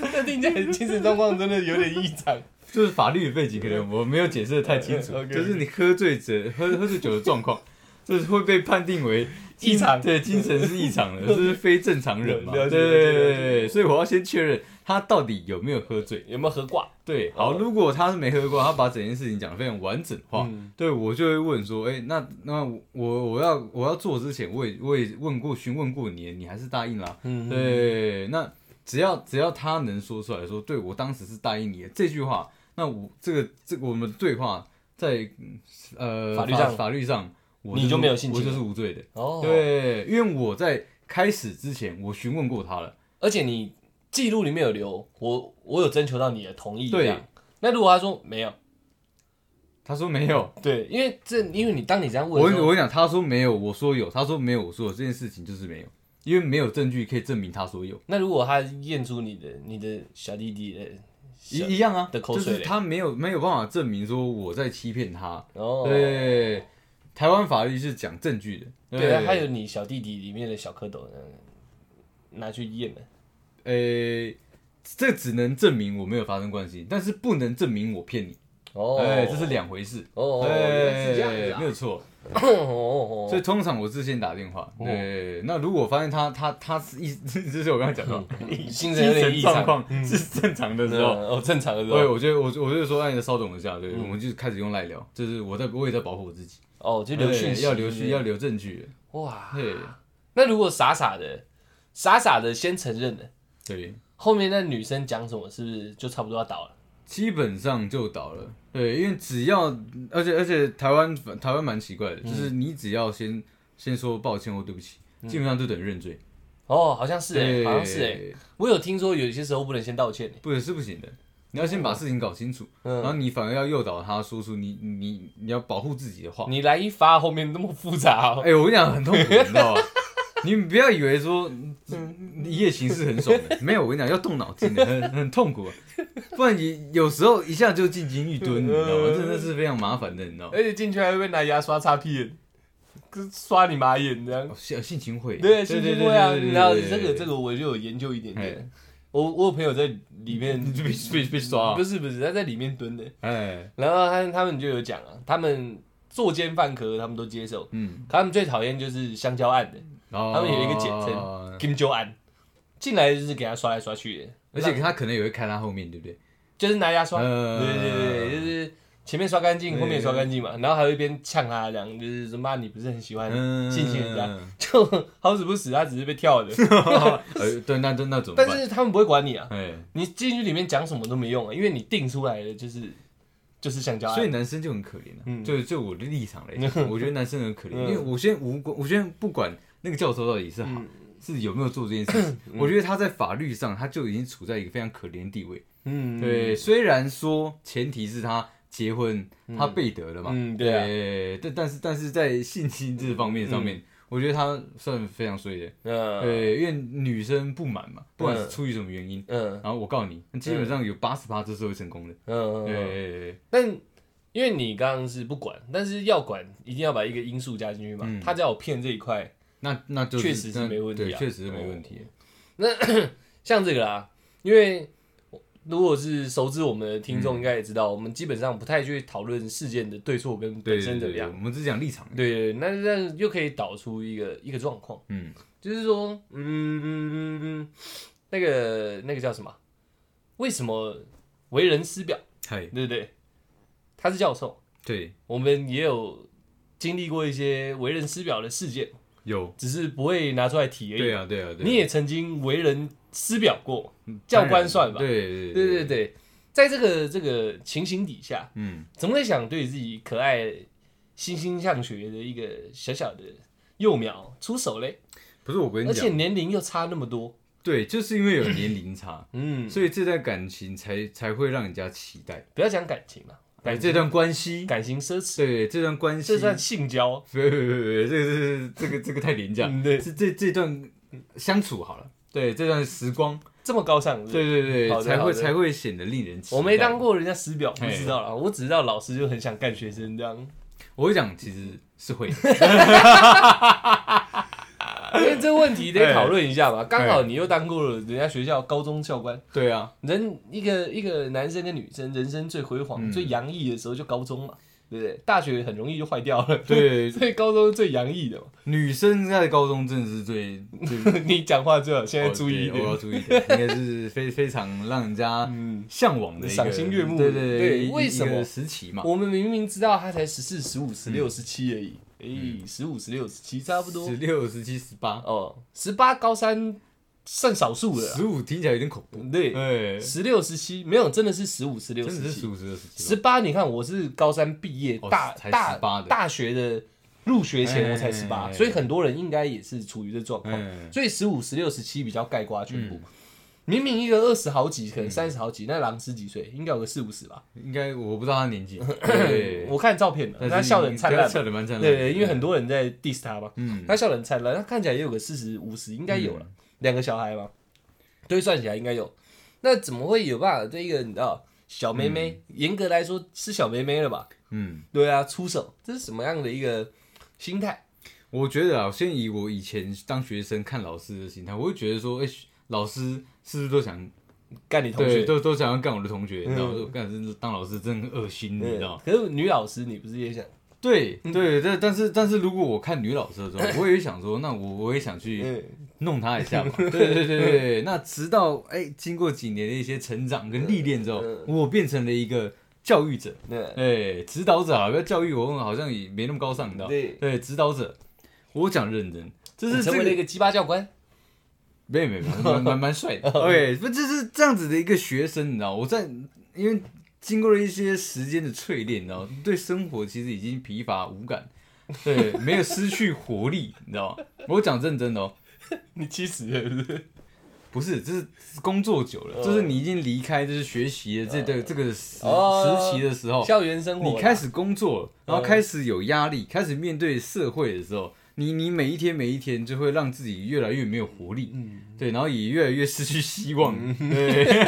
Speaker 1: 那听起来精神状况真的有点异常。
Speaker 2: 就是法律的背景，可能我没有解释的太清楚。
Speaker 1: 嗯，OK，OK [LAUGHS]
Speaker 2: 就是你喝醉者喝喝醉酒的状况，就是会被判定为精
Speaker 1: 异常
Speaker 2: 对，精神是异常
Speaker 1: [LAUGHS]
Speaker 2: 的，就是非正常人嘛。
Speaker 1: 了
Speaker 2: 对
Speaker 1: 解
Speaker 2: 对
Speaker 1: 了
Speaker 2: 对对
Speaker 1: 解
Speaker 2: 对，所以我要先确认他到底有没有喝醉。
Speaker 1: 有没有喝挂？
Speaker 2: 对，好，
Speaker 1: 嗯
Speaker 2: 如果他是没喝过，他把整件事情讲得非常完整化，
Speaker 1: 嗯
Speaker 2: 对我就会问说，哎、那那我我要我要做之前，我也我也问过询问过你，你还是答应啦。
Speaker 1: 嗯，
Speaker 2: 对，那只要只要他能说出来说，对我当时是答应你的这句话，那我这个这个我们对话在嗯呃
Speaker 1: 法律上
Speaker 2: 法律上，我
Speaker 1: 你
Speaker 2: 是
Speaker 1: 就
Speaker 2: 无
Speaker 1: 没有性侵
Speaker 2: 我就
Speaker 1: 了
Speaker 2: 是无罪的。
Speaker 1: 哦，，
Speaker 2: 对，因为我在开始之前我询问过他了，
Speaker 1: 而且你记录里面有留，我我有征求到你的同意，
Speaker 2: 对
Speaker 1: 这样。那如果他说没有，
Speaker 2: 他说没有。
Speaker 1: 对，因为这因为你当你这样
Speaker 2: 我
Speaker 1: 问的
Speaker 2: 跟
Speaker 1: 时
Speaker 2: 嗯我
Speaker 1: 候，
Speaker 2: 跟你讲，他说没有，我说有，他说没有，我说有，这件事情就是没有，因为没有证据可以证明他说有，
Speaker 1: 那如果他验出你的你的小弟弟的小，
Speaker 2: 一一样啊，
Speaker 1: 的口水
Speaker 2: 就是
Speaker 1: 嘞
Speaker 2: 他没有没有办法证明说我在欺骗他。
Speaker 1: 哦，
Speaker 2: 对，台湾法律是讲证据的，
Speaker 1: 对啊，还有你小弟弟里面的小蝌蚪嗯拿去验了，
Speaker 2: 呃，这只能证明我没有发生关系，但是不能证明我骗你，
Speaker 1: 哦，
Speaker 2: 哎，这是两回事。
Speaker 1: 哦，原来是这样子
Speaker 2: 对，
Speaker 1: 啊
Speaker 2: 没有错。
Speaker 1: 哦
Speaker 2: 所以通常我是先打电话。对，那如果发现他他他是一， [LAUGHS] 就是我刚刚讲到
Speaker 1: 嗯精神有
Speaker 2: 精
Speaker 1: 点
Speaker 2: 神
Speaker 1: 异
Speaker 2: 状
Speaker 1: 常，
Speaker 2: 况是正常的时候，
Speaker 1: 哦，正常的时
Speaker 2: 嗯对，
Speaker 1: 候，
Speaker 2: 我觉得我我就说，哎，稍等我一下，
Speaker 1: 嗯
Speaker 2: 对，我们就开始用赖聊，就是我在我也在保护我自己，
Speaker 1: 哦，就
Speaker 2: 对，
Speaker 1: 留讯息，
Speaker 2: 哎要留讯
Speaker 1: 对
Speaker 2: 要
Speaker 1: 不啊
Speaker 2: 留证据，
Speaker 1: 对哇，
Speaker 2: 对
Speaker 1: 那如果傻傻的傻傻的先承认了，
Speaker 2: 对，
Speaker 1: 后面那女生讲什么，是不是就差不多要倒了？
Speaker 2: 基本上就倒了，对，因为只要
Speaker 1: 嗯
Speaker 2: 而且而且台湾台湾蛮奇怪的，就是你只要先先说抱歉或对不起，基本上就等于认罪。
Speaker 1: 哦，好像嗯是哎、
Speaker 2: 对
Speaker 1: 好像是哎、我有听说有些时候不能先道歉、欸，
Speaker 2: 不是是不行的。你要先把事情搞清楚，
Speaker 1: 嗯
Speaker 2: 然后你反而要诱导他说出你你你要保护自己的话。
Speaker 1: 你来一发后面那么复杂、哦，
Speaker 2: 哎、我跟你讲，很痛苦，你
Speaker 1: [LAUGHS]
Speaker 2: 知道吗？你不要以为说嗯一夜情是很爽
Speaker 1: 嗯
Speaker 2: 的，没有，我跟你讲，要动脑筋的，很很痛苦，啊不然你有时候一下就进监狱蹲，你知道
Speaker 1: 嗯
Speaker 2: 吗？真的是非常麻烦的，你知道吗？
Speaker 1: 而且进去还会被拿牙刷擦屁眼，跟刷你马眼这样
Speaker 2: 哦。性性情会，
Speaker 1: 对，性情会啊，
Speaker 2: 对对对对
Speaker 1: 然后
Speaker 2: 对
Speaker 1: 这
Speaker 2: 对
Speaker 1: 个
Speaker 2: 对
Speaker 1: 这个我就有研究一点点
Speaker 2: 嘿。
Speaker 1: 我我有朋友在里面
Speaker 2: [LAUGHS] 你就被被被刷
Speaker 1: 不，是不是，他在里面蹲的。
Speaker 2: 哎，
Speaker 1: 然后他他们就有讲啊，他们作奸犯科他们都接受，
Speaker 2: 嗯，哦
Speaker 1: 可他们最讨厌就是香蕉案的
Speaker 2: 他
Speaker 1: 他们有一个简称，金鸠案，进来就是给他刷来刷去的，
Speaker 2: 而且他可能也会看他后面，对不对？
Speaker 1: 就是拿牙刷，对
Speaker 2: 嗯
Speaker 1: 对对，就是前面刷干净，后面也刷干净嘛，然后还会一边呛他，这样就是说妈你不是很喜欢
Speaker 2: 嗯，
Speaker 1: 性情人家， [LAUGHS] 就好死不死他只是被跳
Speaker 2: [LAUGHS]
Speaker 1: 的，
Speaker 2: 呃，对，那那那怎么
Speaker 1: 但
Speaker 2: 办？
Speaker 1: 是他们不会管你啊，
Speaker 2: 哎，
Speaker 1: 你进去里面讲什么都没用啊，因为你定出来的就是就是香蕉
Speaker 2: 所以
Speaker 1: 案，
Speaker 2: 男生就很可怜了、
Speaker 1: 嗯
Speaker 2: 就就我的立场来讲，我觉得男生很可怜，
Speaker 1: 嗯
Speaker 2: 因为我先无关，我先不管那个教授到底是
Speaker 1: 嗯
Speaker 2: 好、是有没有做这件事情，我觉得他在法律上他就已经处在一个非常可怜的地位。
Speaker 1: 嗯，
Speaker 2: 对，虽然说前提是他结婚，他背德了嘛，
Speaker 1: 嗯对啊
Speaker 2: 对，但但是但是在性侵这方面上面。我觉得他算非常衰的，
Speaker 1: 嗯
Speaker 2: 对，因为女生不满嘛，不管是
Speaker 1: 嗯
Speaker 2: 出于什么原因，
Speaker 1: 嗯
Speaker 2: 然后我告你，基本上有八十八这是会成功的，
Speaker 1: 嗯，嗯，
Speaker 2: 对对对对
Speaker 1: 但因为你刚刚是不管，但是要管一定要把一个因素加进去
Speaker 2: 嗯
Speaker 1: 嘛，他只要有骗这一块。
Speaker 2: 那那就是
Speaker 1: 确实是
Speaker 2: 那
Speaker 1: 没问题啊
Speaker 2: 对确实是没问题。
Speaker 1: 像这个啦，因为如果是熟知我们的听众，应该也知道，我们基本上不太去讨论事件的对错跟
Speaker 2: 对
Speaker 1: 本身怎么
Speaker 2: 对对对
Speaker 1: 样
Speaker 2: 我。们只讲立场。
Speaker 1: 对对，那那又可以导出一个一个状况，
Speaker 2: 嗯，
Speaker 1: 就是说，嗯嗯嗯嗯，那个那个叫什么？为什么为人师表？
Speaker 2: 嗨，
Speaker 1: 对不对？他是教授，
Speaker 2: 对，
Speaker 1: 我们也有经历过一些为人师表的事件，
Speaker 2: 有，
Speaker 1: 只是不会拿出来提而已。
Speaker 2: 对啊，对啊，对啊。
Speaker 1: 你也曾经为人师表过，
Speaker 2: 嗯
Speaker 1: 教官算吧
Speaker 2: 当然
Speaker 1: 对
Speaker 2: 对对
Speaker 1: 对对，在这个这个情形底下，
Speaker 2: 嗯，
Speaker 1: 怎么会想对自己可爱、欣欣向学的一个小小的幼苗出手嘞？
Speaker 2: 不是我跟
Speaker 1: 而
Speaker 2: 你
Speaker 1: 且
Speaker 2: 讲，
Speaker 1: 年龄又差那么多，
Speaker 2: 对，就是因为有年龄差，
Speaker 1: 嗯，
Speaker 2: 所以这段感情才才会让人家期待。
Speaker 1: 不要讲感情嘛，
Speaker 2: 哎，
Speaker 1: 感
Speaker 2: 这
Speaker 1: 情
Speaker 2: 段关系，
Speaker 1: 感情奢侈，
Speaker 2: 对这段关系
Speaker 1: 这，算性交，
Speaker 2: 别别别别，这个是这个这个太廉价。
Speaker 1: 嗯，对，
Speaker 2: 是这这段相处好了，对这段时光，
Speaker 1: 这么高尚是不是，
Speaker 2: 对对
Speaker 1: 好
Speaker 2: 对，
Speaker 1: 的
Speaker 2: 才
Speaker 1: 好
Speaker 2: 会
Speaker 1: 的
Speaker 2: 才会显得令人期待。
Speaker 1: 我没当过人家师表，不
Speaker 2: 嘿
Speaker 1: 知道啦，我只知道老师就很想干学生这样，
Speaker 2: 我会讲，其实是会的，
Speaker 1: [LAUGHS] 因为这个问题得
Speaker 2: 嘿
Speaker 1: 讨论一下嘛。刚好你又当过了人家学校高中教官，
Speaker 2: 对啊，
Speaker 1: 人一个一个男生跟女生人生最辉煌、最洋溢的时候就高中嘛，对不对？嗯大学很容易就坏掉了，
Speaker 2: 对，
Speaker 1: 所以高中是最洋溢的嘛。 [LAUGHS]
Speaker 2: 女生在高中真的是最最
Speaker 1: 你讲话最好现在注意一
Speaker 2: 我要
Speaker 1: 点，
Speaker 2: 注意一点，应该是非非常让人家
Speaker 1: 嗯
Speaker 2: 向往的一个
Speaker 1: 赏心悦目
Speaker 2: 对对
Speaker 1: 对
Speaker 2: 一
Speaker 1: 为什么
Speaker 2: 一个时期嘛？
Speaker 1: 我们明明知道他才十四、十五、十六、十七而已，诶，十五、十六、嗯十七差不多
Speaker 2: 十。六、十七、十八、
Speaker 1: 哦，十八高三算少数了
Speaker 2: 十
Speaker 1: 啦，
Speaker 2: 五听起来有点恐怖，
Speaker 1: 啊对，
Speaker 2: 对，真
Speaker 1: 十六、十七没有，真的是十五、十六、
Speaker 2: 嗯的是
Speaker 1: 十
Speaker 2: 十
Speaker 1: 七。
Speaker 2: 五、十六、十七
Speaker 1: 十
Speaker 2: 吧。
Speaker 1: 八，你看我是高三毕业，
Speaker 2: 哦
Speaker 1: 大
Speaker 2: 才
Speaker 1: 大
Speaker 2: 18的
Speaker 1: 大学的入学前我才
Speaker 2: 哎
Speaker 1: 十八，
Speaker 2: 哎哎
Speaker 1: 所以很多人应该也是处于这状况。
Speaker 2: 嗯，
Speaker 1: 所以十五、十六、十七比较盖瓜全部。明明一个二十好几，
Speaker 2: 嗯
Speaker 1: 可能三十好几，那狼十几岁，应该有个四五十吧。
Speaker 2: 应该我不知道他
Speaker 1: [LAUGHS]
Speaker 2: 年纪，对，
Speaker 1: 我看照片了，
Speaker 2: 但是
Speaker 1: 他笑得很灿
Speaker 2: 对
Speaker 1: 烂
Speaker 2: 他，笑得蛮灿烂的，
Speaker 1: 对，因为很多人在 diss 他嘛，
Speaker 2: 嗯
Speaker 1: 他笑得很灿烂，他看起来也有个四十五十，应该有了，两个小孩嘛，推算起来应该有。那怎么会有办法对一个你知道小妹妹，严格来说是小妹妹了吧？
Speaker 2: 嗯，
Speaker 1: 对啊，出手，这是什么样的一个心态？
Speaker 2: 我觉得啊，先以我以前当学生看老师的心态，我会觉得说，哎，老师是不是都想
Speaker 1: 干你同
Speaker 2: 对，
Speaker 1: 学，
Speaker 2: 都都想要干我的同学，
Speaker 1: 嗯
Speaker 2: 你知道吗？干是当老师真的很恶心，你知道吗？
Speaker 1: 可是女老师，你不是也想？
Speaker 2: 对对，但但是但是如果我看女老师的时
Speaker 1: [LAUGHS]
Speaker 2: 候，我也想说，那我我也想去
Speaker 1: 嗯，
Speaker 2: 弄她一下嘛。 [LAUGHS] 对对对对对，那直到哎，经过几年的一些成长跟历练之后，我变成了一个教育者，
Speaker 1: 对
Speaker 2: 哎，指导者啊，不要教育我，好像也没那么高尚，你知道吗？
Speaker 1: 对，
Speaker 2: 对，指导者，我讲认真，这
Speaker 1: 你
Speaker 2: 是
Speaker 1: 成
Speaker 2: 这
Speaker 1: 为了
Speaker 2: 个
Speaker 1: 一个鸡巴教官。
Speaker 2: 没有没有，没有蛮蛮蛮帅的。OK，不就是这样子的一个学生，你知道？我在因为经过了一些时间的淬炼，你知道，对生活其实已经疲乏无感。对，没有失去活力，你知道吗？我讲认真的哦，
Speaker 1: 你气死了是不是？
Speaker 2: 不是，这是工作久
Speaker 1: 呃
Speaker 2: 了，就是你已经离开，就是学习的这个这个时
Speaker 1: 哦
Speaker 2: 时期的时候，
Speaker 1: 校园生活啊啦，呃
Speaker 2: 你开始工作了，然后开始有压力，开始面对社会的时候，你你每一天每一天就会让自己越来越没有活力，
Speaker 1: 嗯
Speaker 2: 对，然后也越来越失去希望， [LAUGHS] 对，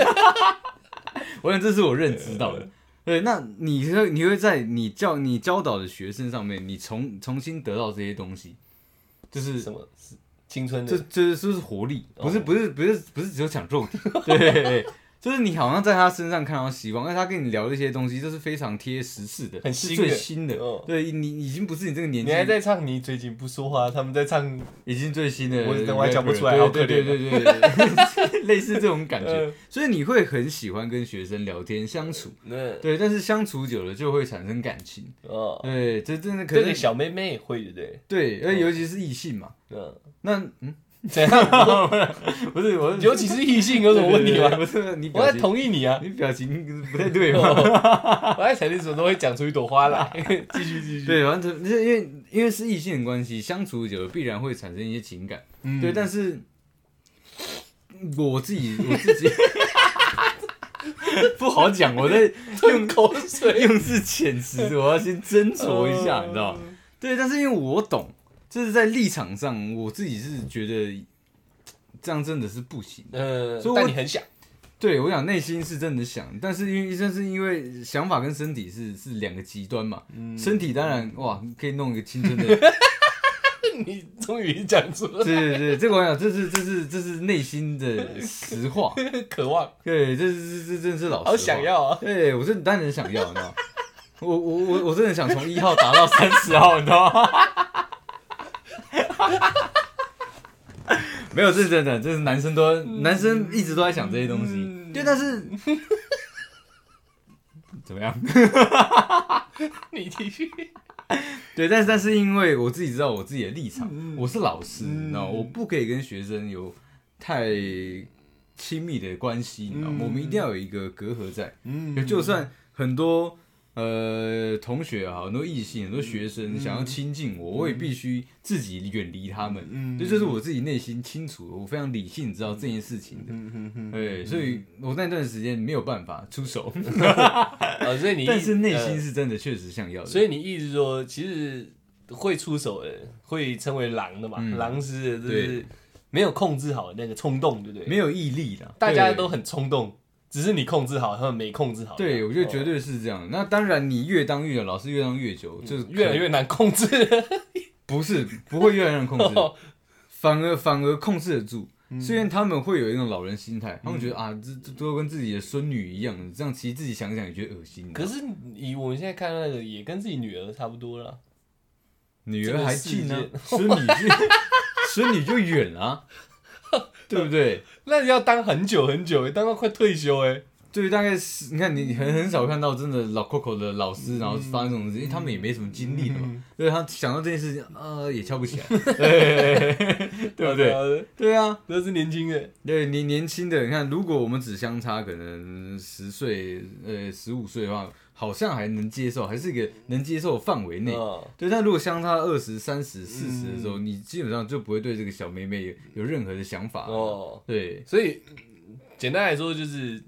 Speaker 2: 我想这是我认知
Speaker 1: 呃
Speaker 2: 到的。对，那你会你会在你教你教导的学生上面，你重重新得到这些东西，就是
Speaker 1: 什么青春
Speaker 2: 这
Speaker 1: 的？
Speaker 2: 这就是活力，不是不是不是不是只有讲肉体，对，就是你好像在他身上看到希望，而他跟你聊的一些东西，都是非常贴实事的，
Speaker 1: 很
Speaker 2: 是
Speaker 1: 新
Speaker 2: 最
Speaker 1: 的
Speaker 2: 新的，
Speaker 1: 嗯
Speaker 2: 对你已经不是你这个年
Speaker 1: 你还
Speaker 2: 纪，
Speaker 1: 在唱你最近不说话，他们在唱
Speaker 2: 已经最新的，
Speaker 1: 我等我还讲不出来
Speaker 2: 对
Speaker 1: 好可怜
Speaker 2: 对对对对对，类似这种感觉
Speaker 1: 嗯，
Speaker 2: 所以你会很喜欢跟学生聊天相处，
Speaker 1: 那
Speaker 2: 对，但是相处久了就会产生感情，
Speaker 1: 哦，
Speaker 2: 对，这真的可
Speaker 1: 这个
Speaker 2: 能
Speaker 1: 小妹妹也会对不对？
Speaker 2: 对，而尤其是异性嘛，
Speaker 1: 嗯，
Speaker 2: 那
Speaker 1: 怎样？
Speaker 2: 不是我是
Speaker 1: 尤其是异性有什么问题
Speaker 2: 对对对
Speaker 1: 吗？
Speaker 2: 不是你
Speaker 1: 我
Speaker 2: 表
Speaker 1: 在
Speaker 2: 情。
Speaker 1: 同意
Speaker 2: [LAUGHS]
Speaker 1: 你啊，
Speaker 2: 你表情不太对
Speaker 1: [LAUGHS]
Speaker 2: 嘛？
Speaker 1: 哦我在想你怎么都会讲出一朵花来。继续继续，
Speaker 2: 对，完全因为因为是异性的关系，相处久了必然会产生一些情感。
Speaker 1: 嗯
Speaker 2: 对， [LAUGHS] 但是我自己我自
Speaker 1: [LAUGHS]
Speaker 2: 己不好讲，我在
Speaker 1: [LAUGHS] 吞口水，
Speaker 2: 用字遣词，我要先斟酌一
Speaker 1: [LAUGHS] 哦
Speaker 2: 下，你知道吗？对，但是因为我懂，就是在立场上，我自己是觉得这样真的是不行的。
Speaker 1: 嗯
Speaker 2: 所以，我
Speaker 1: 但你很想，
Speaker 2: 对我想内心是真的想，但是因为但是因为想法跟身体是是两个极端嘛，
Speaker 1: 嗯
Speaker 2: 身体当然哇可以弄一个
Speaker 1: [LAUGHS]
Speaker 2: 青春的，
Speaker 1: 你终于讲出了
Speaker 2: 对对对，这个我想这是这是这是内心的实话，
Speaker 1: 渴望，
Speaker 2: 对，这是这这真哦的是老实话
Speaker 1: 好想，要啊！[LAUGHS]
Speaker 2: [LAUGHS] 对我真的当然想要，你知道吗，我我我我真的想从一号打到三十号，你知道吗？ [LAUGHS] 没有，这是真的，这是男生都男生一直都在想这些东西，
Speaker 1: 嗯
Speaker 2: 对，
Speaker 1: [LAUGHS]
Speaker 2: 但是怎么样？
Speaker 1: 你继续，
Speaker 2: 对，但是但是因为我自己知道我自己的立场，
Speaker 1: 嗯
Speaker 2: 我是老师，你知道吗，我不可以跟学生有太亲密的关系，你知道吗，
Speaker 1: 嗯
Speaker 2: 我们一定要有一个隔阂在。
Speaker 1: 嗯
Speaker 2: 就算很多呃同学啊，很多异性，很多学生想要亲近我，我也必须自己远离他们。
Speaker 1: 嗯
Speaker 2: 这就是我自己内心清楚的，我非常理性知道这件事情的。
Speaker 1: 嗯嗯嗯，
Speaker 2: 对，所以我那段时间没有办法出手， [LAUGHS]
Speaker 1: 呃，所以你
Speaker 2: 但是内心
Speaker 1: 呃
Speaker 2: 是真的确实想要的。
Speaker 1: 所以你意思说，其实会出手的人会称为狼的嘛？
Speaker 2: 嗯
Speaker 1: 狼师就是没有控制好那个冲动，对不对？
Speaker 2: 呃没有毅力的，
Speaker 1: 大家
Speaker 2: 对
Speaker 1: 都很冲动，只是你控制好，他们没控制好。
Speaker 2: 对，我觉得绝
Speaker 1: 哦
Speaker 2: 对是这样。那当然，你越当越久，老师越当越久，就是
Speaker 1: 嗯越来
Speaker 2: 可
Speaker 1: 越难控 [LAUGHS] 制。
Speaker 2: 不是不会越来越控
Speaker 1: [LAUGHS]
Speaker 2: 制，
Speaker 1: 哦
Speaker 2: 反而反而控制得住。
Speaker 1: 嗯
Speaker 2: 虽然他们会有一种老人心态，他们觉得啊，这这都跟自己的孙女一样，这样其实自己想想也觉得恶心。啊
Speaker 1: 可是以我们现在看那个，也跟自己女儿差不多了。
Speaker 2: 女儿还近呢
Speaker 1: 这，
Speaker 2: [LAUGHS] 孙女就孙女就
Speaker 1: [LAUGHS]
Speaker 2: 远啊，对不对？
Speaker 1: 那你要当很久很久，当到快退休哎。
Speaker 2: 对，大概是你看你很很少看到真的老 Coco 的老
Speaker 1: 嗯
Speaker 2: 师，然后发生这种事，因为他们也没什么经历的嘛，所以他想到这件事情，呃，也翘
Speaker 1: [LAUGHS]
Speaker 2: 不起来，对不对？
Speaker 1: 对？
Speaker 2: 对啊，
Speaker 1: 都是年轻欸的，
Speaker 2: 对你年轻的，你看，如果我们只相差可能十岁、呃十五岁的话，好像还能接受，还是一个能接受的范围内。
Speaker 1: 嗯
Speaker 2: 对，但如果相差二十三十、四十的时候，你基本上就不会对这个小妹妹有有任何的想法。
Speaker 1: 哦，
Speaker 2: 对，
Speaker 1: 所以嗯简单来说就是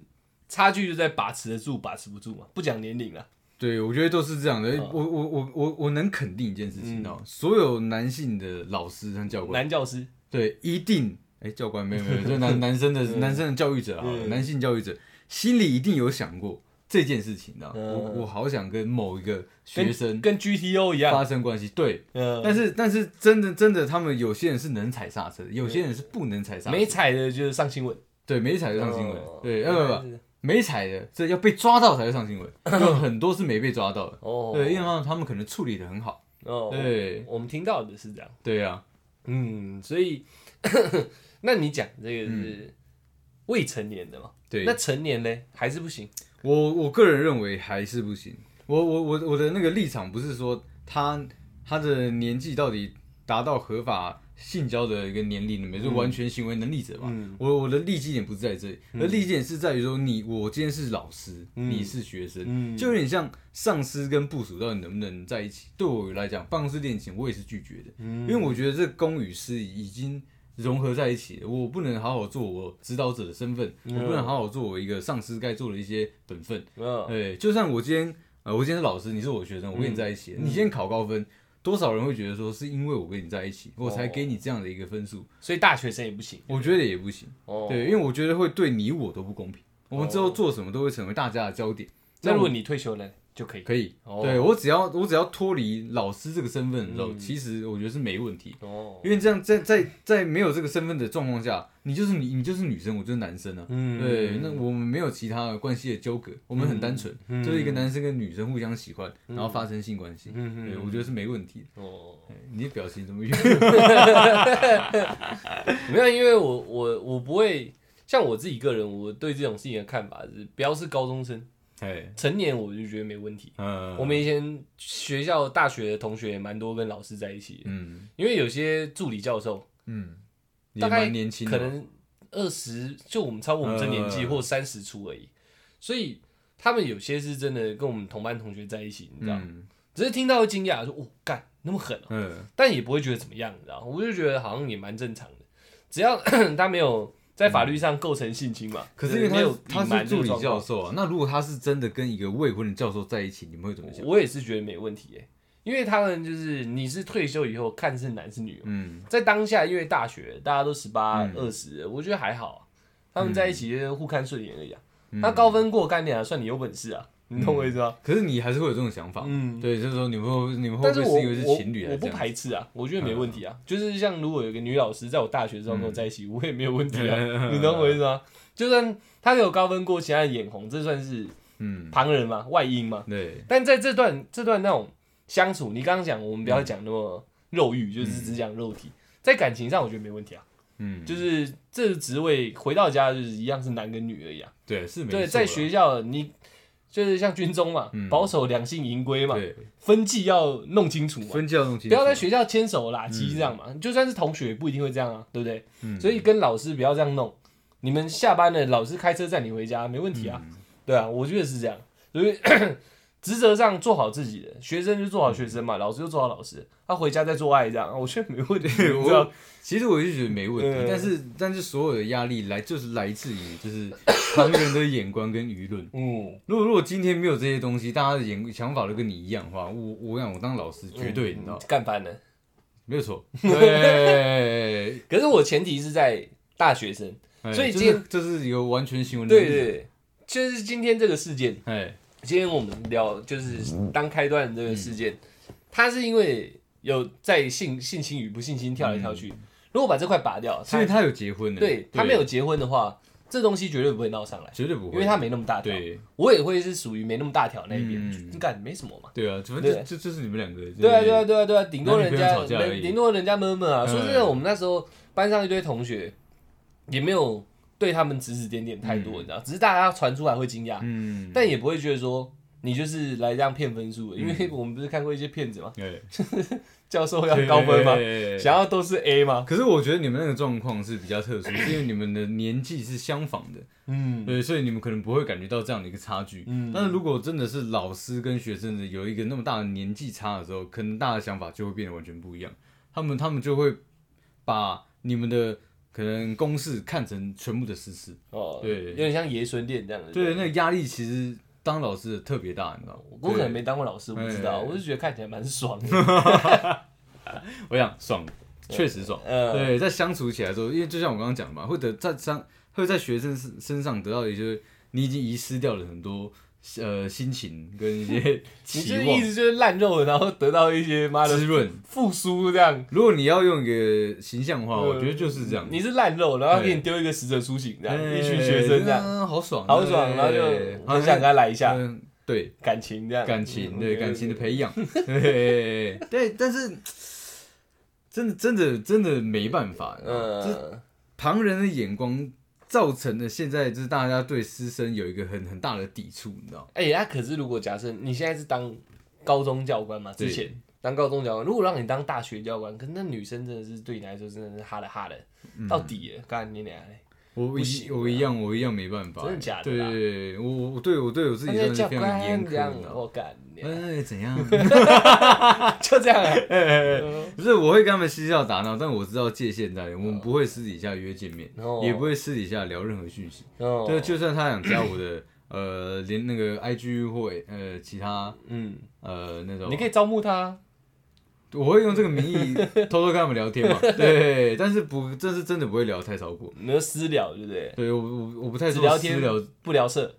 Speaker 1: 差距就在把持得住，把持不住嘛，不讲年龄了。
Speaker 2: 对，我觉得都是这样的。我我我我我能肯定一件事情
Speaker 1: 嗯
Speaker 2: 哦，所有男性的老师和教官，
Speaker 1: 男教师，
Speaker 2: 对，一定，哎，教官没有没有，
Speaker 1: [LAUGHS]
Speaker 2: 就男男生的男生的教育者啊，
Speaker 1: 嗯
Speaker 2: 男性教育者心里一定有想过这件事情的。
Speaker 1: 嗯
Speaker 2: 我我好想跟某一个学
Speaker 1: 跟
Speaker 2: 生
Speaker 1: 跟 GTO 一样，
Speaker 2: 发生关系，对，
Speaker 1: 嗯，
Speaker 2: 但是但是真的真的，他们有些人是能踩刹车的，有些人是不能踩刹
Speaker 1: 嗯
Speaker 2: 车
Speaker 1: 没
Speaker 2: 的，
Speaker 1: 踩的就是上新闻，
Speaker 2: 对，没踩就上新闻
Speaker 1: 哦，
Speaker 2: 对，呃不不，没踩的，这要被抓到才会上
Speaker 1: [COUGHS]
Speaker 2: 新闻，有很多是没被抓到的，
Speaker 1: 哦，
Speaker 2: 对，因为他们他们可能处理的很好，
Speaker 1: 哦，
Speaker 2: 对
Speaker 1: 我们听到的是这样，
Speaker 2: 对啊，
Speaker 1: 嗯，所以那你讲这个是未成年的嘛？
Speaker 2: 对，
Speaker 1: 那成年呢，还是不行，
Speaker 2: 我我个人认为还是不行。我我我我的那个立场不是说他他的年纪到底达到合法性交的一个年龄了没，就完全行为能力者嘛。
Speaker 1: 嗯
Speaker 2: 我我的利基点不是在这里，而利基点是在于说你我今天是老师，你是学生，
Speaker 1: 嗯
Speaker 2: 就有点像上司跟部署到底能不能在一起。对我来讲，办公室恋情我也是拒绝的，
Speaker 1: 嗯
Speaker 2: 因为我觉得这公与私已经。融合在一起了，我不能好好做我指导者的身份，我不能好好做我一个上司该做的一些本分，
Speaker 1: 嗯
Speaker 2: 对，就算我今天，呃，我今天是老师，你是我学生，我跟你在一起，
Speaker 1: 嗯
Speaker 2: 你今天考高分，多少人会觉得说是因为我跟你在一起，
Speaker 1: 哦
Speaker 2: 我才给你这样的一个分数？
Speaker 1: 所以大学生也不行。
Speaker 2: 我觉得也不行，
Speaker 1: 嗯哦，
Speaker 2: 对，因为我觉得会对你我都不公平。我们之后做什么都会成为大家的焦点，
Speaker 1: 那如果你退休了就可以。
Speaker 2: 可以。
Speaker 1: 哦嗯
Speaker 2: 对我只要我只要脱离老师这个身份的时候，其实我觉得是没问题。
Speaker 1: 哦，
Speaker 2: 因为这样在在在没有这个身份的状况下，你就是你，你就是女生，我就是男生啊。
Speaker 1: 嗯
Speaker 2: 对，那我们没有其他的关系的纠葛，我们很单纯，
Speaker 1: 嗯
Speaker 2: 就是一个男生跟女生互相喜欢，然后发生性关系。
Speaker 1: 嗯
Speaker 2: 对，我觉得是没问题的。
Speaker 1: 哦，
Speaker 2: 哎你的表情怎么越？
Speaker 1: [LAUGHS] 没有，因为我我我不会像我自己个人，我对这种事情的看法是，不要是高中生，
Speaker 2: 哎，
Speaker 1: 成年我就觉得没问题。
Speaker 2: 嗯，
Speaker 1: 我们以前学校大学的同学也蛮多跟老师在一起的，
Speaker 2: 嗯
Speaker 1: 因为有些助理教授
Speaker 2: 嗯，也
Speaker 1: 大概
Speaker 2: 蛮年轻的，哦
Speaker 1: 可能二十，就我们超过我们这年纪
Speaker 2: 嗯
Speaker 1: 或三十出而已，所以他们有些是真的跟我们同班同学在一起，你知道，
Speaker 2: 嗯
Speaker 1: 只是听到会惊讶说：“哦，干那么狠哦、
Speaker 2: 嗯
Speaker 1: 但也不会觉得怎么样，你知道，我就觉得好像也蛮正常的，只要 [COUGHS] 他没有在法律上构成性侵嘛。
Speaker 2: 可是因为
Speaker 1: 没有
Speaker 2: 他
Speaker 1: 隐
Speaker 2: 他
Speaker 1: 瞒
Speaker 2: 是
Speaker 1: 这
Speaker 2: 助
Speaker 1: 个
Speaker 2: 理
Speaker 1: 状
Speaker 2: 教
Speaker 1: 况，
Speaker 2: 授啊，那如果他是真的跟一个未婚的教授在一起，你们会怎么想？
Speaker 1: 我也是觉得没问题耶、因为他们就是你是退休以后看是男是女嘛，
Speaker 2: 嗯
Speaker 1: 在当下因为大学大家都十八二十，我觉得还好、啊，他们在一起就是互看顺眼而已、啊。那高分过干点啊，算你有本事啊，你懂我意思吗？
Speaker 2: 嗯可是你还是会有这种想法，
Speaker 1: 嗯
Speaker 2: 对，就是说你们会你们会
Speaker 1: 但
Speaker 2: 不
Speaker 1: 是
Speaker 2: 会
Speaker 1: 我
Speaker 2: 是因为是情侣
Speaker 1: 我我
Speaker 2: 还是这
Speaker 1: 不
Speaker 2: 样？嗯
Speaker 1: 排斥啊，我觉得没问题啊。就是像如果有一个女老师在我大学的时候跟我在一起，我也没有问题啊，[LAUGHS]
Speaker 2: 嗯
Speaker 1: 你懂我意思吗？就算她有高分过，其他人眼红，这算是
Speaker 2: [LAUGHS] 嗯，
Speaker 1: 旁人嘛，外因嘛。
Speaker 2: 对，
Speaker 1: 但在这段这段那种相处，你刚刚讲，我们不要讲那
Speaker 2: 嗯
Speaker 1: 么肉欲，就是只讲肉体，在感情上我觉得没问题啊。
Speaker 2: 嗯，
Speaker 1: 就是这个职位回到家就是一样是男跟女而已啊。
Speaker 2: 对，是没
Speaker 1: 对，
Speaker 2: 错
Speaker 1: 在
Speaker 2: 啦
Speaker 1: 学校你就是像军中嘛，
Speaker 2: 嗯
Speaker 1: 保守两性淫规嘛，
Speaker 2: 对
Speaker 1: 分际要弄清楚嘛，
Speaker 2: 分教弄清
Speaker 1: 不
Speaker 2: 楚，
Speaker 1: 要在学校牵手拉鸡这样嘛。就算是同学也不一定会这样啊，对不对？
Speaker 2: 嗯
Speaker 1: 所以跟老师不要这样弄。你们下班了，老师开车载你回家没问题啊，
Speaker 2: 嗯
Speaker 1: 对啊，我觉得是这样。所以 [COUGHS] 职责上做好自己的，学生就做好学生
Speaker 2: 嗯
Speaker 1: 嘛，老师就做好老师，他回家再做爱这样，我觉得没问题。
Speaker 2: 对
Speaker 1: 你知道
Speaker 2: [LAUGHS] 我其实我就觉得没问题，
Speaker 1: 嗯
Speaker 2: 但是但是所有的压力来就是来自于就是 [COUGHS] 旁人的眼光跟舆论。
Speaker 1: 嗯，
Speaker 2: 如果如果今天没有这些东西，大家的眼想法都跟你一样的话，我我想我当老师 [LAUGHS] 绝对、你知道
Speaker 1: 嗯干翻了。
Speaker 2: 没有错。
Speaker 1: [LAUGHS]
Speaker 2: 对，
Speaker 1: 可是我前提是在大学生，
Speaker 2: 哎
Speaker 1: 所以
Speaker 2: 就
Speaker 1: 今
Speaker 2: 是这是一个完全行为能
Speaker 1: 对
Speaker 2: 力。
Speaker 1: 对对，就是今天这个事件，
Speaker 2: 哎，
Speaker 1: 今天我们聊就是当开端的这个事件，它是因为有在性性侵与不性侵跳来跳去，如果把这块拔掉，
Speaker 2: 嗯所以
Speaker 1: 他
Speaker 2: 他有结婚的，
Speaker 1: 对他没有结婚的话，这东西绝对不会闹上来，
Speaker 2: 绝对不会，
Speaker 1: 因为他没那么大条。
Speaker 2: 对
Speaker 1: 我也会是属于没那么大条那一边，
Speaker 2: 嗯
Speaker 1: 就干没什么嘛。
Speaker 2: 对啊，反正
Speaker 1: 对
Speaker 2: 就就就是你们两个
Speaker 1: 对啊，对啊，，对啊，对啊，顶多人
Speaker 2: 男
Speaker 1: 家，
Speaker 2: 女朋友吵架而已
Speaker 1: 人顶多人家闷闷啊。
Speaker 2: 嗯
Speaker 1: 说真的，我们那时候班上一堆同学，也没有对他们指指点点太多，你知道，只是大家传出来会惊讶，
Speaker 2: 嗯，
Speaker 1: 但也不会觉得说你就是来这样骗分数的，因为我们不是看过一些骗子嘛，
Speaker 2: 对
Speaker 1: [LAUGHS] 教授要高分嘛，
Speaker 2: 嗯对
Speaker 1: 想要都是 A 嘛，
Speaker 2: 哎可是我觉得你们那个状况是比较特殊，是因为你们的年纪是相仿的，
Speaker 1: 嗯，
Speaker 2: 对，所以你们可能不会感觉到这样的一个差距。
Speaker 1: 嗯
Speaker 2: 但是如果真的是老师跟学生的有一个那么大的年纪差的时候，可能大家的想法就会变得完全不一样。他们他们就会把你们的可能公式看成全部的事实。
Speaker 1: 哦，
Speaker 2: 对
Speaker 1: 有点像爷孙恋这样的。
Speaker 2: 对，那个压力其实当老师的特别大，你知道吗？
Speaker 1: 我可能没当过老师，我不知道，
Speaker 2: 哎
Speaker 1: 我就觉得看起来蛮爽
Speaker 2: [LAUGHS]
Speaker 1: 的。
Speaker 2: 对，我想爽，确实爽。
Speaker 1: 呃，
Speaker 2: 对，在相处起来之后，因为就像我刚刚讲的嘛，会得在上会在学生身身上得到一些你已经遗失掉了很多呃心情跟一
Speaker 1: [LAUGHS]
Speaker 2: 些
Speaker 1: 你
Speaker 2: 期
Speaker 1: 这意
Speaker 2: 望
Speaker 1: 思就是烂肉，然后得到一些妈的
Speaker 2: 滋润。
Speaker 1: 复苏这样。
Speaker 2: 如果你要用一个形象化，我觉得就是这样。
Speaker 1: 嗯你是烂肉，然后给你丢一个使者苏醒这样，
Speaker 2: 哎
Speaker 1: 一群学生这样，
Speaker 2: 嗯好爽，
Speaker 1: 好爽，然后就很想跟他来一
Speaker 2: 下
Speaker 1: 下，
Speaker 2: 对
Speaker 1: 感情这样，
Speaker 2: 感情，
Speaker 1: 嗯
Speaker 2: 对感情的，
Speaker 1: [LAUGHS]
Speaker 2: 培养，对对，但是真的真的真的没办法，嗯，这
Speaker 1: 嗯，
Speaker 2: 旁人的眼光造成了现在就是大家对师生有一个很很大的抵触，你知道吗？
Speaker 1: 哎，那可是如果假设你现在是当高中教官嘛，之
Speaker 2: 对
Speaker 1: 前，当高中教官，如果让你当大学教官，可是那女生真的是对你来说真的是哈的哈的，
Speaker 2: 嗯
Speaker 1: 到底了，干你俩嘞！
Speaker 2: 我一我一样我一样没办法，
Speaker 1: 啊真的假的
Speaker 2: 对
Speaker 1: 啦
Speaker 2: 对对，我我对我对我自己
Speaker 1: 那
Speaker 2: 算
Speaker 1: 教
Speaker 2: 是非常严
Speaker 1: 官
Speaker 2: 苛
Speaker 1: 这样，哦
Speaker 2: 的。
Speaker 1: 我干你娘，
Speaker 2: 哎，怎样？
Speaker 1: [LAUGHS]
Speaker 2: [LAUGHS]
Speaker 1: 就这样啊。
Speaker 2: 不是，我会跟他们嬉笑打闹，但我知道界限在，我们不会私底下约见面
Speaker 1: 哦，
Speaker 2: 也不会私底下聊任何讯息。
Speaker 1: 哦，
Speaker 2: 对，就算他想加我的呃，连那个 IG 或呃其他
Speaker 1: 嗯，
Speaker 2: 呃那种，
Speaker 1: 你可以招募他，
Speaker 2: 我会用这个名
Speaker 1: [LAUGHS]
Speaker 2: 义偷偷跟他们聊天嘛。对，但是不，这是真的不会聊太超过。
Speaker 1: 你就私聊，对不对？
Speaker 2: 对我我我不太
Speaker 1: 只
Speaker 2: 做
Speaker 1: 聊
Speaker 2: 私
Speaker 1: 天
Speaker 2: 聊，
Speaker 1: 不聊色。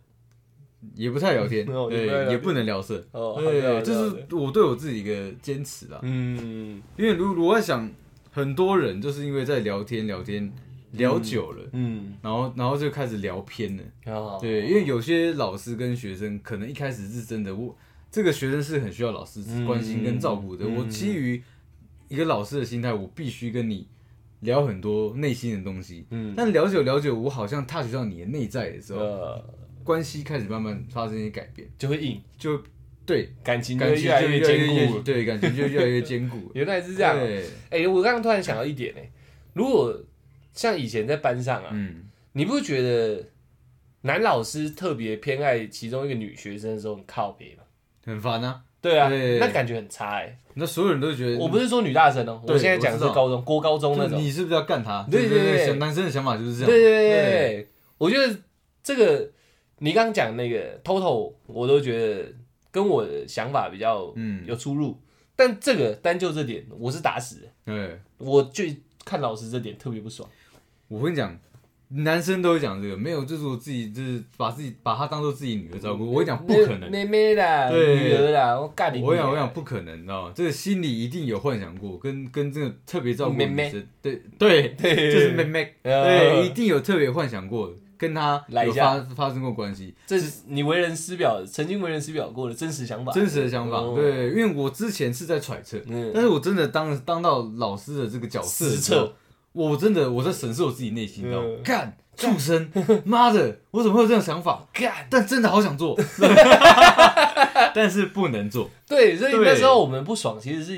Speaker 2: 也不太聊天，
Speaker 1: [LAUGHS] 哦也不太聊
Speaker 2: 对，
Speaker 1: 天
Speaker 2: 也不能聊色。
Speaker 1: 哦，好的
Speaker 2: 对，这
Speaker 1: 好的
Speaker 2: 是我对我自己一个坚持啦。
Speaker 1: 嗯
Speaker 2: 因为如如果在想，很多人就是因为在聊天聊天聊久了，
Speaker 1: 嗯，
Speaker 2: 然后然后就开始聊偏了。
Speaker 1: 哦，
Speaker 2: 对，因为有些老师跟学生可能一开始是真的，我这个学生是很需要老师关心跟照顾的。
Speaker 1: 嗯嗯嗯
Speaker 2: 我基于一个老师的心态，我必须跟你聊很多内心的东西。
Speaker 1: 嗯
Speaker 2: 但聊久聊久，我好像 touch 到你的内在的时候，
Speaker 1: 呃，
Speaker 2: 关系开始慢慢发生一些改变，
Speaker 1: 就会硬，
Speaker 2: 就对
Speaker 1: 感情就
Speaker 2: 感
Speaker 1: 会
Speaker 2: 情
Speaker 1: 来
Speaker 2: 就
Speaker 1: 越坚固了。。
Speaker 2: 对感情就越来越坚
Speaker 1: [LAUGHS]
Speaker 2: 固
Speaker 1: 原来是这样哦。
Speaker 2: 对，
Speaker 1: 哎，我刚刚突然想到一点，哎，如果像以前在班上啊，
Speaker 2: 嗯，
Speaker 1: 你不觉得男老师特别偏爱其中一个女学生的时候很靠北吗？
Speaker 2: 很烦啊。
Speaker 1: 对啊，
Speaker 2: 对
Speaker 1: 那感觉很差哎。
Speaker 2: 那所有人都觉得
Speaker 1: 我不是说女大生哦，
Speaker 2: 对
Speaker 1: 我现在讲的是
Speaker 2: 我知道
Speaker 1: 高中、国高中那
Speaker 2: 就
Speaker 1: 种。
Speaker 2: 你是不是要干他？
Speaker 1: 对
Speaker 2: 对
Speaker 1: 对对
Speaker 2: 想男生的想法就是这样。
Speaker 1: 对对对对，我觉得这个你刚刚讲那个 total，我都觉得跟我的想法比较
Speaker 2: 嗯，
Speaker 1: 有出入。但这个单就这点，我是打死的，
Speaker 2: 对，
Speaker 1: 我就看老师这点特别不爽。
Speaker 2: 我跟你讲，男生都会讲这个，没有，就是我自己，就是把自己把她当做自己女儿照
Speaker 1: 嗯
Speaker 2: 顾。我跟你讲，不可能。
Speaker 1: 妹妹啦，
Speaker 2: 对
Speaker 1: 女儿啦，我干你！
Speaker 2: 我跟你讲，我跟你讲，，不可能，你知道吗？这个心里一定有幻想过，跟跟这个特别照顾的女生，对
Speaker 1: [LAUGHS]
Speaker 2: 对，就是妹妹，
Speaker 1: 呃
Speaker 2: 对，一定有特别幻想过，跟她
Speaker 1: 来一
Speaker 2: 有
Speaker 1: 下
Speaker 2: 发发生过关系，
Speaker 1: 这是你为人师表，曾经为人师表过的真实想法。
Speaker 2: 真实的想法
Speaker 1: 哦。
Speaker 2: 对，因为我之前是在揣测，
Speaker 1: 嗯，
Speaker 2: 但是我真的当当到老师的这个角色的
Speaker 1: 实
Speaker 2: 时候
Speaker 1: 测，
Speaker 2: 我真的我在审视我自己内心，你知道吗
Speaker 1: 嗯？
Speaker 2: 干畜生，妈的，我怎么会有这样想法？
Speaker 1: 干
Speaker 2: 但真的好想做， [LAUGHS] 但是不能做，
Speaker 1: 对，所以
Speaker 2: 对
Speaker 1: 那时候我们不爽其实是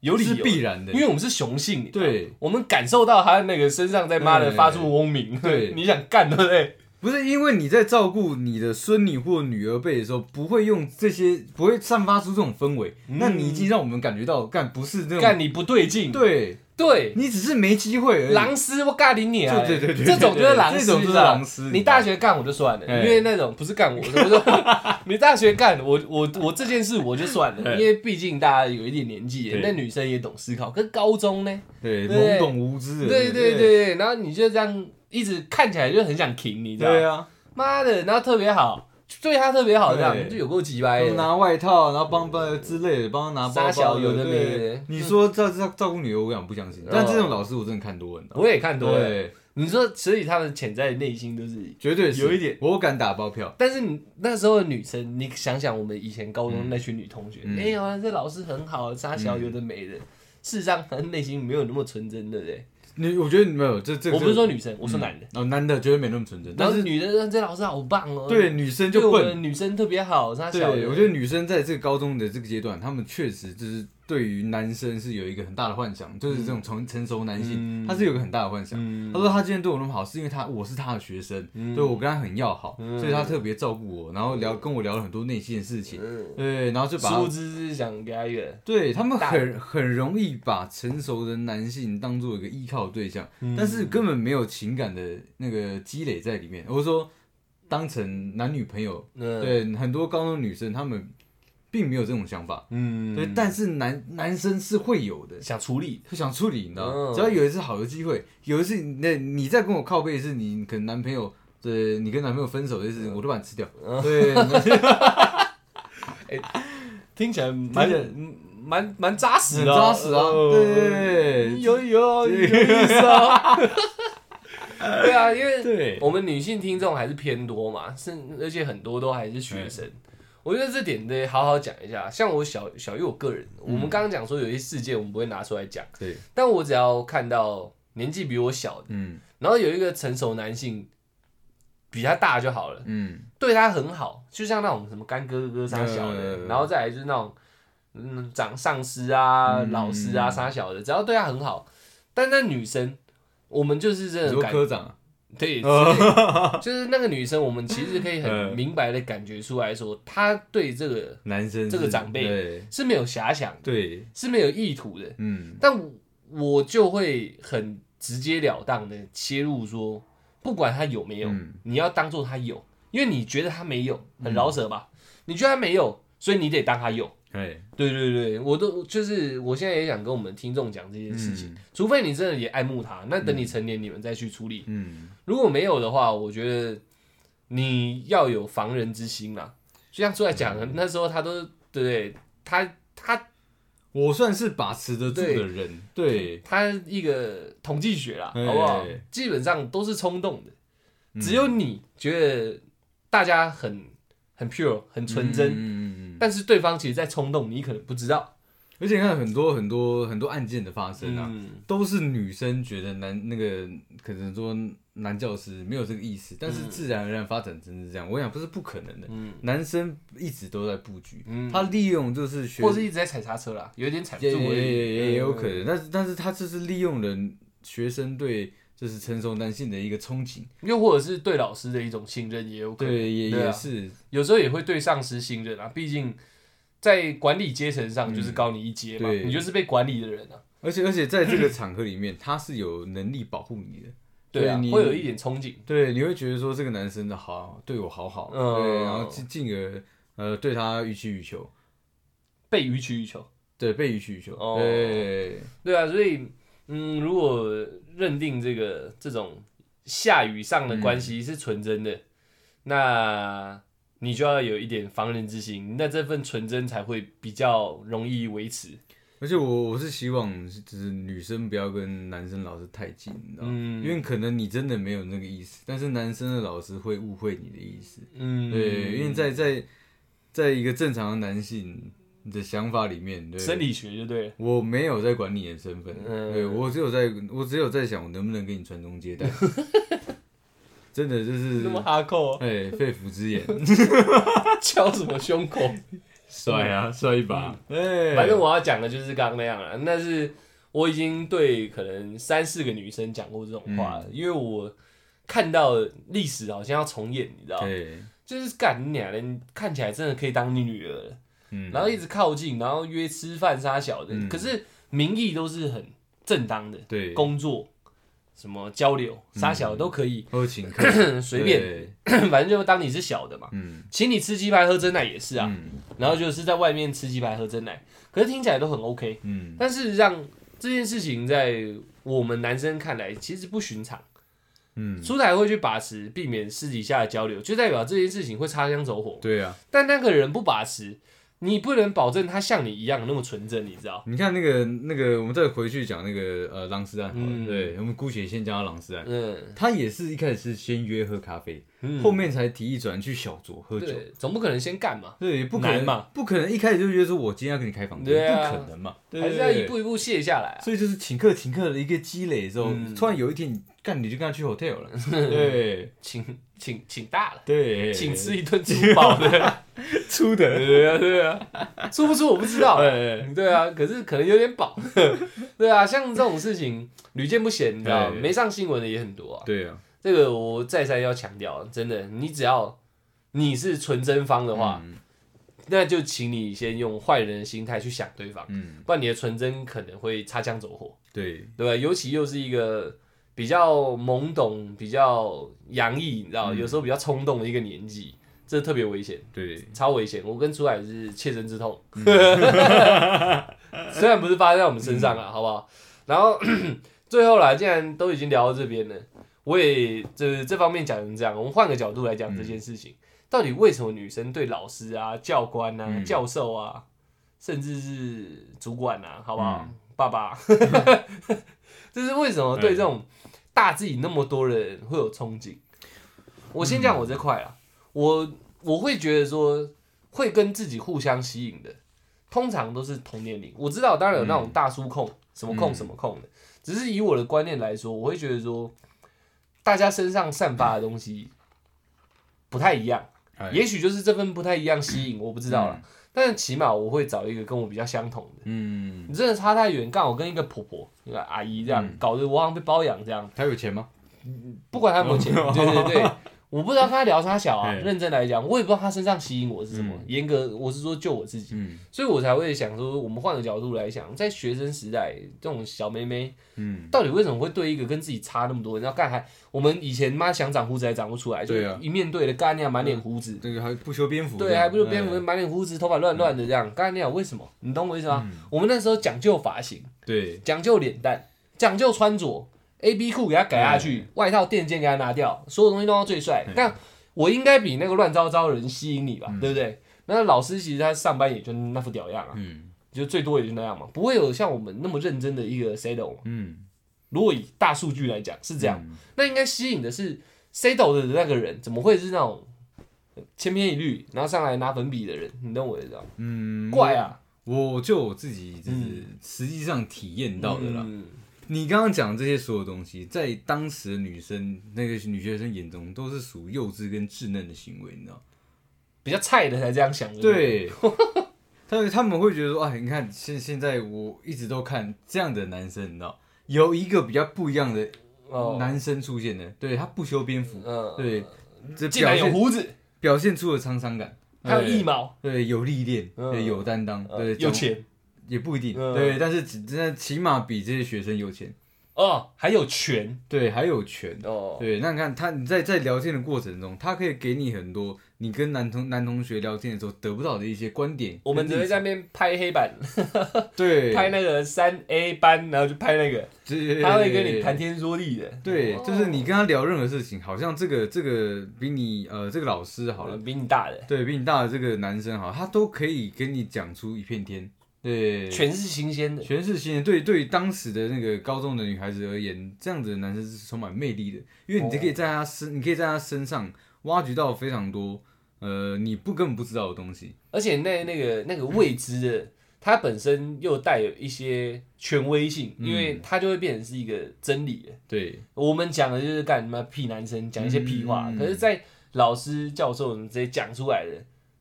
Speaker 1: 有理由
Speaker 2: 是
Speaker 1: 的，
Speaker 2: 必然的
Speaker 1: 因。为我们是雄性，你知道吗
Speaker 2: 对，
Speaker 1: 我们感受到他那个身上在妈的
Speaker 2: 对
Speaker 1: 发出嗡鸣，
Speaker 2: 对
Speaker 1: [LAUGHS] 你想干对不对？
Speaker 2: 不是因为你在照顾你的孙女或女儿辈的时候，不会用这些，不会散发出这种氛围，那你已经让我们感觉到，嗯干不是那种，
Speaker 1: 干你不对劲，
Speaker 2: 对
Speaker 1: 对，
Speaker 2: 你只是没机会而已。
Speaker 1: 狼师我干你你啊，
Speaker 2: 哎对对对对
Speaker 1: 这种就是狼师，
Speaker 2: 这种就是
Speaker 1: 你知道吗
Speaker 2: 狼师
Speaker 1: 你大学干我就算了，
Speaker 2: 哎
Speaker 1: 因为那种不是干我， [LAUGHS] 我说你大学干我，我我这件事我就算
Speaker 2: 哎
Speaker 1: 了，因为毕竟大家有一点年纪，
Speaker 2: 对
Speaker 1: 那女生也懂思考，可是高中呢？
Speaker 2: 对，
Speaker 1: 对
Speaker 2: 懵懂无知的。
Speaker 1: 对对对，
Speaker 2: 啊
Speaker 1: 对，然后你就这样一直看起来就很想停，你知道
Speaker 2: 对
Speaker 1: 吗？
Speaker 2: 啊，
Speaker 1: 妈的，然后特别好，对他特别好，这样
Speaker 2: 对嗯啊
Speaker 1: 就有够鸡掰的。
Speaker 2: 拿外套，然后帮帮之类的，帮他拿包包
Speaker 1: 撒小有的
Speaker 2: 对
Speaker 1: 没的
Speaker 2: 你说照照照顾女儿，我想不相信。但这种老师我真的看多了，你知道吗
Speaker 1: 我也看多了，
Speaker 2: 对，
Speaker 1: 你说，所以他们潜在的内心都是
Speaker 2: 绝对是
Speaker 1: 有一点，
Speaker 2: 我敢打包票。
Speaker 1: 但是你那时候的女生，你想想我们以前高中那群女同学，
Speaker 2: 嗯
Speaker 1: 没有啊，这老师很好，傻小有的没的。事实上，她内心没有那么纯真，对不对？
Speaker 2: 你我觉得没有这这，
Speaker 1: 我不是说女生，我说男的。嗯
Speaker 2: 哦，男的绝对没那么纯真，
Speaker 1: 然
Speaker 2: 但
Speaker 1: 后
Speaker 2: 是
Speaker 1: 女的，这老师好棒哦。
Speaker 2: 对，女生
Speaker 1: 对
Speaker 2: 就
Speaker 1: 我们
Speaker 2: 笨。
Speaker 1: 女生特别好，傻小的。
Speaker 2: 对，我觉得女生在这个高中的这个阶段，她们确实就是对于男生是有一个很大的幻想，就是这种成成熟男性，
Speaker 1: 嗯
Speaker 2: 他是有一个很大的幻想。
Speaker 1: 嗯
Speaker 2: 他说他今天对我那么好，是因为他我是他的学生，对我跟他很要好，
Speaker 1: 嗯
Speaker 2: 所以他特别照顾我，然后聊跟我聊了很多内心的事情，
Speaker 1: 嗯
Speaker 2: 对，然后就把
Speaker 1: 殊不
Speaker 2: 他
Speaker 1: 知是想给她一个，
Speaker 2: 对他们
Speaker 1: 大
Speaker 2: 很很容易把成熟的男性当做一个依靠的对象，
Speaker 1: 嗯
Speaker 2: 但是根本没有情感的那个积累在里面。我是说当成男女朋友，
Speaker 1: 嗯，，
Speaker 2: 对很多高中女生她们并没有这种想法，对
Speaker 1: 嗯，，
Speaker 2: 但是男男生是会有的，
Speaker 1: 想处理，
Speaker 2: 会想处理，你知道吗
Speaker 1: 嗯？
Speaker 2: 只要有一次好的机会，有一次你那你再跟我靠背一次，你可能男朋友。对，你跟男朋友分手这件事
Speaker 1: 嗯
Speaker 2: 情，我都把你吃掉。对，很
Speaker 1: 听起来蛮
Speaker 2: 听起来
Speaker 1: 蛮蛮扎实的哦，
Speaker 2: 扎实啊。
Speaker 1: 哦
Speaker 2: 对对对
Speaker 1: 有有有意思哦。 [LAUGHS] 对啊，因为
Speaker 2: 对
Speaker 1: 我们女性听众还是偏多嘛，是而且很多都还是学生。我觉得这点得好好讲一下。像我小小于我个人，我
Speaker 2: 嗯
Speaker 1: 们刚刚讲说有些事件我们不会拿出来讲，
Speaker 2: 对，
Speaker 1: 但我只要看到年纪比我小的，
Speaker 2: 嗯
Speaker 1: 然后有一个成熟男性比他大就好了，
Speaker 2: 嗯，
Speaker 1: 对他很好，就像那种什么干哥哥、傻小的，
Speaker 2: 嗯
Speaker 1: 然后再来就是那种嗯长上司啊、
Speaker 2: 嗯
Speaker 1: 老师啊、啥小的，只要对他很好。但那女生，我们就是真
Speaker 2: 你
Speaker 1: 的
Speaker 2: 说
Speaker 1: 感
Speaker 2: 科长啊， [LAUGHS]
Speaker 1: 对，之类的
Speaker 2: 呃
Speaker 1: 就是那个女生，我们其实可以很
Speaker 2: 嗯
Speaker 1: 明白的感觉出来说，她对这个
Speaker 2: 男生是
Speaker 1: 这个长辈
Speaker 2: 对
Speaker 1: 是没有遐想，
Speaker 2: 对，
Speaker 1: 是没有意图的。
Speaker 2: 嗯，
Speaker 1: 但我我就会很直截了当的切入说，不管他有没有，
Speaker 2: 嗯
Speaker 1: 你要当做他有，因为你觉得他没有，很饶舌吧？
Speaker 2: 嗯
Speaker 1: 你觉得他没有，所以你得当他有。
Speaker 2: 对，
Speaker 1: 对对对，我都就是我现在也想跟我们听众讲这件事情，
Speaker 2: 嗯
Speaker 1: 除非你真的也爱慕他，那等你成年你们再去处理。
Speaker 2: 嗯，
Speaker 1: 如果没有的话，我觉得你要有防人之心啦。就像出来讲的，那时候他都对不对？他他
Speaker 2: 我算是把持得住的人，对，
Speaker 1: 它一个统计学啦，
Speaker 2: 哎
Speaker 1: 好不好？基本上都是冲动的，
Speaker 2: 嗯
Speaker 1: 只有你觉得大家很很 pure、很纯真，
Speaker 2: 嗯嗯嗯嗯，
Speaker 1: 但是对方其实在冲动，你可能不知道。
Speaker 2: 而且你看很多很多很多案件的发生啊，
Speaker 1: 嗯，
Speaker 2: 都是女生觉得男那个可能说男教师没有这个意思，但是自然而然发展成是这样，我想不是不可能的。
Speaker 1: 嗯
Speaker 2: 男生一直都在布局，
Speaker 1: 嗯
Speaker 2: 他利用就是学
Speaker 1: 或是一直在踩刹车啦，有点踩不
Speaker 2: 也
Speaker 1: 住而已。
Speaker 2: 也也也有可
Speaker 1: 嗯，
Speaker 2: 能，但是但是他就是利用了学生对就是成熟男性的一个憧憬，
Speaker 1: 又或者是对老师的一种信任，也有可能。
Speaker 2: 对，也
Speaker 1: 对啊
Speaker 2: 也是，
Speaker 1: 有时候也会对上司信任啊，毕竟在管理阶层上就是高你一阶嘛，
Speaker 2: 嗯对
Speaker 1: 你就是被管理的人啊。
Speaker 2: 而且而且在这个场合里面，他是有能力保护你的，
Speaker 1: 对啊，
Speaker 2: 所以你
Speaker 1: 会有一点憧憬。
Speaker 2: 对，你会觉得说这个男生的好对我好好，
Speaker 1: 嗯
Speaker 2: 对，然后进进而呃对他予取予求，
Speaker 1: 被予取予求，
Speaker 2: 对，被予取予求，
Speaker 1: 哦
Speaker 2: 对，
Speaker 1: 对啊，所以嗯，如果认定这个这种下与上的关
Speaker 2: 嗯
Speaker 1: 系是纯真的，那你就要有一点防人之心，那这份纯真才会比较容易维持。
Speaker 2: 而且我我是希望是就是女生不要跟男生老师太近，你知道吗？
Speaker 1: 嗯
Speaker 2: 哦因为可能你真的没有那个意思，但是男生的老师会误会你的意思。
Speaker 1: 嗯，
Speaker 2: 对，因为在在在一个正常的男性的想法里面，对，
Speaker 1: 生理学就对了。
Speaker 2: 我没有在管你的身份，
Speaker 1: 嗯
Speaker 2: 对我只有在我只有在想我能不能给你传宗
Speaker 1: [LAUGHS]
Speaker 2: 接代，真的就是
Speaker 1: 那么哈扣，
Speaker 2: 哎肺腑
Speaker 1: [LAUGHS]
Speaker 2: 之言，
Speaker 1: 敲什么胸口？
Speaker 2: 帅啊帅一把，哎，
Speaker 1: 嗯反正我要讲的就是刚刚那样了。那是我已经对可能三四个女生讲过这种话了，
Speaker 2: 嗯
Speaker 1: 因为我看到历史好像要重演，你知道吗？
Speaker 2: 对，
Speaker 1: 就是干你娘的，你看起来真的可以当你女儿了，
Speaker 2: 嗯，
Speaker 1: 然后一直靠近，然后约吃饭啥小的，
Speaker 2: 嗯
Speaker 1: 可是名义都是很正当的，
Speaker 2: 对
Speaker 1: 工作、什么交流啥小的都可
Speaker 2: [CLEARS THROAT]
Speaker 1: 以， [CLEARS THROAT]
Speaker 2: 后请客
Speaker 1: [LAUGHS] 随便，
Speaker 2: 对
Speaker 1: [CLEARS THROAT] 反正就当你是小的嘛。
Speaker 2: 嗯
Speaker 1: 请你吃鸡排喝真奶也是啊，
Speaker 2: 嗯
Speaker 1: 然后就是在外面吃鸡排喝真奶，可是听起来都很 OK，
Speaker 2: 嗯，
Speaker 1: 但事实上这件事情在我们男生看来其实不寻常，
Speaker 2: 嗯，
Speaker 1: 出台会去把持，避免私底下的交流，就代表这件事情会擦枪走火。
Speaker 2: 对啊，
Speaker 1: 但那个人不把持，你不能保证他像你一样那么纯真，你知道？
Speaker 2: 你看那个那个，我们再回去讲那个呃朗斯丹好了，
Speaker 1: 嗯
Speaker 2: 对，我们姑且先讲到朗斯丹，
Speaker 1: 嗯，
Speaker 2: 他也是一开始是先约喝咖啡，
Speaker 1: 嗯
Speaker 2: 后面才提议转去小酌喝酒。
Speaker 1: 对，总不可能先干嘛，
Speaker 2: 对，不可
Speaker 1: 难
Speaker 2: 能
Speaker 1: 嘛，
Speaker 2: 不可能一开始就觉得说我今天要跟你开房间，
Speaker 1: 对啊
Speaker 2: 不可能嘛，对
Speaker 1: 还是要一步。一步卸下来啊。
Speaker 2: 所以就是请客请客的一个积累之后，
Speaker 1: 嗯
Speaker 2: 突然有一天你干你就跟他去 hotel 了， [LAUGHS] 对
Speaker 1: 请请请大了，
Speaker 2: 对，
Speaker 1: 请吃一顿粗饱
Speaker 2: [LAUGHS]
Speaker 1: 的，
Speaker 2: 出的，
Speaker 1: 对啊对啊，出不出我不知道啊。
Speaker 2: 对，
Speaker 1: 对啊，可是可能有点饱， [LAUGHS] 对啊，像这种事情屡见不鲜，你知道吗，
Speaker 2: 对
Speaker 1: 没上新闻的也很多啊。
Speaker 2: 对啊，
Speaker 1: 这个我再三要强调，真的，你只要你是纯真方的话，
Speaker 2: 嗯
Speaker 1: 那就请你先用坏人的心态去想对方，
Speaker 2: 嗯，
Speaker 1: 不然你的纯真可能会擦枪走火，
Speaker 2: 对，
Speaker 1: 对吧？尤其又是一个比较懵懂、比较洋溢，你知道，有时候比较冲动的一个年纪，这特别危险，
Speaker 2: 对，嗯
Speaker 1: 超危险。我跟朱海是切身之痛， [LAUGHS] 虽然不是发生在我们身
Speaker 2: 嗯
Speaker 1: 上啊，好不好？然后 [COUGHS] 最后啦，既然都已经聊到这边了，我也这这方面讲成这样，我们换个角度来
Speaker 2: 嗯
Speaker 1: 讲这件事情，到底为什么女生对老师啊、教官啊、
Speaker 2: 嗯
Speaker 1: 教授啊，甚至是主管啊，好不好？
Speaker 2: 嗯
Speaker 1: 爸爸， [LAUGHS] 就是为什么对这种大自己那么多人会有憧憬？我先讲我这块啊，我我会觉得说会跟自己互相吸引的，通常都是同年龄。我知道，当然有那种大叔控，什么控
Speaker 2: 嗯
Speaker 1: 什么控的，只是以我的观念来说，我会觉得说，大家身上散发的东西不太一样，
Speaker 2: 哎
Speaker 1: 也许就是这份不太一样吸引，我不知道了。但起码我会找一个跟我比较相同的。
Speaker 2: 嗯，
Speaker 1: 你真的差太远，干我跟一个婆婆、一个阿姨这样，搞得我好像被包养这样。
Speaker 2: 他有钱吗？
Speaker 1: 不管他有没有钱，对对对，我不知道跟他聊啥小啊。
Speaker 2: 嘿
Speaker 1: 认真来讲，我也不知道他身上吸引我是什么。严格，我是说就我自己，
Speaker 2: 嗯
Speaker 1: 所以我才会想说，我们换个角度来想，在学生时代，这种小妹妹
Speaker 2: 嗯，
Speaker 1: 到底为什么会对一个跟自己差那么多？你知道干还我们以前妈想长胡子还长不出来，就
Speaker 2: 对啊
Speaker 1: 一面对的干你娘满脸胡子，
Speaker 2: 这个还不修边幅这
Speaker 1: 对，
Speaker 2: 样，
Speaker 1: 还不如蝙蝠
Speaker 2: 哎
Speaker 1: 满脸胡子，头发乱乱的这样。干你娘为什么？你懂我意思
Speaker 2: 嗯
Speaker 1: 吗？我们那时候讲究发型，
Speaker 2: 对，
Speaker 1: 讲究脸蛋，讲究穿着，A B 裤给他改下
Speaker 2: 嗯
Speaker 1: 去，外套垫肩给他拿掉，所有东西都要最帅。但我应该比那个乱糟糟的人吸引你吧，
Speaker 2: 嗯
Speaker 1: 对不对？那老师其实他上班也就那副屌样啊，
Speaker 2: 嗯
Speaker 1: 就最多也就那样嘛，不会有像我们那么认真的一个 s e d o
Speaker 2: 嗯，
Speaker 1: 如果以大数据来讲是这样，那应该吸引的是 s e d o 的那个人，怎么会是那种千篇一律，然后上来拿粉笔的人？你懂我的意思吗？
Speaker 2: 嗯，
Speaker 1: 怪啊，
Speaker 2: 我就我自己就是实际上体验到的啦。
Speaker 1: 嗯
Speaker 2: 你刚刚讲这些所有东西，在当时的女生那个女学生眼中，都是属幼稚跟稚嫩的行为，你知道吗？
Speaker 1: 比较菜的才这样想。不，
Speaker 2: 对，但 [LAUGHS] 是他们会觉得说，哎，你看现现在我一直都看这样的男生，你知道，有一个比较不一样的
Speaker 1: 哦，
Speaker 2: 男生出现的，对他不修边幅，
Speaker 1: 嗯，
Speaker 2: 对，这
Speaker 1: 竟
Speaker 2: 表
Speaker 1: 然有
Speaker 2: 现
Speaker 1: 胡子，
Speaker 2: 表现出了沧桑感，
Speaker 1: 还有腋
Speaker 2: 对
Speaker 1: 毛，
Speaker 2: 对，有历练，
Speaker 1: 嗯
Speaker 2: 对，有担当，
Speaker 1: 呃
Speaker 2: 对，
Speaker 1: 有
Speaker 2: 讲
Speaker 1: 钱
Speaker 2: 也不一定，
Speaker 1: 嗯
Speaker 2: 对，但是只真的起码比这些学生有钱，
Speaker 1: 哦，还有权
Speaker 2: 对，还有权。
Speaker 1: 哦，
Speaker 2: 对，那你看他，你在在聊天的过程中，他可以给你很多你跟男同男同学聊天的时候得不到的一些观点跟立场。
Speaker 1: 我们只会在那边拍黑板，
Speaker 2: 对
Speaker 1: 拍那个三 A 班，然后就拍那个，
Speaker 2: 对
Speaker 1: 他会跟你谈天说地的，哦
Speaker 2: 对，就是你跟他聊任何事情，好像这个这个比你呃这个老师好了，
Speaker 1: 比你大的，
Speaker 2: 对比你大的这个男生好，他都可以跟你讲出一片天。对，
Speaker 1: 全是新鲜的，
Speaker 2: 全是新人。对对，当时的那个高中的女孩子而言，这样子的男生是充满魅力的，因为你
Speaker 1: 哦
Speaker 2: 可以在他身，你可以在他身上挖掘到非常多呃你不根本不知道的东西。
Speaker 1: 而且那那个那个未知的，它本身又带有一些权威性，因为它就会变成是一个真理了。
Speaker 2: 对，
Speaker 1: 我们讲的就是干什么屁男生讲一些屁话，
Speaker 2: 嗯
Speaker 1: 可是，在老师教授们直接讲出来的。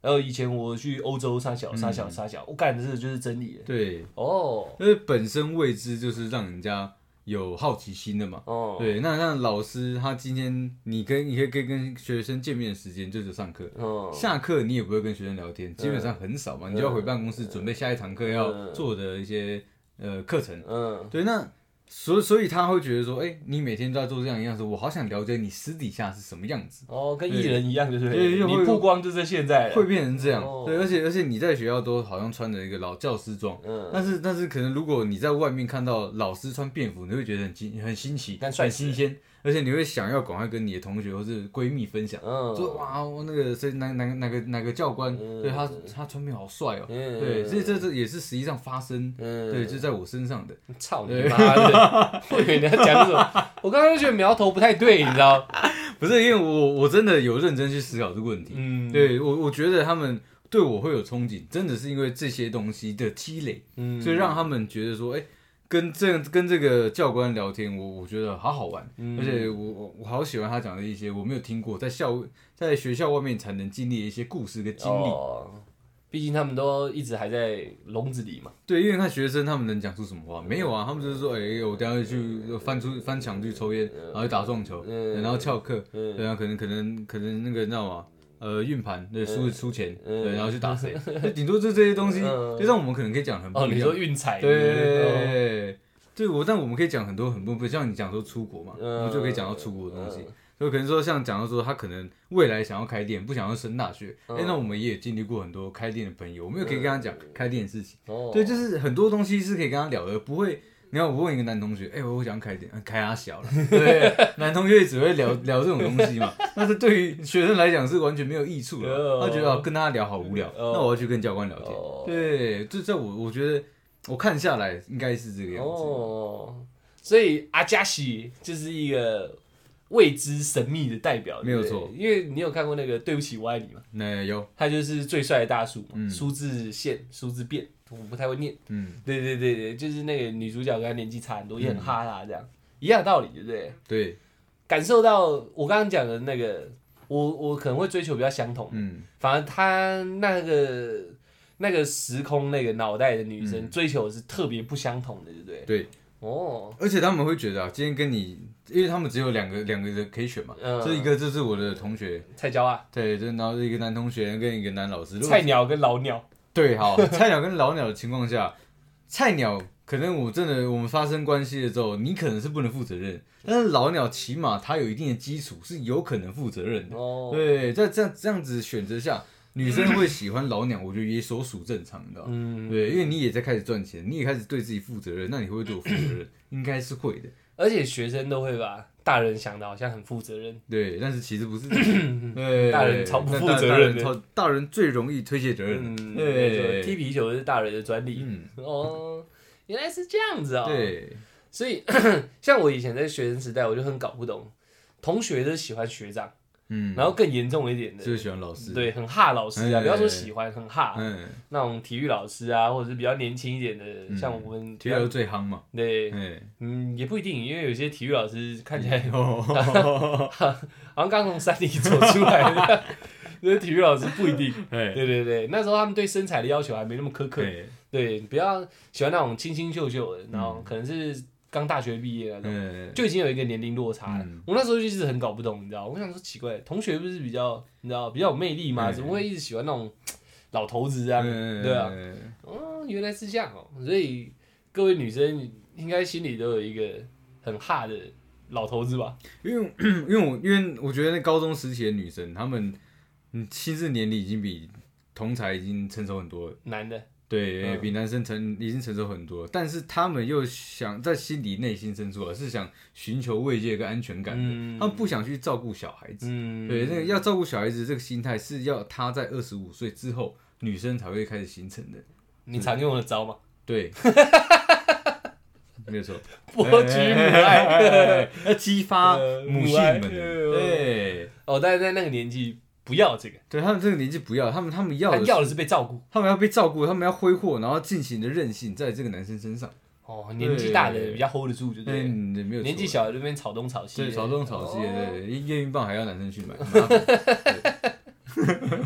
Speaker 1: 然后以前我去欧洲撒小撒小撒小，我干的这个就是真理了。
Speaker 2: 对，
Speaker 1: 哦
Speaker 2: 因为本身未知就是让人家有好奇心的嘛。
Speaker 1: 哦，
Speaker 2: 对，那那老师他今天你跟你可以跟跟学生见面的时间就是上课，
Speaker 1: 哦，嗯
Speaker 2: 下课你也不会跟学生聊天，基本上很少嘛，你就要回办公室准备下一堂课要做的一些呃课程。
Speaker 1: 嗯，
Speaker 2: 对，那所所以他会觉得说，哎、你每天都在做这样一样的事，我好想了解你私底下是什么样子，
Speaker 1: 哦，跟艺人一样，就是
Speaker 2: 对又会
Speaker 1: 你曝光就在现在了，
Speaker 2: 会变成这样。
Speaker 1: 哦
Speaker 2: 对，而且而且你在学校都好像穿着一个老教师装，
Speaker 1: 嗯
Speaker 2: 但是但是可能如果你在外面看到老师穿便服，你会觉得很惊很新奇，
Speaker 1: 但帅
Speaker 2: 很
Speaker 1: 死
Speaker 2: 新鲜，而且你会想要赶快跟你的同学或是闺蜜分享。说
Speaker 1: 嗯，
Speaker 2: 哇，我那个谁哪哪个哪个哪个教官，
Speaker 1: 嗯
Speaker 2: 对他他穿便好帅哦，
Speaker 1: 嗯
Speaker 2: 对，这这这也是实际上发生，
Speaker 1: 嗯，
Speaker 2: 对，就在我身上的，
Speaker 1: 操你妈的！ [LAUGHS] 我以为你要讲什么，我刚刚就觉得苗头不太对，你知
Speaker 2: [LAUGHS]
Speaker 1: 道？
Speaker 2: 不是因为我我真的有认真去思考这个问题，
Speaker 1: 嗯，，
Speaker 2: 对我，我觉得他们对我会有憧憬，真的是因为这些东西的积累，
Speaker 1: 嗯，
Speaker 2: 所以让他们觉得说，哎、跟这跟这个教官聊天，我我觉得好好玩，
Speaker 1: 嗯
Speaker 2: 而且我我我好喜欢他讲的一些我没有听过，在校在学校外面才能经历的一些故事跟经历。
Speaker 1: 哦，毕竟他们都一直还在笼子里嘛。
Speaker 2: 对，因为看学生他们能讲出什么话？没有
Speaker 1: 嗯
Speaker 2: 啊，他们就是说，哎、我等一下去翻出翻墙去抽烟，然后去打撞球，
Speaker 1: 嗯
Speaker 2: 然后翘课，
Speaker 1: 嗯
Speaker 2: 然后可能可能可能那个那嘛。呃，运盘对输输钱，
Speaker 1: 嗯
Speaker 2: 对，然后去
Speaker 1: [LAUGHS]
Speaker 2: 打谁，就顶多就这些东西，
Speaker 1: 嗯
Speaker 2: 就让我们可能可以讲嗯很不
Speaker 1: 哦，
Speaker 2: 一
Speaker 1: 你
Speaker 2: 样
Speaker 1: 说。运彩哦
Speaker 2: 对，对我，但我们可以讲很多很不不像你讲说出国嘛，
Speaker 1: 嗯
Speaker 2: 我们就可以讲到出国的东西。就可能说像讲到说他可能未来想要开店，不想要升大学，
Speaker 1: 嗯
Speaker 2: 哎，那我们也经历过很多开店的朋友，我们也可以跟他讲开店的事情。
Speaker 1: 哦，
Speaker 2: 对，就是很多东西是可以跟他聊的，不会。你看，我问一个男同学，哎、我想开点，啊开他小了，对，男同学只会聊聊这种东西嘛， [LAUGHS] 但是对于学生来讲是完全没有益处的，
Speaker 1: 哦
Speaker 2: 他觉得、啊、跟他聊好无聊，
Speaker 1: 哦
Speaker 2: 那我要去跟教官聊天，
Speaker 1: 哦
Speaker 2: 对，这这我我觉得我看下来应该是这个样子，
Speaker 1: 哦，所以阿加西就是一个未知神秘的代表，
Speaker 2: 没有
Speaker 1: 对不对
Speaker 2: 错
Speaker 1: 因为你有看过那个《对不起，我爱你》嘛，
Speaker 2: 那有，
Speaker 1: 他就是最帅的大叔嘛，
Speaker 2: 嗯
Speaker 1: 苏志燮、苏志变，我不太会念。
Speaker 2: 嗯，
Speaker 1: 对对对对，就是那个女主角跟他年纪差很多，也很哈啦这
Speaker 2: 嗯
Speaker 1: 样，一样的道理，对不对？
Speaker 2: 对，
Speaker 1: 感受到我刚刚讲的那个，我我可能会追求比较相同，
Speaker 2: 嗯，
Speaker 1: 反而他那个那个时空那个脑袋的女生追求的是特别不相同的，对不对？
Speaker 2: 嗯对，
Speaker 1: 哦，
Speaker 2: 而且他们会觉得啊，今天跟你，因为他们只有两个两个人可以选嘛，
Speaker 1: 嗯
Speaker 2: 这一个就是我的同学，
Speaker 1: 菜椒啊，
Speaker 2: 对，就然后一个男同学跟一个男老师，如果
Speaker 1: 菜鸟跟老鸟，
Speaker 2: 对，好，菜鸟跟老鸟的情况下， [LAUGHS] 菜鸟可能我真的我们发生关系了之后，你可能是不能负责任，但是老鸟起码他有一定的基础，是有可能负责任的。
Speaker 1: 哦，
Speaker 2: 对，在这样这样子选择下，女生会喜欢老鸟，我觉得也所属正常，你知道吗？
Speaker 1: 嗯，
Speaker 2: 对，因为你也在开始赚钱，你也开始对自己负责任，那你会不会对我负责
Speaker 1: [LAUGHS]
Speaker 2: 任？应该是会的，
Speaker 1: 而且学生都会把大人想的好像很负责任，
Speaker 2: 对，但是其实不是，
Speaker 1: [LAUGHS]
Speaker 2: 对，
Speaker 1: 大人超不
Speaker 2: 但
Speaker 1: 负
Speaker 2: 大
Speaker 1: 责
Speaker 2: 大
Speaker 1: 任的
Speaker 2: 超大人最容易推卸责任，
Speaker 1: 嗯，没
Speaker 2: 对
Speaker 1: 错踢皮球是大人的专利，
Speaker 2: 嗯，
Speaker 1: 哦，原来是这样子哦，，
Speaker 2: 对，
Speaker 1: 所以 [COUGHS] 像我以前在学生时代，我就很搞不懂，同学都喜欢学长，
Speaker 2: 嗯，
Speaker 1: 然后更严重一点的
Speaker 2: 就是。喜欢老师，，
Speaker 1: 对，很哈老师啊，
Speaker 2: 哎
Speaker 1: 不要说喜欢，很哈，
Speaker 2: 嗯。
Speaker 1: 那种体育老师啊，或者是比较年轻一点的，像我们
Speaker 2: 嗯体育老师最夯嘛，
Speaker 1: 对， [LAUGHS]
Speaker 2: 哎，
Speaker 1: 嗯，也不一定，因为有些体育老师看起来 [LAUGHS]
Speaker 2: 哦，
Speaker 1: 好像刚从山里走出来的，那体育老师不一
Speaker 2: [LAUGHS]
Speaker 1: 定。
Speaker 2: 哎，
Speaker 1: 对对对，那时候他们对身材的要求还没那么苛刻，
Speaker 2: 对，
Speaker 1: 对，不要喜欢那种清清秀秀的，然后可能是刚大学毕业那种，
Speaker 2: 嗯，
Speaker 1: 就已经有一个年龄落差了
Speaker 2: 嗯。
Speaker 1: 我那时候就一直很搞不懂，你知道，我想说奇怪，同学不是比较你知道比较有魅力吗？
Speaker 2: 嗯
Speaker 1: 怎么会一直喜欢那种老头子啊？
Speaker 2: 嗯
Speaker 1: 对啊，哦，原来是这样哦，所以各位女生应该心里都有一个很哈的老头子吧？
Speaker 2: 因为 [COUGHS] 因为我因为我觉得那高中时期的女生，她们嗯心智年龄已经比同才已经成熟很多了，
Speaker 1: 男的，
Speaker 2: 对，
Speaker 1: 嗯
Speaker 2: 比男生成已经成熟很多，但是她们又想在心里内心深处啊是想寻求慰藉跟安全感的，
Speaker 1: 嗯
Speaker 2: 她们不想去照顾小孩子，
Speaker 1: 嗯，
Speaker 2: 对，那个要照顾小孩子这个心态是要她在二十五岁之后女生才会开始形成的。
Speaker 1: 你常用的招嘛，
Speaker 2: 对， [LAUGHS] 没
Speaker 1: [LAUGHS]
Speaker 2: 有错，
Speaker 1: 博取母爱。，
Speaker 2: [LAUGHS] 要激发母性们。
Speaker 1: 呃母爱
Speaker 2: 对，
Speaker 1: 哦，但是在那个年纪不要这个，
Speaker 2: 对他们这个年纪不要，他们他们要
Speaker 1: 他
Speaker 2: 的是，
Speaker 1: 要的是被照顾。
Speaker 2: 他们要被照顾，他们要挥霍，然后尽情的任性在这个男生身上。
Speaker 1: 哦，年纪大的比较 hold 得住，就对了。
Speaker 2: 嗯，没有错
Speaker 1: 年纪。小的这边炒东炒西的，
Speaker 2: 对，潮东潮西的，
Speaker 1: 哦，
Speaker 2: 对，验孕棒还要男生去
Speaker 1: [LAUGHS]
Speaker 2: 买，麻烦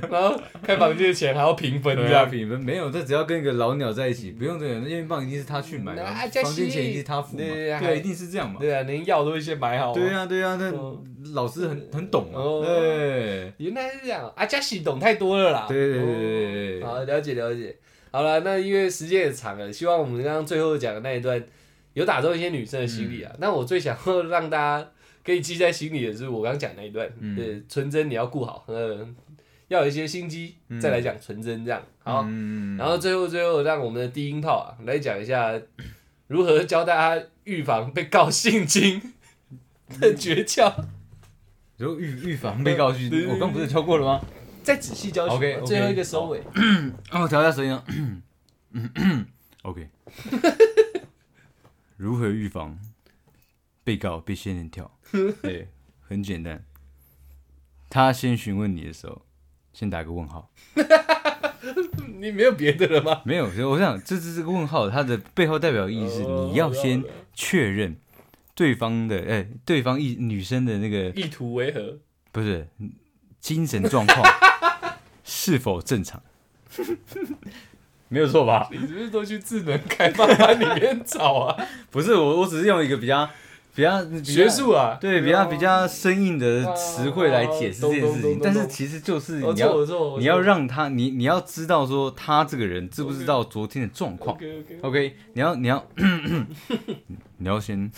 Speaker 1: 然后开房间的钱还要平分这
Speaker 2: 对啊，
Speaker 1: 样。
Speaker 2: 你们没有，这只要跟一个老鸟在一起，不用这个，验孕棒一定是他去买
Speaker 1: 嗯
Speaker 2: 嘛，
Speaker 1: 啊
Speaker 2: 房
Speaker 1: 加息
Speaker 2: 间钱一定是他付嘛，
Speaker 1: 对
Speaker 2: 对
Speaker 1: 啊
Speaker 2: 啊，一定是这样嘛，
Speaker 1: 对啊，连药都会先买好。
Speaker 2: 对，啊，对啊，
Speaker 1: 哦
Speaker 2: 那老师很很懂嘛
Speaker 1: 哦，
Speaker 2: 对，
Speaker 1: 原来是这样啊，加喜懂太多了啦。
Speaker 2: 对对对
Speaker 1: 哦
Speaker 2: 对对对，
Speaker 1: 好，了解了解。好了，那因为时间也长了，希望我们刚刚最后讲的那一段有打中一些女生的心
Speaker 2: 嗯
Speaker 1: 理啊。那我最想要让大家可以记在心里的是我刚讲那一段，
Speaker 2: 嗯
Speaker 1: 对，纯真你要顾好，嗯，要有一些心机，
Speaker 2: 嗯
Speaker 1: 再来讲纯真这样。好，
Speaker 2: 嗯，
Speaker 1: 然后最后最后让我们的低音炮啊来讲一下如何教大家预防被告性侵 [LAUGHS] 的诀窍，
Speaker 2: 然后预预防被告去
Speaker 1: 对对，对
Speaker 2: 我刚不是教过了吗？
Speaker 1: 再仔细教学。
Speaker 2: OK，OK，
Speaker 1: 最后一个收尾，哦
Speaker 2: 啊，我调一下声音啊。OK，如何预防被告被仙
Speaker 1: [LAUGHS]
Speaker 2: 人跳？对，很简单，他先询问你的时候，先打个问号。
Speaker 1: 你没有别的了吗？
Speaker 2: 没有，我想这只是个问号，它的背后代表意义是
Speaker 1: 哦
Speaker 2: 你要
Speaker 1: 我
Speaker 2: 先
Speaker 1: 知道了
Speaker 2: 确认对方的，哎、对方意女生的那个
Speaker 1: 意图为何？
Speaker 2: 不是精神状况是否正常，没有错吧？
Speaker 1: 你是不是都去智能开发班里面找啊？
Speaker 2: 不是我，我只是用一个比较比较比较
Speaker 1: 学术啊，
Speaker 2: 对比较比较生硬的词汇来解释这件
Speaker 1: 懂懂
Speaker 2: 事
Speaker 1: 懂
Speaker 2: 情，但是
Speaker 1: 懂
Speaker 2: 其实就是
Speaker 1: 我
Speaker 2: 你
Speaker 1: 错
Speaker 2: 要
Speaker 1: 我错，
Speaker 2: 你要让他你你要知道说他这个人知不知道昨天的状况。
Speaker 1: OK OK，
Speaker 2: OK，你要你要你要先，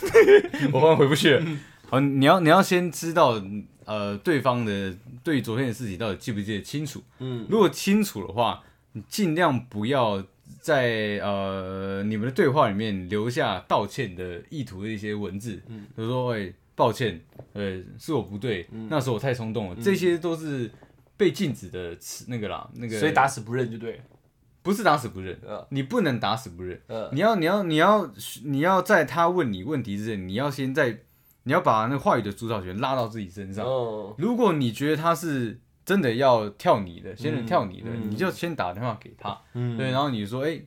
Speaker 2: 我好像回不去了。好，哦你要你要先知道呃对方的对昨天的事情到底记不记得清楚。
Speaker 1: 嗯，
Speaker 2: 如果清楚的话，你尽量不要在呃你们的对话里面留下道歉的意图的一些文字，
Speaker 1: 嗯
Speaker 2: 比如说哎、抱歉，呃是我不对，那时候我太冲动了，
Speaker 1: 嗯
Speaker 2: 这些都是被禁止的词那个啦，那个
Speaker 1: 所以打死不认就对了。
Speaker 2: 不是打死不认，
Speaker 1: 呃
Speaker 2: 你不能打死不认。
Speaker 1: 呃，
Speaker 2: 你要你要你要你要在他问你问题之前，你要先在你要把那话语的主导权拉到自己身上。
Speaker 1: 哦，
Speaker 2: 如果你觉得他是真的要跳你的，先人跳你的，
Speaker 1: 嗯
Speaker 2: 你就先打电话给他，
Speaker 1: 嗯
Speaker 2: 对，然后你说，哎、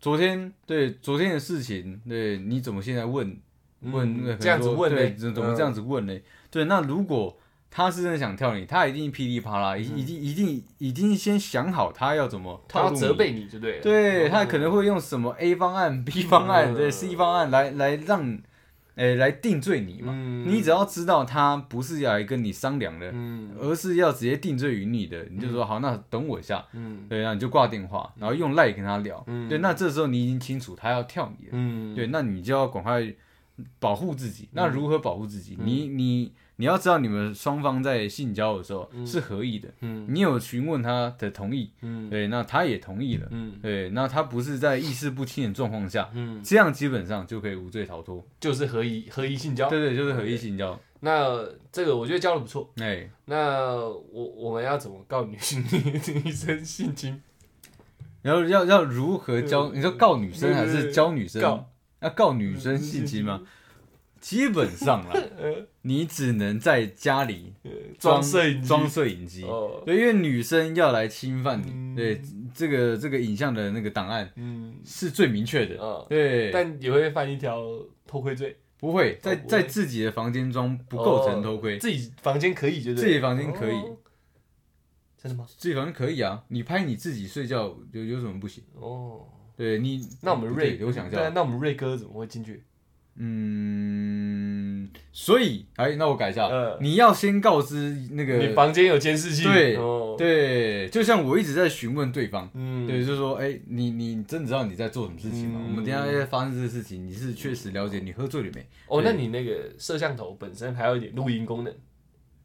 Speaker 2: 昨天对昨天的事情，对你怎么现在问问、
Speaker 1: 嗯
Speaker 2: 那个
Speaker 1: 这样子问呢嗯
Speaker 2: 对，怎么这样子问呢？对，那如果他是真的想跳你，他一定噼里啪啦，一一定一定已经先想好他要怎么
Speaker 1: 嗯他
Speaker 2: 套
Speaker 1: 要
Speaker 2: 路你
Speaker 1: 责备你就对了。
Speaker 2: 对
Speaker 1: 嗯
Speaker 2: 他可能会用什么 A 方案、B 方案、
Speaker 1: 嗯
Speaker 2: 对 C 方案来来让，诶、来定罪你嘛。
Speaker 1: 嗯
Speaker 2: 你只要知道他不是要来跟你商量的，
Speaker 1: 嗯
Speaker 2: 而是要直接定罪于你的，你就说好，那等我一下，
Speaker 1: 嗯
Speaker 2: 对，然后你就挂电话，然后用赖跟他聊，
Speaker 1: 嗯
Speaker 2: 对，那这时候你已经清楚他要跳你了，
Speaker 1: 嗯，
Speaker 2: 对，那你就要赶快保护自己。那如何保护自己？
Speaker 1: 嗯
Speaker 2: 你你你要知道，你们双方在性交的时候是合意的，
Speaker 1: 嗯
Speaker 2: 你有询问他的同意，
Speaker 1: 嗯
Speaker 2: 对，那他也同意了。
Speaker 1: 嗯
Speaker 2: 对，那他不是在意识不清的状况下，
Speaker 1: 嗯，
Speaker 2: 这样基本上就可以无罪逃脱。
Speaker 1: 就是合一合一性交。
Speaker 2: 对对，就是合意性交。
Speaker 1: 那这个我觉得教的不错。
Speaker 2: 哎，
Speaker 1: 那我我们要怎么告女性女生性侵？
Speaker 2: 然后要要如何教？你说告女生还
Speaker 1: 对对
Speaker 2: 是
Speaker 1: 对
Speaker 2: 教女生
Speaker 1: 告？嗯
Speaker 2: 要告女生性侵吗？基本上啦，
Speaker 1: [LAUGHS]
Speaker 2: 你只能在家里
Speaker 1: 呃装摄影机
Speaker 2: 装摄影机。
Speaker 1: 哦，
Speaker 2: 对，因为女生要来侵犯你，
Speaker 1: 嗯
Speaker 2: 对这个这个影像的那个档案
Speaker 1: 嗯
Speaker 2: 是最明确的。
Speaker 1: 啊，
Speaker 2: 对，
Speaker 1: 但也会犯一条偷窥罪，
Speaker 2: 不会在
Speaker 1: 哦不会
Speaker 2: 在自己的房间装不构成偷窥，
Speaker 1: 自己房间可以，就对了
Speaker 2: 自己房间可以
Speaker 1: 哦真的吗？
Speaker 2: 自己房间可以啊。你拍你自己睡觉有有什么不行？
Speaker 1: 哦，
Speaker 2: 对你，
Speaker 1: 那我们
Speaker 2: 不
Speaker 1: 瑞
Speaker 2: 对，我想一
Speaker 1: 对啊
Speaker 2: 下，
Speaker 1: 那我们瑞哥怎么会进去？
Speaker 2: 嗯，所以，哎，那我改一下，
Speaker 1: 嗯
Speaker 2: 你要先告知那
Speaker 1: 你
Speaker 2: 个，
Speaker 1: 房间有监视器？
Speaker 2: 对
Speaker 1: 哦，
Speaker 2: 对，就像我一直在询问对方，
Speaker 1: 嗯，
Speaker 2: 对，就是说，哎，你你真的知道你在做什么事情吗？
Speaker 1: 嗯
Speaker 2: 我们等一下要发生这个事情，你是确实了解你喝醉了没？
Speaker 1: 哦，
Speaker 2: 对
Speaker 1: 那你那个摄像头本身还有一点录音功能，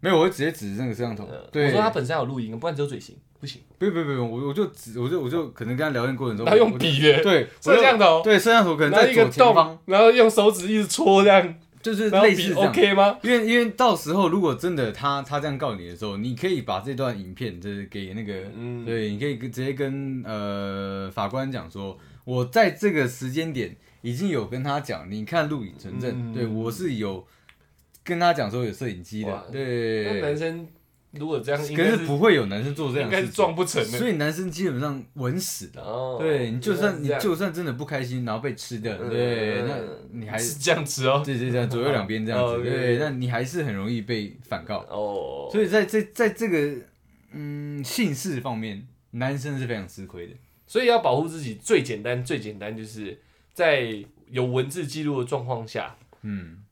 Speaker 2: 没有，我会直接指着那个摄像头
Speaker 1: 呃，
Speaker 2: 对，
Speaker 1: 我说它本身有录音，不然只有嘴型不行，
Speaker 2: 不不不不，我我就指，我就我就可能跟他聊天过程中，
Speaker 1: 然后用
Speaker 2: 我就
Speaker 1: 笔的，
Speaker 2: 对我
Speaker 1: 摄
Speaker 2: 就
Speaker 1: 像头，
Speaker 2: 对摄像头可能
Speaker 1: 然后
Speaker 2: 在
Speaker 1: 一个
Speaker 2: 左前方
Speaker 1: 洞，，然后用手指一直戳这样，
Speaker 2: 就是
Speaker 1: 然后
Speaker 2: 类
Speaker 1: 笔
Speaker 2: 似这样。
Speaker 1: OK 吗？
Speaker 2: 因为因为到时候如果真的他他这样告你的时候，你可以把这段影片就是给那个，
Speaker 1: 嗯
Speaker 2: 对，你可以跟直接跟呃法官讲说，我在这个时间点已经有跟他讲，你看录影存证，
Speaker 1: 嗯
Speaker 2: 对我是有跟他讲说有摄影机
Speaker 1: 哇
Speaker 2: 的，
Speaker 1: 那
Speaker 2: 对，
Speaker 1: 男生如果这样，应
Speaker 2: 可
Speaker 1: 该
Speaker 2: 是不会有男生做这
Speaker 1: 应
Speaker 2: 样
Speaker 1: 该
Speaker 2: 的
Speaker 1: 是
Speaker 2: 事情，
Speaker 1: 撞不成的。
Speaker 2: 所以男生基本上稳死的。
Speaker 1: 哦，
Speaker 2: 对你就算你
Speaker 1: 原来是
Speaker 2: 就算真的不开心，然后被吃掉，
Speaker 1: 嗯
Speaker 2: 对，
Speaker 1: 嗯
Speaker 2: 那
Speaker 1: 嗯
Speaker 2: 你
Speaker 1: 这
Speaker 2: 还
Speaker 1: 样是这样子哦，
Speaker 2: 对对对，左右两边这样
Speaker 1: 哦
Speaker 2: 子，对，
Speaker 1: ，OK，OK
Speaker 2: 那你还是很容易被反告。
Speaker 1: 哦，
Speaker 2: 所以在这在这个嗯性事方面，男生是非常吃亏的。
Speaker 1: 所以要保护自己，最简单最简单就是在有文字记录的状况下，
Speaker 2: 嗯，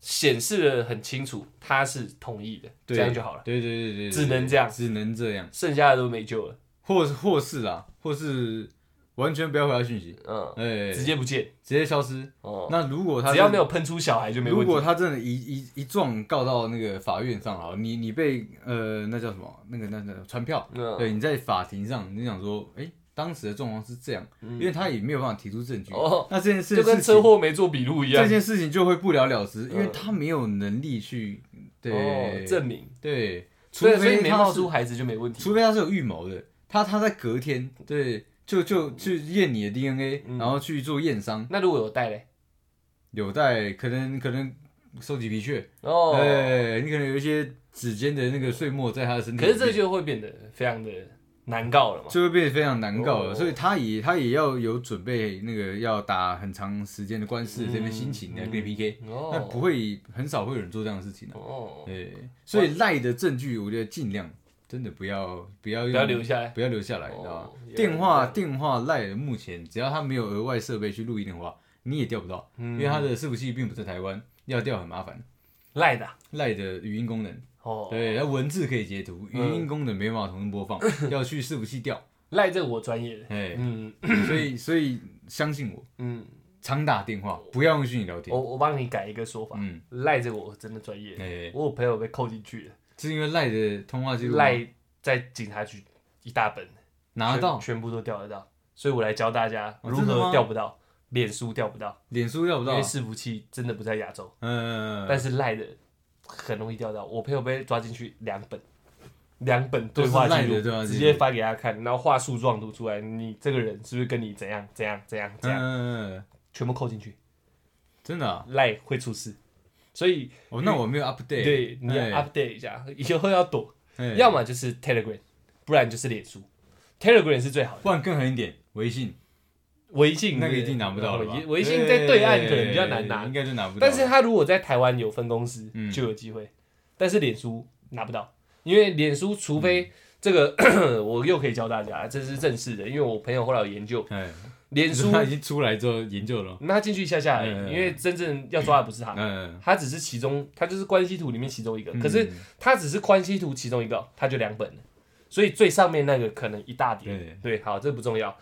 Speaker 1: 显示的很清楚他是同意的，这
Speaker 2: 对
Speaker 1: 样就好了，
Speaker 2: 对对对对，对
Speaker 1: 只能这样
Speaker 2: 只能这样，
Speaker 1: 剩下的都没救了，
Speaker 2: 或是或是啦，或是完全不要回他讯息，
Speaker 1: 嗯，
Speaker 2: 哎，
Speaker 1: 直
Speaker 2: 直
Speaker 1: 接不见
Speaker 2: 接消失。
Speaker 1: 哦，
Speaker 2: 那如果他
Speaker 1: 只要
Speaker 2: 真
Speaker 1: 没有喷出小孩就没
Speaker 2: 如
Speaker 1: 问
Speaker 2: 果
Speaker 1: 题。
Speaker 2: 他真的一一一状告到那个法院上了，你你被呃那叫什么那个那个传票，
Speaker 1: 嗯，
Speaker 2: 对，你在法庭上你想说，哎、当时的状况是这样，因为他也没有办法提出证据，
Speaker 1: 嗯哦
Speaker 2: 那这件事
Speaker 1: 就跟
Speaker 2: 事
Speaker 1: 车
Speaker 2: 情
Speaker 1: 祸没做笔录一样
Speaker 2: 这，件事情就会不了了之，因为
Speaker 1: 嗯
Speaker 2: 他没有能力去对、
Speaker 1: 哦，证明，
Speaker 2: 对，除
Speaker 1: 所以所以
Speaker 2: 非
Speaker 1: 没
Speaker 2: 他
Speaker 1: 冒
Speaker 2: 是
Speaker 1: 出孩子就没问题。
Speaker 2: 除非他是有预谋的，他他在隔天对就就去验你的 DNA，、然
Speaker 1: 嗯
Speaker 2: 后去做验伤，
Speaker 1: 那如果有带嘞？
Speaker 2: 有带可能可能收集皮屑，哎、
Speaker 1: 哦，
Speaker 2: 你可能有一些指尖的那个碎末在他的身体
Speaker 1: 可
Speaker 2: 里面，
Speaker 1: 是这就会变得非常的难告了嘛。
Speaker 2: 就会变得非常难搞了，
Speaker 1: 哦
Speaker 2: 所以他也他也要有准备，那个要打很长时间的官司，这边心情来跟你 PK，
Speaker 1: 哦，
Speaker 2: 那不会很少会有人做这样的事情的。
Speaker 1: 哦，
Speaker 2: 对，所以赖的证据，我觉得尽量真的不要不要
Speaker 1: 不
Speaker 2: 用
Speaker 1: 要留下来。
Speaker 2: 不要留下来，你
Speaker 1: 哦
Speaker 2: 知道吗
Speaker 1: 原来？是
Speaker 2: 电话
Speaker 1: 这
Speaker 2: 电话赖的，目前只要他没有额外设备去录音的话，你也调不到，
Speaker 1: 嗯
Speaker 2: 因为他的伺服器并不在台湾，要调很麻烦。
Speaker 1: 赖的啊
Speaker 2: 赖的语音功能，
Speaker 1: 哦，嗯
Speaker 2: 对，它文字可以截图，语音功能没办法同时播放，
Speaker 1: [LAUGHS]
Speaker 2: 要去伺服器调。
Speaker 1: 赖这个我专业的。
Speaker 2: 哎，
Speaker 1: 嗯
Speaker 2: 所以所以相信我，
Speaker 1: 嗯，
Speaker 2: 常打电话，
Speaker 1: 哦
Speaker 2: 不要用虚拟聊天
Speaker 1: 我。我帮你改一个说法，
Speaker 2: 嗯，
Speaker 1: 赖这个我真的专业
Speaker 2: 哎、
Speaker 1: 的。我有朋友被扣进去了，
Speaker 2: 是因为赖的通话记录
Speaker 1: 赖在警察局一大本，
Speaker 2: 拿到，
Speaker 1: 全全部都调得到，所以我来教大家
Speaker 2: 哦
Speaker 1: 如
Speaker 2: 真的
Speaker 1: 何
Speaker 2: 吗
Speaker 1: 调不到，脸书调不到，
Speaker 2: 脸书要不
Speaker 1: 因
Speaker 2: 到
Speaker 1: 为，伺服器真的不在亚洲，
Speaker 2: 嗯、
Speaker 1: 但是赖的很容易调到。我朋友被抓进去两本，两本
Speaker 2: 都
Speaker 1: 对
Speaker 2: 是
Speaker 1: 话
Speaker 2: 赖
Speaker 1: 记
Speaker 2: 的
Speaker 1: 录
Speaker 2: 对话，记录
Speaker 1: 直接发给他看，然后话术状读出来，你这个人是不是跟你怎样怎样怎样怎样，
Speaker 2: 嗯，
Speaker 1: 全部扣进去，
Speaker 2: 真的、啊，
Speaker 1: 赖会出事。所以
Speaker 2: 哦，那我没有 update，
Speaker 1: 对你要
Speaker 2: 哎
Speaker 1: update 一下，以后要躲，
Speaker 2: 哎
Speaker 1: 要么就是 Telegram，不然就是脸书。Telegram 是最好的，
Speaker 2: 不然更狠一点，微信
Speaker 1: 微信
Speaker 2: 那个
Speaker 1: 是呃
Speaker 2: 一定拿不到了吧
Speaker 1: 微微信在对岸可能比较难
Speaker 2: 哎
Speaker 1: 拿
Speaker 2: 应，该就拿不到了。
Speaker 1: 但是他如果在台湾有分公司
Speaker 2: 嗯
Speaker 1: 就有机会，但是脸书拿不到，因为脸书除
Speaker 2: 嗯
Speaker 1: 非这个、 [CLEARS THROAT] 我又可以教大家，这是正式的，因为我朋友后来有研究，
Speaker 2: 哎，
Speaker 1: 脸
Speaker 2: [LAUGHS]
Speaker 1: 书
Speaker 2: 他已经出来之后研究了，
Speaker 1: 那他进去一下下而已，
Speaker 2: 嗯嗯嗯
Speaker 1: 因为真正要抓的不是他，
Speaker 2: 嗯，
Speaker 1: 他只是其中，他就是关系图里面其中一个，可是他只是关系图其中一个，他就两本了，所以最上面那个可能一大叠。
Speaker 2: 对
Speaker 1: 对，好，这不重要。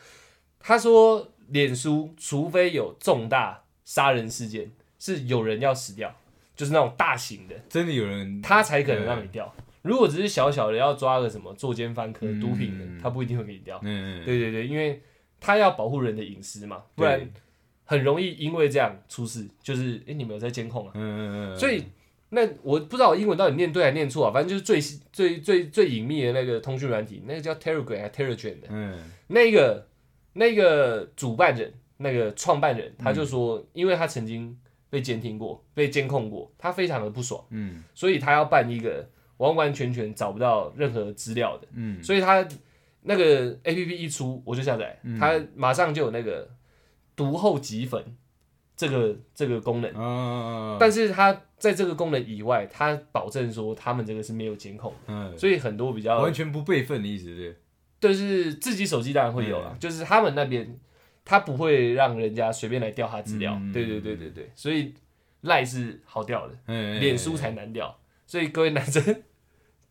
Speaker 1: 他说，脸书除非有重大杀人事件，是有人要死掉，就是那种大型的，
Speaker 2: 真的有人
Speaker 1: 他才可能让你掉。如果只是小小的要抓个什么作奸犯科、
Speaker 2: 嗯
Speaker 1: 毒品的，他不一定会给你掉。啊
Speaker 2: 嗯，
Speaker 1: 对对对，因为他要保护人的隐私嘛，不然
Speaker 2: 对
Speaker 1: 很容易因为这样出事。就是，诶，你们有在监控啊？
Speaker 2: 嗯嗯嗯，
Speaker 1: 所以那我不知道我英文到底念对还念错啊，反正就是最新最最最隐秘的那个通讯软体，那个叫 Telegram 还 Telegram 的
Speaker 2: 嗯
Speaker 1: 那个那个主办人那个创办人，他就说，因为他曾经被监听过、被监控过，他非常的不爽，
Speaker 2: 嗯
Speaker 1: 所以他要办一个完完全全找不到任何资料的，
Speaker 2: 嗯
Speaker 1: 所以他那个 A P P 一出，我就下载，他马上就有那个读后即焚这个这个功能。
Speaker 2: 啊，
Speaker 1: 但是它在这个功能以外，它保证说他们这个是没有监控，
Speaker 2: 嗯，
Speaker 1: 所以很多比较
Speaker 2: 完全不备份的意思是
Speaker 1: 就是自己手机当然会有了，就是他们那边他不会让人家随便来调他资料，
Speaker 2: 嗯
Speaker 1: 对对对对对，所以赖是好调的，
Speaker 2: 不是，
Speaker 1: 脸书才难调，所以各位男生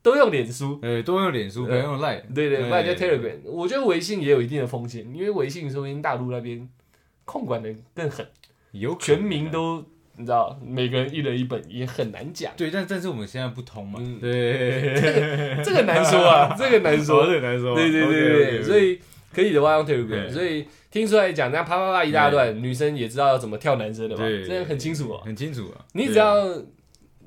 Speaker 1: 都用脸书。
Speaker 2: 呃多用脸书，不要用哎 Line，
Speaker 1: 对对，
Speaker 2: 对
Speaker 1: 不然就 Telegram。我觉得微信也有一定的风险，因为微信说不定大陆那边控管的更狠，
Speaker 2: 有啊
Speaker 1: 全民都你知道，每个人一人一本也很难
Speaker 2: [LAUGHS]
Speaker 1: 讲。
Speaker 2: 对，但但是我们现在不通嘛，
Speaker 1: 嗯
Speaker 2: 对，
Speaker 1: 这个难说啊，这个难说。
Speaker 2: 对难说，
Speaker 1: 对对对对对，所以可以的话用 Telegram。
Speaker 2: 对
Speaker 1: 所以听出来讲，这样啪啪啪一大段，女生也知道要怎么跳男生的嘛，
Speaker 2: 对
Speaker 1: 这样很清楚哦。
Speaker 2: 很清楚啊，
Speaker 1: 你只要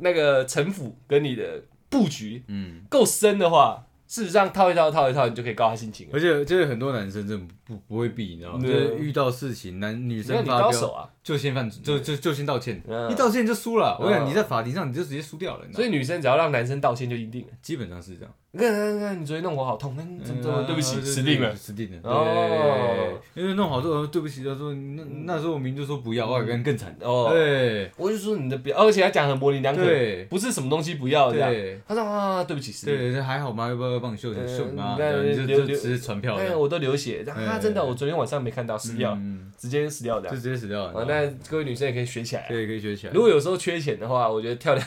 Speaker 1: 那个城府跟你的布局
Speaker 2: 嗯，
Speaker 1: 够深的话，事实上套一套套一套，你就可以告他心情了。
Speaker 2: 而且就是很多男生真的不不会避，你知道吗？就
Speaker 1: 对啊
Speaker 2: 是遇到事情，男女
Speaker 1: 因为
Speaker 2: 生
Speaker 1: 你
Speaker 2: 发
Speaker 1: 高手
Speaker 2: 飙
Speaker 1: 啊，
Speaker 2: 就先犯，就就就先道歉，
Speaker 1: 嗯
Speaker 2: 一道歉就输了。我
Speaker 1: 嗯
Speaker 2: 想你在法庭上你就直接输掉了，你知道
Speaker 1: 所
Speaker 2: 吗
Speaker 1: 以女生只要让男生道歉就赢定了。
Speaker 2: 基本上是这样。
Speaker 1: 你看，看看，你昨天弄我好痛，那你怎么怎么
Speaker 2: 嗯
Speaker 1: 对不起，
Speaker 2: 对对
Speaker 1: 死定了
Speaker 2: 对。死定了。
Speaker 1: 哦
Speaker 2: 对，因为弄好之后哦对不起，他说那那时候我明明就说不要，我跟更惨。
Speaker 1: 嗯哦
Speaker 2: 对
Speaker 1: 我就说你的表，而且还讲很模棱两可，
Speaker 2: 对
Speaker 1: 不是什么东西不要这样。
Speaker 2: 对
Speaker 1: 他说啊，对不起，死定了。
Speaker 2: 对，还好吗？要不要帮你秀
Speaker 1: 嗯
Speaker 2: 秀吗？
Speaker 1: 那
Speaker 2: 对啊
Speaker 1: 留
Speaker 2: 你就就
Speaker 1: 留
Speaker 2: 直接传票
Speaker 1: 哎，
Speaker 2: 了，
Speaker 1: 我都流血，啊，
Speaker 2: 哎
Speaker 1: 真的，我昨天晚上没看到，死掉，
Speaker 2: 嗯，
Speaker 1: 直接死掉的
Speaker 2: 就。直接死掉
Speaker 1: 啊，
Speaker 2: 了。
Speaker 1: 那各位女生也可以学起来啊。
Speaker 2: 对，可以学起来
Speaker 1: 如。果有时候缺钱的话，我觉得跳两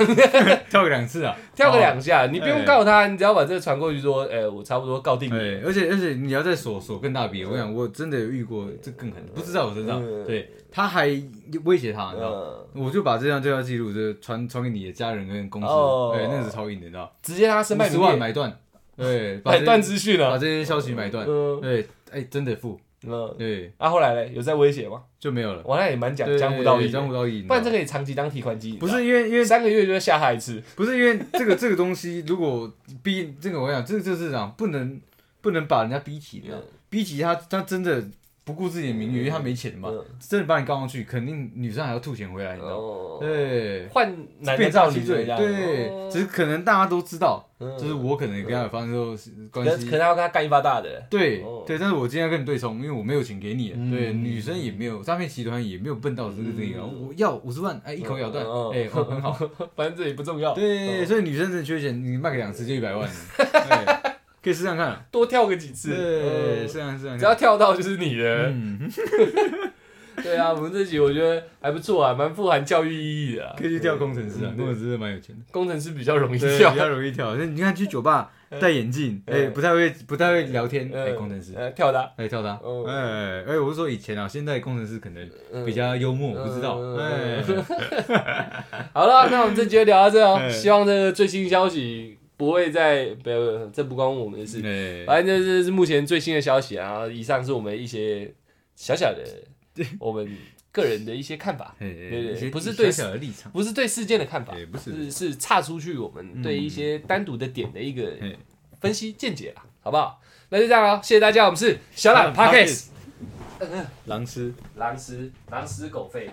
Speaker 2: 跳个两次啊，
Speaker 1: [LAUGHS] 跳个
Speaker 2: 哦
Speaker 1: 两下，你不用告他，你只要把这个传过去说，哎，我差不多告定你。
Speaker 2: 哎对，而且而且你要在手手更大笔，我想我真的有遇过，这更狠，不是在我身上
Speaker 1: 嗯，
Speaker 2: 对，他还威胁他，你知道，
Speaker 1: 嗯，
Speaker 2: 我就把这张对话记录就传传给你的家人跟公司
Speaker 1: 哦，
Speaker 2: 对，那是超硬的，你知道，
Speaker 1: 直接让他身败
Speaker 2: 五十
Speaker 1: 名
Speaker 2: 万
Speaker 1: 裂，
Speaker 2: 买断，对，
Speaker 1: [LAUGHS]
Speaker 2: 把
Speaker 1: 买
Speaker 2: 这
Speaker 1: 断资讯
Speaker 2: 把
Speaker 1: 了。
Speaker 2: 这些消息买断，
Speaker 1: 嗯
Speaker 2: 对，哎，真的付，
Speaker 1: 嗯，
Speaker 2: 对，
Speaker 1: 啊，后来嘞，有在威胁吗？
Speaker 2: 就没有了，
Speaker 1: 我那也蛮讲
Speaker 2: 对
Speaker 1: 江湖道
Speaker 2: 对
Speaker 1: 义的，
Speaker 2: 江湖道义，
Speaker 1: 不然这
Speaker 2: 个
Speaker 1: 可以长期当提款机。
Speaker 2: 不
Speaker 1: 你知
Speaker 2: 是因为因为
Speaker 1: 道三个月就会吓他一次，
Speaker 2: 不是因为这个 [LAUGHS] 这个东西，如果逼这个，我想这个就是讲不能不能把人家逼急的
Speaker 1: 嗯，
Speaker 2: 逼急他他真的不顾自己的名誉，因为他没钱嘛
Speaker 1: 嗯，
Speaker 2: 真的把你告上去，肯定女生还要吐钱回来，你知道吗？
Speaker 1: 哦，
Speaker 2: 对，
Speaker 1: 换男的
Speaker 2: 变
Speaker 1: 到
Speaker 2: 诈
Speaker 1: 女
Speaker 2: 欺
Speaker 1: 的
Speaker 2: 罪，
Speaker 1: 这样
Speaker 2: 对，
Speaker 1: 哦
Speaker 2: 只是可能大家都知道，
Speaker 1: 嗯
Speaker 2: 就是我可能跟他有发生之后是
Speaker 1: 可
Speaker 2: 关
Speaker 1: 可
Speaker 2: 系
Speaker 1: 能。要跟他干一发大的。
Speaker 2: 对
Speaker 1: 哦
Speaker 2: 对，但是我今天要跟你对冲，因为我没有钱给你，啊
Speaker 1: 嗯
Speaker 2: 对，女生也没有，诈骗集团也没有笨到这个这个，我要五十万，哎，一口咬断，
Speaker 1: 嗯嗯
Speaker 2: 哎，哦很好，
Speaker 1: [LAUGHS] 反正这也不重要，
Speaker 2: 对，所以女生真的缺钱，你卖个两次就一百万
Speaker 1: [LAUGHS]
Speaker 2: 了，对可以试上看啊。
Speaker 1: 多跳个几次，
Speaker 2: 对，
Speaker 1: 嗯
Speaker 2: 试上试上
Speaker 1: 只要
Speaker 2: 看。
Speaker 1: 跳到就是你的。
Speaker 2: 嗯，
Speaker 1: [LAUGHS] 对啊，我们这集我觉得还不错啊，蛮富含教育意义的啊、
Speaker 2: 可以去跳工程师啊，
Speaker 1: 嗯
Speaker 2: 工程师真的蛮有
Speaker 1: [LAUGHS]
Speaker 2: 钱的，
Speaker 1: 工程师比较容易
Speaker 2: 对，
Speaker 1: 跳
Speaker 2: 比。较容易跳。那你看去酒吧戴眼镜，
Speaker 1: 嗯
Speaker 2: 哎，不太会不太会聊天，
Speaker 1: 呃
Speaker 2: 哎，工程师，
Speaker 1: [LAUGHS] 呃，跳的啊、
Speaker 2: 哎，跳的啊
Speaker 1: 哦，
Speaker 2: 哎哎，我是说以前啊，现在工程师可能
Speaker 1: 嗯
Speaker 2: 比较幽默，
Speaker 1: 嗯
Speaker 2: 不知道，哎
Speaker 1: 嗯，好了，那我们这集就聊到这哦。
Speaker 2: 嗯
Speaker 1: 希望这个最新消息不会再不要，不要这不关我们的事。 [LAUGHS]
Speaker 2: 哎，
Speaker 1: 反正这是目前最新的消息啊。以上是我们一些小小的我们个人的一些看法，
Speaker 2: 哎
Speaker 1: 对对
Speaker 2: 一些
Speaker 1: 不是对
Speaker 2: 小小的立场，
Speaker 1: 不是对事件的看法，
Speaker 2: 哎，不
Speaker 1: 是
Speaker 2: 是，
Speaker 1: 是岔出去我们对一些单独的点的一个
Speaker 2: 嘿
Speaker 1: 分析见解啦，好不好？那就这样喽，谢谢大家，我们是小懒 p o d c a s
Speaker 2: 狼师。
Speaker 1: 狼师狼师狗肺。